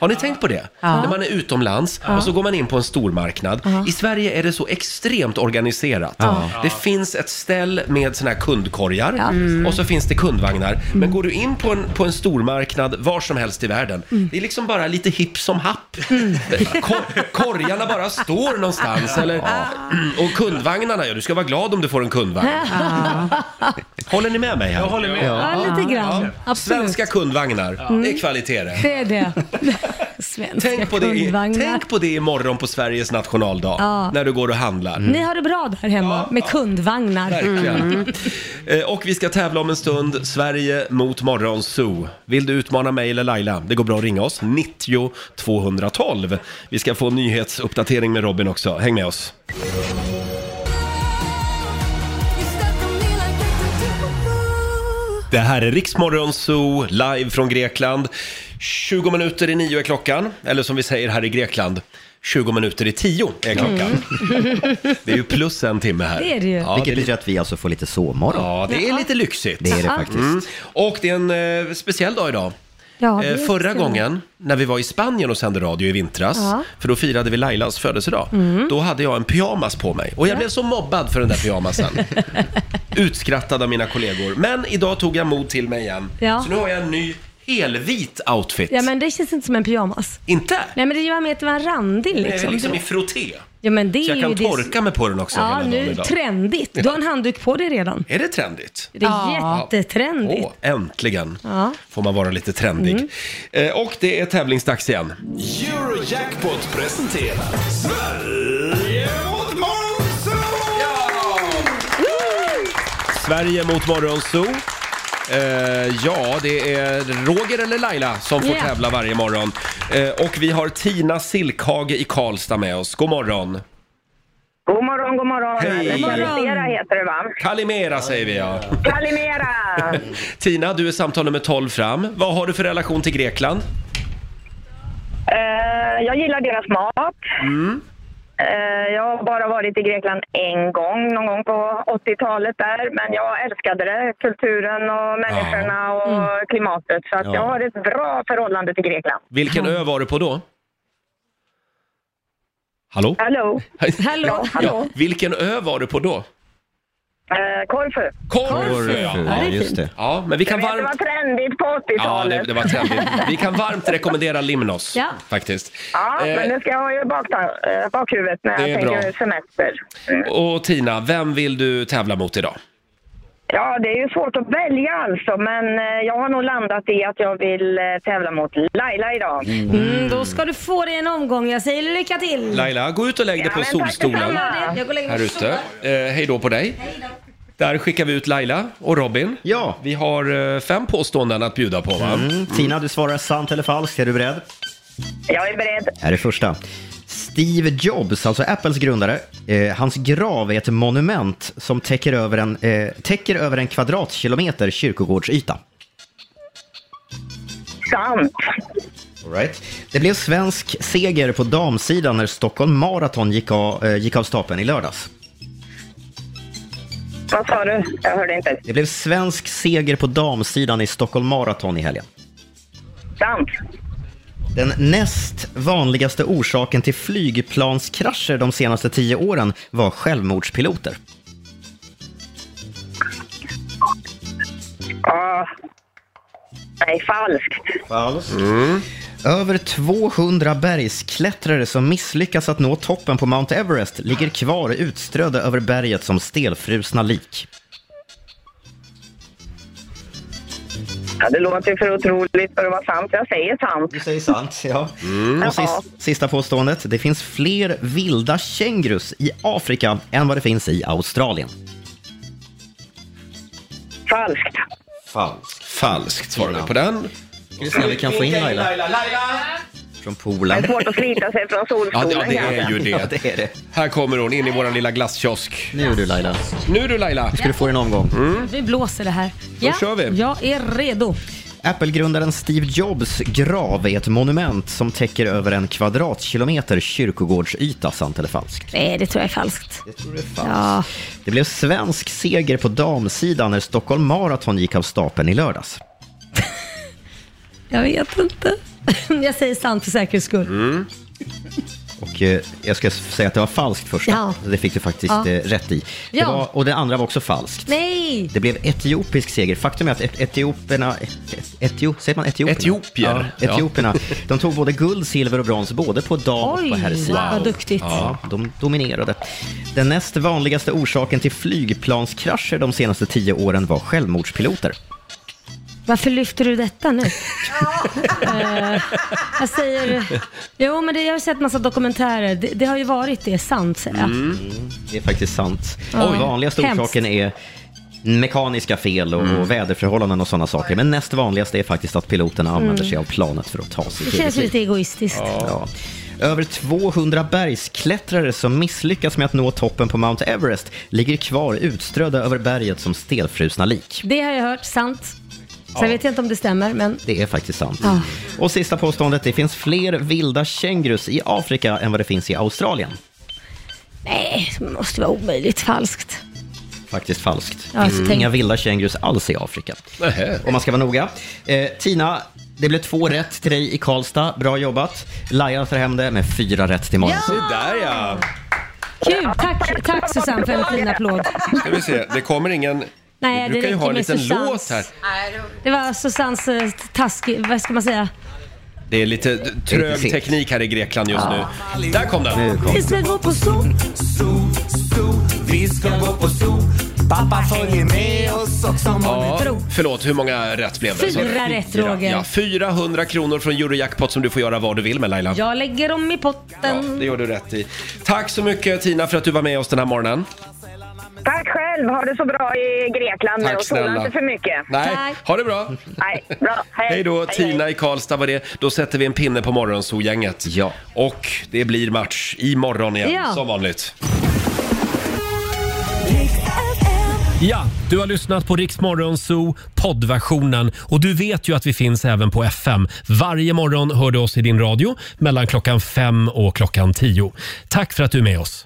Speaker 1: Har ni tänkt på det?
Speaker 2: Ja.
Speaker 1: När man är utomlands
Speaker 2: Ja.
Speaker 1: och så går man in på en stormarknad. I Sverige är det så extremt organiserat.
Speaker 21: Ja.
Speaker 1: Det finns ett ställ med såna här kundkorgar
Speaker 21: Ja. Mm.
Speaker 1: och så finns det kundvagnar. Men går du in på en, på en stormarknad var som helst i världen, det är liksom bara lite hipp som happ. *laughs* Kor- korgarna bara står någonstans. Eller, *clears throat* Och kundvagnarna, ja du ska vara glad om du får en
Speaker 2: *laughs*
Speaker 1: kundvagn. Håller ni med mig här?
Speaker 9: Jag håller med.
Speaker 2: Ja, lite grann. Absolut.
Speaker 1: Svenska kundvagnar,
Speaker 2: Ja.
Speaker 1: det är kvalitet det.
Speaker 2: Det är det. Svenska
Speaker 1: Tänk på, det i,
Speaker 2: kundvagnar.
Speaker 1: tänk på det imorgon på Sveriges nationaldag,
Speaker 2: Ja. Mm.
Speaker 1: när du går och handlar.
Speaker 2: Ni har det bra där hemma med kundvagnar.
Speaker 1: Verkligen.
Speaker 2: Mm.
Speaker 1: Eh, Och vi ska tävla om en stund, Sverige mot Morgonzoo. Vill du utmana mig eller Laila? Det går bra att ringa oss, 90 212. Vi ska få en nyhetsuppdatering med Robin också, häng med oss. Det här är Riksmorgon Zoo, live från Grekland. 20 minuter i nio är klockan, eller som vi säger här i Grekland, 20 minuter i tio är klockan. Det är ju plus en timme här.
Speaker 2: *laughs* Det är det ju.
Speaker 1: Ja,
Speaker 3: Vilket
Speaker 1: det är
Speaker 3: betyder att vi alltså får lite sovmorgon.
Speaker 1: Ja, det är
Speaker 3: Ja.
Speaker 1: lite lyxigt. Mm.
Speaker 3: Det är det faktiskt.
Speaker 1: Och det är en eh, speciell dag idag.
Speaker 2: Ja, det
Speaker 1: Eh,
Speaker 2: är
Speaker 1: Förra
Speaker 2: trevligt.
Speaker 1: gången när vi var i Spanien och sände radio i vintras,
Speaker 2: Ja.
Speaker 1: för då firade vi Lailas födelsedag,
Speaker 2: Mm.
Speaker 1: då hade jag en pyjamas på mig. Och jag
Speaker 2: Ja.
Speaker 1: blev så mobbad för den där pyjamasen.
Speaker 2: *laughs*
Speaker 1: Utskrattad av mina kollegor. Men idag tog jag mod till mig igen.
Speaker 2: Ja.
Speaker 1: Så nu har jag en ny helvit outfit.
Speaker 2: Ja, men det känns inte som en pyjamas.
Speaker 1: Inte?
Speaker 2: Nej, men det var mer att det var en randig
Speaker 1: Den är
Speaker 2: liksom.
Speaker 1: liksom i frotté.
Speaker 2: Ja, men det
Speaker 1: Så
Speaker 2: är
Speaker 1: jag kan
Speaker 2: ju det-
Speaker 1: torka mig på den också
Speaker 2: Ja,
Speaker 1: hela dagen
Speaker 2: nu
Speaker 1: idag.
Speaker 2: trendigt. Du har en handduk på dig redan.
Speaker 1: Är det trendigt?
Speaker 2: Det är jättetrendigt.
Speaker 1: Åh, äntligen
Speaker 2: Ja.
Speaker 1: får man vara lite trendig. Eh, och det är tävlingsdags igen.
Speaker 22: Eurojackpot presenterar Sverige mot Morgonzoo!
Speaker 1: Sverige mot Morgonzoo. Eh, ja, det är Roger eller Laila som får
Speaker 19: Yeah.
Speaker 1: tävla varje morgon. Eh, och vi har Tina Silkhage i Karlstad med oss. God morgon!
Speaker 6: God morgon, god morgon.
Speaker 1: Hej.
Speaker 6: Eller Kalimera heter det va?
Speaker 1: Kalimera säger vi ja.
Speaker 6: Kalimera!
Speaker 1: *laughs* Tina, du är samtal nummer 12 fram. Vad har du för relation till Grekland?
Speaker 6: Eh, jag gillar deras mat.
Speaker 1: Mm.
Speaker 6: Eh, jag har bara varit i Grekland en gång, någon gång på 80-talet där. Men jag älskade det. Kulturen och människorna
Speaker 1: Mm.
Speaker 6: och klimatet. Så att
Speaker 1: Ja.
Speaker 6: jag har ett bra förhållande till Grekland.
Speaker 1: Vilken ö var du på då? Hallå? *laughs*
Speaker 6: Hallå?
Speaker 1: Hallå?
Speaker 6: hallå.
Speaker 1: Vilken ö var du på då?
Speaker 6: Eh, Korfu.
Speaker 1: Korfu!
Speaker 6: Ja,
Speaker 1: just det. Ja, men vi kan
Speaker 6: Jag vet, det
Speaker 1: varmt...
Speaker 6: var trendigt på 80-talet.
Speaker 1: Ja, det, det var trendigt.
Speaker 6: *laughs*
Speaker 1: Vi kan varmt rekommendera Limnos,
Speaker 6: Ja.
Speaker 1: faktiskt.
Speaker 6: Ja,
Speaker 1: Eh,
Speaker 6: men det ska jag ha i bakta- eh, bakhuvudet när
Speaker 1: Det är
Speaker 6: jag tänker
Speaker 1: bra.
Speaker 6: semester.
Speaker 1: Och Tina, vem vill du tävla mot idag?
Speaker 6: Ja, det är ju svårt att välja alltså, men eh, jag har nog landat i att jag vill eh, tävla mot Laila idag.
Speaker 2: Mm, då ska du få dig en omgång. Jag säger lycka till.
Speaker 1: Laila, gå ut och lägg dig på solstolen
Speaker 2: Jag går och lägger mig
Speaker 1: här
Speaker 2: på
Speaker 1: ute.
Speaker 2: solen.
Speaker 1: Eh, hej då på dig. Där skickar vi ut Laila och Robin. Ja. Vi har eh, fem påståenden att bjuda på, va?
Speaker 3: Mm. Tina, du svarar sant eller falskt. Är du beredd?
Speaker 6: Jag är beredd.
Speaker 3: Här är första. Steve Jobs, alltså Apples grundare, eh, hans grav är ett monument som täcker över en, eh, täcker över en kvadratkilometer kyrkogårdsyta.
Speaker 6: Sant.
Speaker 3: All right. Det blev svensk seger på damsidan när Stockholm Marathon gick av, eh, gick av stapeln i lördags.
Speaker 6: Vad sa du? Jag hörde inte.
Speaker 3: Det blev svensk seger på damsidan i Stockholm Marathon i helgen.
Speaker 6: Sant.
Speaker 3: Den näst vanligaste orsaken till flygplanskrascher de senaste tio åren var självmordspiloter.
Speaker 6: Ja. Nej, falskt.
Speaker 3: Falskt. Över 200 bergsklättrare som misslyckas att nå toppen på Mount Everest ligger kvar utströdda över berget som stelfrusna lik.
Speaker 6: Ja, det låter ju för otroligt för att vara sant. Jag säger sant. Du
Speaker 3: säger sant, ja. Och sist, sista påståendet. Det finns fler vilda kängurus i Afrika än vad det finns i Australien.
Speaker 6: Falskt.
Speaker 3: Falskt.
Speaker 1: Falskt svarar vi på den.
Speaker 3: Ska vi se om vi kan få in Laila från
Speaker 6: Det
Speaker 3: Polen.
Speaker 6: är svårt att slita sig från
Speaker 1: Ja,
Speaker 6: solstolen
Speaker 1: ja, det är
Speaker 6: kanske.
Speaker 1: ju det.
Speaker 3: Ja, det är det.
Speaker 1: Här kommer hon in i vår lilla glasskiosk.
Speaker 3: Nu är du Laila.
Speaker 1: Nu du Laila.
Speaker 3: Nu ska du få din omgång.
Speaker 1: Mm.
Speaker 2: Vi blåser det här.
Speaker 3: Då kör vi.
Speaker 2: Jag är redo.
Speaker 3: Apple-grundaren Steve Jobs grav är ett monument som täcker över en kvadratkilometer kyrkogårdsyta, sant eller falskt?
Speaker 2: Nej, det tror jag är falskt.
Speaker 3: Det tror jag är falskt. Det blev svensk seger på damsidan när Stockholm Marathon gick av stapeln i lördags.
Speaker 2: Jag vet inte. *laughs* Jag säger sant för säkerhets skull.
Speaker 3: Mm. Och eh, jag ska säga att det var falskt först.
Speaker 2: Ja.
Speaker 3: Det fick du faktiskt
Speaker 2: Ja.
Speaker 3: eh, rätt i. Det
Speaker 2: Ja.
Speaker 3: var, och det andra var också falskt.
Speaker 2: Nej!
Speaker 3: Det blev etiopisk seger. Faktum är att et- etioperna... et- Etio, säger man etioperna?
Speaker 1: Etiopier.
Speaker 3: Ja, *laughs* etioperna. De tog både guld, silver och brons, både på dam och
Speaker 2: Oj,
Speaker 3: på herrsidan.
Speaker 2: vad duktigt.
Speaker 3: Ja, de dominerade. Den näst vanligaste orsaken till flygplanskrascher de senaste tio åren var självmordspiloter.
Speaker 2: Varför lyfter du detta
Speaker 1: *laughs*
Speaker 2: nu? Eh, jag säger... Jo, men det, jag har sett massa dokumentärer. Det, det har ju varit det, sant säger jag.
Speaker 3: Mm. Det är faktiskt sant.
Speaker 2: Ja. Oj.
Speaker 3: Vanligaste
Speaker 2: Hemskt. Mm.
Speaker 3: orsaken är mekaniska fel och, och väderförhållanden och sådana saker. Men näst vanligaste är faktiskt att piloterna använder
Speaker 2: Mm.
Speaker 3: sig av planet för att ta sig
Speaker 2: Det
Speaker 3: till
Speaker 2: känns
Speaker 3: sitt-
Speaker 2: lite egoistiskt.
Speaker 3: Ja. Över 200 bergsklättrare som misslyckas med att nå toppen på Mount Everest ligger kvar utströdda över berget som stelfrusna lik.
Speaker 2: Det har jag hört, sant. Sen
Speaker 3: Ja.
Speaker 2: vet jag inte om det stämmer,
Speaker 1: Mm.
Speaker 2: men...
Speaker 3: Det är faktiskt sant.
Speaker 2: Ja.
Speaker 3: Och sista påståendet, det finns fler vilda kängurus i Afrika än vad det finns i Australien.
Speaker 2: Nej, det måste vara omöjligt falskt.
Speaker 3: Faktiskt falskt.
Speaker 2: Ja,
Speaker 3: Det finns
Speaker 2: så tänk-
Speaker 3: inga vilda kängurus alls i Afrika.
Speaker 1: Nähä.
Speaker 3: Om man ska vara noga. Eh, Tina, det blev två rätt till dig i Karlstad. Bra jobbat. Laila tar hem det med fyra rätt till morgon.
Speaker 2: Ja! Se
Speaker 1: där ja!
Speaker 2: Kul! Tack, tack Susanne för en
Speaker 1: *laughs*
Speaker 2: fin applåd.
Speaker 1: Ska vi se, det kommer ingen...
Speaker 2: Nej,
Speaker 1: vi brukar
Speaker 2: det
Speaker 1: ju
Speaker 2: räcker
Speaker 1: ha en
Speaker 2: med
Speaker 1: liten
Speaker 2: Susannes.
Speaker 1: låt här.
Speaker 2: Det var Susannes eh, taskig, vad ska man säga?
Speaker 1: Det är lite trög
Speaker 3: segt.
Speaker 1: teknik här i Grekland just
Speaker 3: Ja.
Speaker 1: nu. Där kom den!
Speaker 2: Vi ska gå på zoo.
Speaker 26: Vi ska gå på zoo. Pappa följer med oss också.
Speaker 1: Ja, förlåt, hur många rätt blev det?
Speaker 2: Fyra rätt, Roger.
Speaker 1: Ja, 400 kronor från Eurojackpot som du får göra vad du vill med Laila.
Speaker 2: Jag lägger dem i
Speaker 1: Ja,
Speaker 2: potten.
Speaker 1: det gör du rätt i. Tack så mycket Tina för att du var med oss den här morgonen.
Speaker 6: Tack själv. Ha det så bra i Grekland nu
Speaker 18: Tack,
Speaker 6: och sola
Speaker 18: snälla.
Speaker 6: inte för mycket.
Speaker 18: Nej, ha det bra.
Speaker 6: Nej, bra. Hej.
Speaker 18: Hej då,
Speaker 6: hej.
Speaker 18: Tina i Karlstad var det. Då sätter vi en pinne på morgonsogänget. Ja. Och det blir match imorgon igen,
Speaker 27: Ja.
Speaker 18: som vanligt.
Speaker 1: Ja, du har lyssnat på Rix Morgonzoo poddversionen och du vet ju att vi finns även på FM. Varje morgon hör du oss i din radio mellan klockan fem och klockan tio. Tack för att du är med oss.